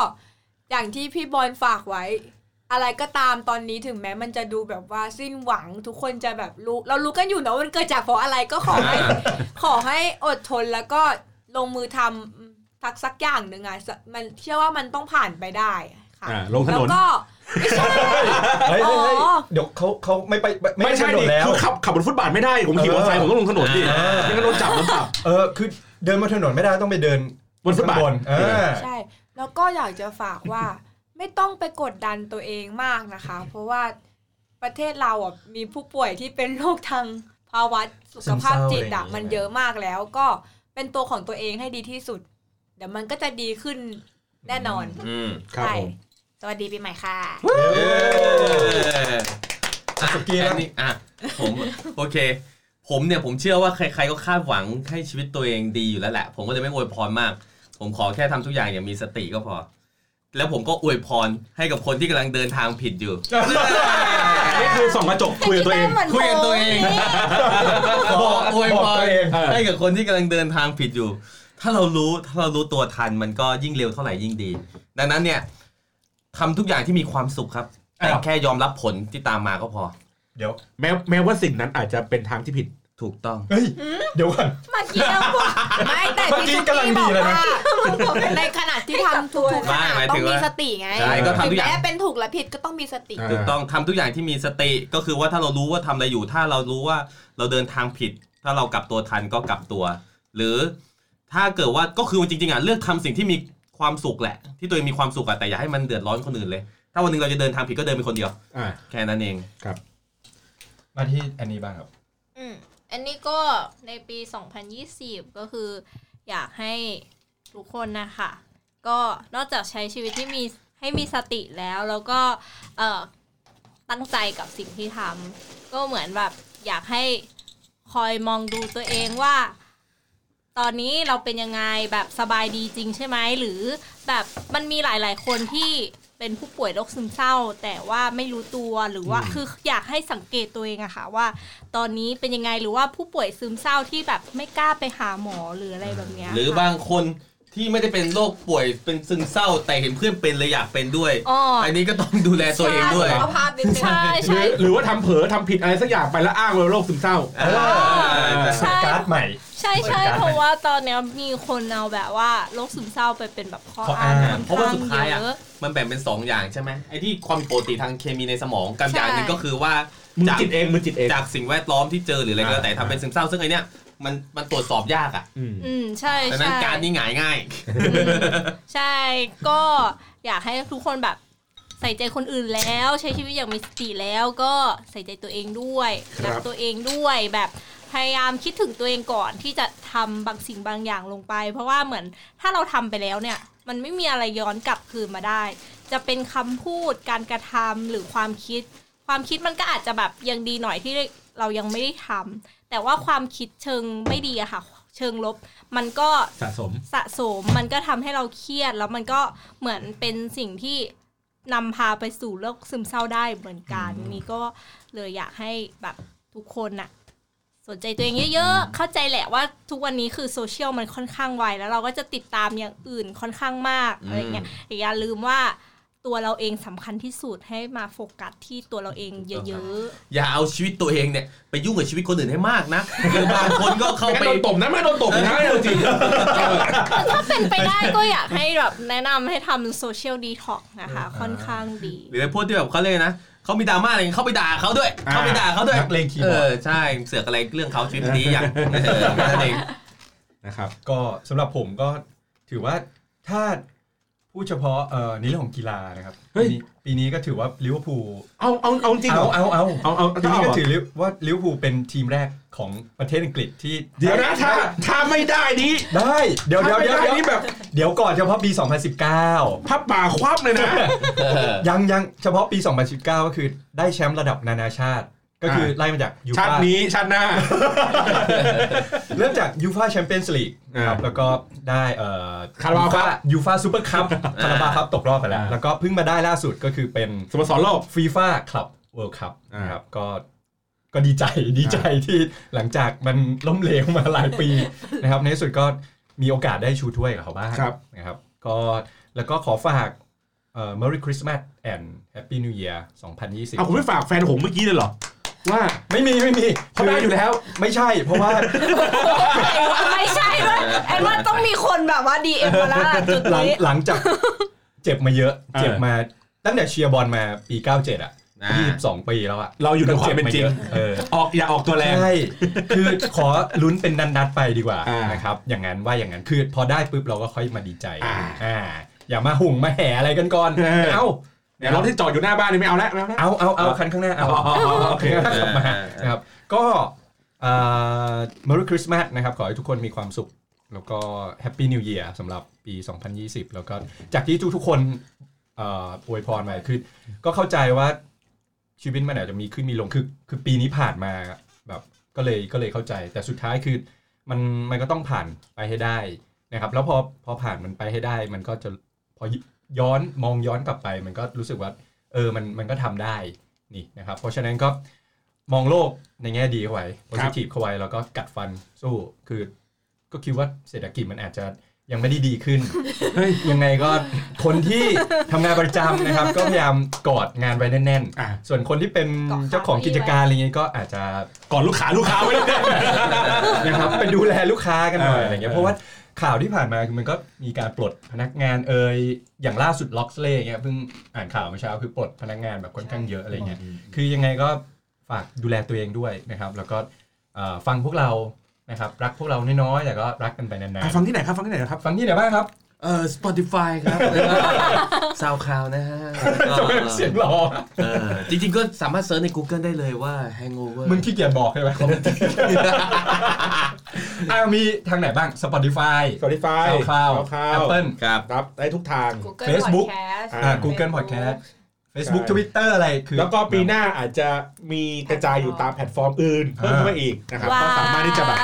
Speaker 6: อย่างที่พี่บอลฝากไว้ อะไรก็ตามตอนนี้ถึงแม้มันจะดูแบบว่าสิ้นหวังทุกคนจะแบบรู้เรารู้กันอยู่นะว่ามันเกิดจากเพราะอะไรก็ขอ ให้ ขอให้อดทนแล้วก็ลงมือทำทักสักอย่างหนึ่งอ่ะสมันเชื่อว่ามันต้องผ่านไปได้ค่ะ
Speaker 4: อ่าลงถ
Speaker 6: แล้ว
Speaker 4: นน
Speaker 6: ก็ไม่ใช่
Speaker 3: เฮ้ยเฮ้ยเฮ้ย
Speaker 6: อ๋อ
Speaker 3: เดี๋ยวเขาเขาไม่ไป
Speaker 4: ไม่ใช่
Speaker 3: ปถน
Speaker 4: ดิ
Speaker 3: นแล้ว
Speaker 4: คือขับขับบนฟุตบาทไม่ได้ ผมขี่มอเตอร์ไซค์ผมต้องลงถนนดิ
Speaker 2: อ่า
Speaker 4: ยังก็โดนจับโดนปรับ
Speaker 3: เออคือเดินบนถนนไม่ได้ต้องไปเดิน
Speaker 4: บนฟุตบาท
Speaker 3: ข้งเออ
Speaker 6: ใช่ แล้วก็อยากจะฝากว่า ไม่ต้องไปกดดันตัวเองมากนะคะ เพราะว่าประเทศเราอ่ะมีผู้ป่วยที่เป็นโรคทางภาวะสุขภาพจิตอ่ะ
Speaker 3: ซึมเศร้าอะไรอย่างเงี้ย
Speaker 6: มันเยอะมากแล้วก็เป็นตัวของตัวเองให้ดีที่สุด เดี๋ยวมันก็จะดีขึ้นแน่นอน
Speaker 2: อืม
Speaker 4: ครับ
Speaker 6: ใช่
Speaker 4: ผม
Speaker 6: สวัสดีปีใหม่ค่ะ
Speaker 2: เอ
Speaker 3: เออ
Speaker 2: ออ่ะ
Speaker 3: สกีนะ
Speaker 2: อันนี้อ่ะผมโอเค ผมเนี่ยผมเชื่อว่าใครๆก็คาดหวังให้ชีวิตตัวเองดีอยู่แล้วแหละ ผมก็จะไม่อวยพรมาก ผมขอแค่ทำทุกอย่างอย่างมีสติก็พอ แล้วผมก็อวยพรให้กับคนที่กำลังเดินทางผิดอยู่
Speaker 4: นี่คือส่องกระจกคุยกับตัวเอง
Speaker 2: คุยกับตัวเอง บอกอวยพ
Speaker 3: บอกตั
Speaker 2: ร
Speaker 3: วเอง
Speaker 2: ให้กับคนที่กำลังเดินทางผิดอยู่ ถ้าเรารู้ถ้าเรารู้ตัวทันมันก็ยิ่งเร็วเท่าไหร่ยิ่งดี ดังนั้นเนี่ยทำทุกอย่างที่มีความสุขครับ แต่
Speaker 3: อ้าว
Speaker 2: แค่ยอมรับผลที่ตามมาก็พอ
Speaker 3: เดี๋ยว
Speaker 4: แม้แม้ว่าสิ่งนั้นอาจจะเป็นทางที่ผิด
Speaker 2: ถูกต้อง
Speaker 3: เฮ้ยเดี๋ยวก่อน
Speaker 6: มาเกี่ยวไม่แต่
Speaker 3: เมื่อกี้
Speaker 6: พี่
Speaker 3: กำลังดี
Speaker 6: บอก
Speaker 3: เลยนะ
Speaker 6: ว่าในขณะที่ทำทุกๆขณะ
Speaker 2: ไม่หมาย
Speaker 6: ต้
Speaker 2: ถึ
Speaker 6: อง ง
Speaker 2: ว่า
Speaker 6: มีสติไง
Speaker 2: ใช่ก็ทำทุ
Speaker 6: ถึ
Speaker 2: ก
Speaker 6: ง
Speaker 2: อย่าง
Speaker 6: แม้เป็นถูกและผิดก็ต้องมีสติ
Speaker 4: อ่า
Speaker 2: ถูกต้องทำทุกอย่างที่มีสติก็คือว่าถ้าเรารู้ว่าทำอะไรอยู่ ถ้าเรารู้ว่าเราเดินทางผิด ถ้าเรากลับตัวทันก็กลับตัว หรือถ้าเกิดว่าก็คือจริงๆอ่ะเลือกทำสิ่งที่มีความสุขแหละ ที่ตัวเองมีความสุขอ่ะแต่อย่าให้มันเดือดร้อนคนอื่นเลย ถ้าวันหนึงเราจะเดินทางผิดก็เดินเป็นคนเดียว
Speaker 4: อ่า
Speaker 2: แค่นั้นเอง
Speaker 3: มาที่อันนี้บ้างครับ
Speaker 5: อืมอันนี้ก็ในปี 2020 ก็คืออยากให้ทุกคนนะคะ ก็นอกจากใช้ชีวิตที่มีให้มีสติแล้ว แล้วก็เอ่อตั้งใจกับสิ่งที่ทำก็เหมือนแบบอยากให้คอยมองดูตัวเองว่า ตอนนี้เราเป็นยังไงแบบสบายดีจริงใช่ไหมหรือแบบมันมีหลาย ๆ คนที่เป็นผู้ป่วยโรคซึมเศร้า แต่ว่าไม่รู้ตัวหรือว่า
Speaker 4: อืม
Speaker 5: คืออยากให้สังเกตตัวเองอะค่ะว่า ตอนนี้เป็นยังไงหรือว่าผู้ป่วยซึมเศร้าที่แบบไม่กล้าไปหาหมอหรืออะไรแบบเนี้ย
Speaker 2: หรือบางคนที่ไม่ได้เป็นโรคป่วยเป็นซึมเศร้า แต่เห็นเพื่อนเป็นเลยอยากเป็นด้วย
Speaker 5: อ๋อ
Speaker 2: อันนี้ก็ต้องดูแลตัวเองด้วย
Speaker 6: ใช่สุขภาพนิดนึง
Speaker 5: ใช่
Speaker 4: หรื
Speaker 5: ใช่
Speaker 4: อหรือว่าทำเผลอทำผิดอะไรสักอย่างไปแล้วอ้างว่าโรคซึมเศร้า
Speaker 2: เออ
Speaker 5: ใช่
Speaker 3: การ์ดใหม่
Speaker 5: ใช่ใช่
Speaker 3: เหมือนกัน
Speaker 5: เพราะว่าตอนเนี้ยมีคนเอาแบบว่าโรคซึมเศร้าไปเป็นแบบข้อ
Speaker 3: ข้ออ้า
Speaker 5: อ้าง งค่อน
Speaker 2: เพราะว่า
Speaker 5: ข้าง
Speaker 2: สุดท้ายอะ
Speaker 5: เยอะ
Speaker 2: มันแบ่งเป็นสองอย่างใช่ไหมไอ้ที่ความผิดปกติทางเคมีในสมองกับ
Speaker 5: ใช่
Speaker 2: อย่างหนึ่งก็คือว่า
Speaker 4: มือ
Speaker 2: จาก
Speaker 4: จิตเองมือจิตเอง
Speaker 2: จากสิ่งแวดล้อมที่เจอหรืออะไรก็แล้วแต่
Speaker 4: อ่า
Speaker 2: ทำเป็นซึมเศร้า ซึ่งไอ้เนี้ยมันมันตรวจสอบยากอ่ะ
Speaker 4: อืม
Speaker 5: อืมใช่
Speaker 2: ดังนั้
Speaker 5: ใช่
Speaker 2: นการนี่หงายง่าย
Speaker 5: อืมใช่ก็อยากให้ทุกคนแบบใส่ใจคนอื่นแล้ว ใช้ชีวิตอย่างมีสติแล้วก็ใส่ใจตัวเองด้วย
Speaker 4: ครับ
Speaker 5: รักตัวเองด้วยแบบพยายามคิดถึงตัวเองก่อนที่จะทำบางสิ่งบางอย่างลงไป เพราะว่าเหมือนถ้าเราทำไปแล้วเนี่ย มันไม่มีอะไรย้อนกลับคืนมาได้ จะเป็นคำพูดการกระทำหรือความคิด ความคิดมันก็อาจจะแบบยังดีหน่อยที่เรายังไม่ได้ทำแต่ว่าความคิดเชิงไม่ดีอะค่ะ เชิงลบ มันก็
Speaker 4: สะสม
Speaker 5: สะสมมันก็ทำให้เราเครียด แล้วมันก็เหมือนเป็นสิ่งที่นำพาไปสู่โรคซึมเศร้าได้เหมือนกันนี่ก็เลยอยากให้แบบทุกคนน่ะ สนใจตัวเองเยอะๆ เข้าใจแหละว่าทุกวันนี้คือโซเชียลมันค่อนข้างไวแล้วเราก็จะติดตามอย่างอื่นค่อนข้างมากอะไรเงี้ย อย่าลืมว่า ตัวเราเองสำคัญที่สุดให้มาโฟกัสที่ตัวเราเองเยอะ
Speaker 2: อย่าเอาชีวิตตัวเองเนี่ยไปยุ่งกับชีวิตคนอื่นให้มากนะคือบางคนก็เข้า
Speaker 4: ไม่
Speaker 2: ไป
Speaker 4: โดนตบนะไม่โดนตบนะไม่โดนจริง
Speaker 5: ๆ ถ้าเป็นไปได้ก็อยากให้แบบแนะนำให้ทำโซเชียลดีท็อกนะคะ ค่อนข้างดี
Speaker 2: หรือไอ้พวกที่แบบเขาเรียกนะเขามีดราม่าอะไรเขาไปด่าเขาด้วย
Speaker 4: อ่า
Speaker 2: เขาไปด่าเขาด้วย
Speaker 3: นักเลงคีย์
Speaker 2: เอบ
Speaker 3: อร์ด
Speaker 2: อใช่เสือกอะไรเรื่องเขาชีวิตนี้อย่างเออนั่นเอง
Speaker 4: นะครับ
Speaker 3: ก็สำหรับผมก็ถือว่าถ้าพูดเฉพาะเอ่อในเรื่องของกีฬานะครับปีนี้ปีนี้ก็ถือว่าลิเวอร์พูล
Speaker 4: เอาเอาเอาจริงเหร
Speaker 3: เอา
Speaker 4: อ
Speaker 3: เอาเอา
Speaker 4: เอาเอา
Speaker 3: ปี
Speaker 4: ต้อง
Speaker 3: นี้
Speaker 4: เอา
Speaker 3: ก็
Speaker 4: เหรอ
Speaker 3: ถือว่าลิเวอร์พูลเป็นทีมแรกของประเทศอังกฤษที่
Speaker 4: เดี๋ยวนะถ้าถ้าไม่ได้นี้
Speaker 3: ได้เดี๋ยวเดี๋ยวเดี๋ยว
Speaker 4: ถ้า
Speaker 3: เดี๋
Speaker 4: ไม่ไนี่
Speaker 3: ยว
Speaker 4: แบบ
Speaker 3: เดี๋ยวก่อนเฉพาะปี
Speaker 4: พับป่าควับเลยนะ
Speaker 3: 2019 ยังยังเฉพาะปี 2019 ก็คือได้แชมป์ระดับนานาชาติ ก็คือไล่มาจากยู
Speaker 4: ชาติ
Speaker 3: ฟ่า
Speaker 4: นี้ชาติหน้า
Speaker 3: เริ่มจากยูฟ a าแชมเปี้ยนส์ลีกครับ
Speaker 4: อ่า
Speaker 3: แล้วก็ได้เอ่อ
Speaker 4: Carabao Cup
Speaker 3: ยูฟาซูเปอร์คัพคาราบาคัพตกรอบไปแล้ว
Speaker 4: อ่า
Speaker 3: แล้วก็เพิ่งมาได้ล่าสุดก็คือเป็น
Speaker 4: สโมสรโลก
Speaker 3: ฟีฟ่าคลับเวิลด์คัพ
Speaker 4: อ่า
Speaker 3: ครับก็ก็ดีใจดีใจที่หลังจากมันล้มเหลวมาหลายปี นะครับ ในที่สุดก็มีโอกาสได้ชูถ้วยกับเขาบ้าง
Speaker 4: ครับ
Speaker 3: นะครับก็แล้วก็ขอฝากเอ่อ Merry Christmas and Happy New Year 2020
Speaker 4: เอาคุณไม่ฝากแฟนหงส์เมื่อกี้เลยเหรอว่า
Speaker 3: ไม่มีไม่มี
Speaker 4: เขาได้อยู่แล้ว
Speaker 3: ไม่ใช่เพราะว่า
Speaker 5: ไม่ใช่ด้วยแอนว่าต้องมีคนแบบว่าดีเอ็มมาแล้วล่ะจุด
Speaker 3: หลัง
Speaker 5: นี้
Speaker 3: หลังจาก เจ็บมาเยอะ
Speaker 4: เออ
Speaker 3: เจ็บมาตั้งแต่เชียร์บอลมาปี 97 อ่ะ
Speaker 2: นะ
Speaker 3: 22 ปีแล้วอ่ะ
Speaker 4: เราอยู่ในความเป็นจริง
Speaker 3: จ็บมาเยอะเออ
Speaker 4: ออกอย่าออกตัวแรง
Speaker 3: ใช่คือขอลุ้นเป็นนัดๆไปดีกว่า
Speaker 4: อ่าน
Speaker 3: นะครับ อย่างนั้นว่าอย่างนั้นคือพอได้ปุ๊บเราก็ค่อยมาดีใจ
Speaker 4: อ่า
Speaker 3: อ่าอย่ามาหุ่งมาแห่อะไรกันก่อน
Speaker 4: เออ
Speaker 3: เอา
Speaker 4: เดี๋ยวรถที่จอดอยู่หน้าบ้านนี่ไม่เอาแล้วไม่เอาแล้ว
Speaker 3: เอาเอาเอาคันข้างหน้าเอา
Speaker 4: อ๋ออ๋อโอเค
Speaker 3: ถ้ากลับมานะครับก็เอ่อ Merry Christmas นะครับ ขอให้ทุกคนมีความสุข แล้วก็ Happy New Year สำหรับปี 2020 แล้วก็จากที่ทุกๆคนเอ่ออวยพรมาคือก็เข้าใจว่าชีวิตมันอาจจะมีขึ้นมีลงคือคือปีนี้ผ่านมาแบบก็เลยก็เลยเข้าใจ แต่สุดท้ายคือมันมันก็ต้องผ่านไปให้ได้นะครับ แล้วพอพอผ่านมันไปให้ได้ มันก็จะพอย้อนมองย้อนกลับไป มันก็รู้สึกว่า เออ มัน มันก็ทำได้ นี่นะครับ เพราะฉะนั้นก็มองโลกในแง่ดีเข้าไว้ positive เข้าไว้ แล้วก็กัดฟันสู้ คือ ก็คิดว่าเศรษฐกิจมันอาจจะยังไม่ได้ดีขึ้น
Speaker 4: เฮ้ย
Speaker 3: ยังไงก็คนที่ทำงานประจำนะครับ ก็พยายามกอดงานไว้แน่น
Speaker 4: อ่ะ
Speaker 3: ๆ ส่วนคนที่เป็น
Speaker 5: เกาะขา
Speaker 3: เจ้าของกิจการอะไรเงี้ยก็อาจจะ
Speaker 4: ก่อนลูกค้า ลูกค้าไว้เลย
Speaker 3: นะครับ ไปดูแลลูกค้ากันหน่อย
Speaker 4: เอออ
Speaker 3: อะไรเงี้ย
Speaker 4: เออ
Speaker 3: เพราะว่าข่าวที่ผ่านมาคือมันก็มีการปลดพนักงานเอ่ยอย่างล่าสุดล็อกเล่เงี้ยเพิ่งอ่านข่าวเมื่อเช้าคือปลดพนักงานแบบค่อนข้างเยอะอะไรเงี้ยคือยังไงก็ฝากดูแลตัวเองด้วยนะครับ แล้วก็เอ่อฟังพวกเรานะครับรักพวกเราน้อยๆแต่ก็รักกันไปนาน
Speaker 4: อ่ะฟังที่ไหนครับฟังที่ไหนครับ
Speaker 3: ๆฟังที่ไหนบ้าง ครับ
Speaker 2: เออ Spotify ครับซาวคลาวนะฮะ
Speaker 3: จะเป็น เสียงห ล่อ
Speaker 2: เออจริงๆก็สามารถเซิร์ชใน Google ได้เลยว่า Hangover
Speaker 3: มึงขี้เกียจบอกใช่ไหมอ่ามีทางไหนบ้าง Spotify
Speaker 4: Spotify
Speaker 3: SoundCloud Apple
Speaker 2: ครับ
Speaker 4: ครับได้ทุกทาง
Speaker 8: Google
Speaker 3: Facebook
Speaker 8: Podcast
Speaker 3: อ่า Google Podcast Facebook
Speaker 4: ใช่
Speaker 3: Twitter อะไรคือ
Speaker 4: แล้วก็ปีหน้าอาจจะมีกระจายอยู่ตามแพลตฟอร์มอื่นเพิ่มเข้ามาอีกนะครับก็สามารถที่จะแบบ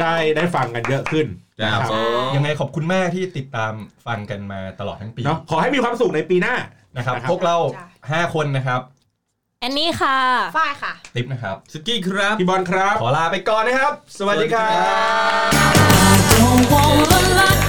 Speaker 4: ได้ได้ฟังกันเยอะขึ้นนะค
Speaker 2: ครั
Speaker 4: รับบ
Speaker 3: ยังไงขอบคุณมากที่ติดตามฟังกันมาตลอดทั้งปี
Speaker 4: เนาะขอให้มีความสุขในปีหน้า
Speaker 3: นะครับ
Speaker 4: นะครับ
Speaker 3: พวกเรา 5 คนนะครับ
Speaker 5: แอนนี่ค่ะ
Speaker 8: ฝ้ายค่ะ
Speaker 3: ติ๊บนะครับ
Speaker 2: สุกี้ครับ
Speaker 4: พี่บอลครับ
Speaker 3: ขอลาไปก่อนนะครับ สวัสดีครับ
Speaker 1: don't want a lot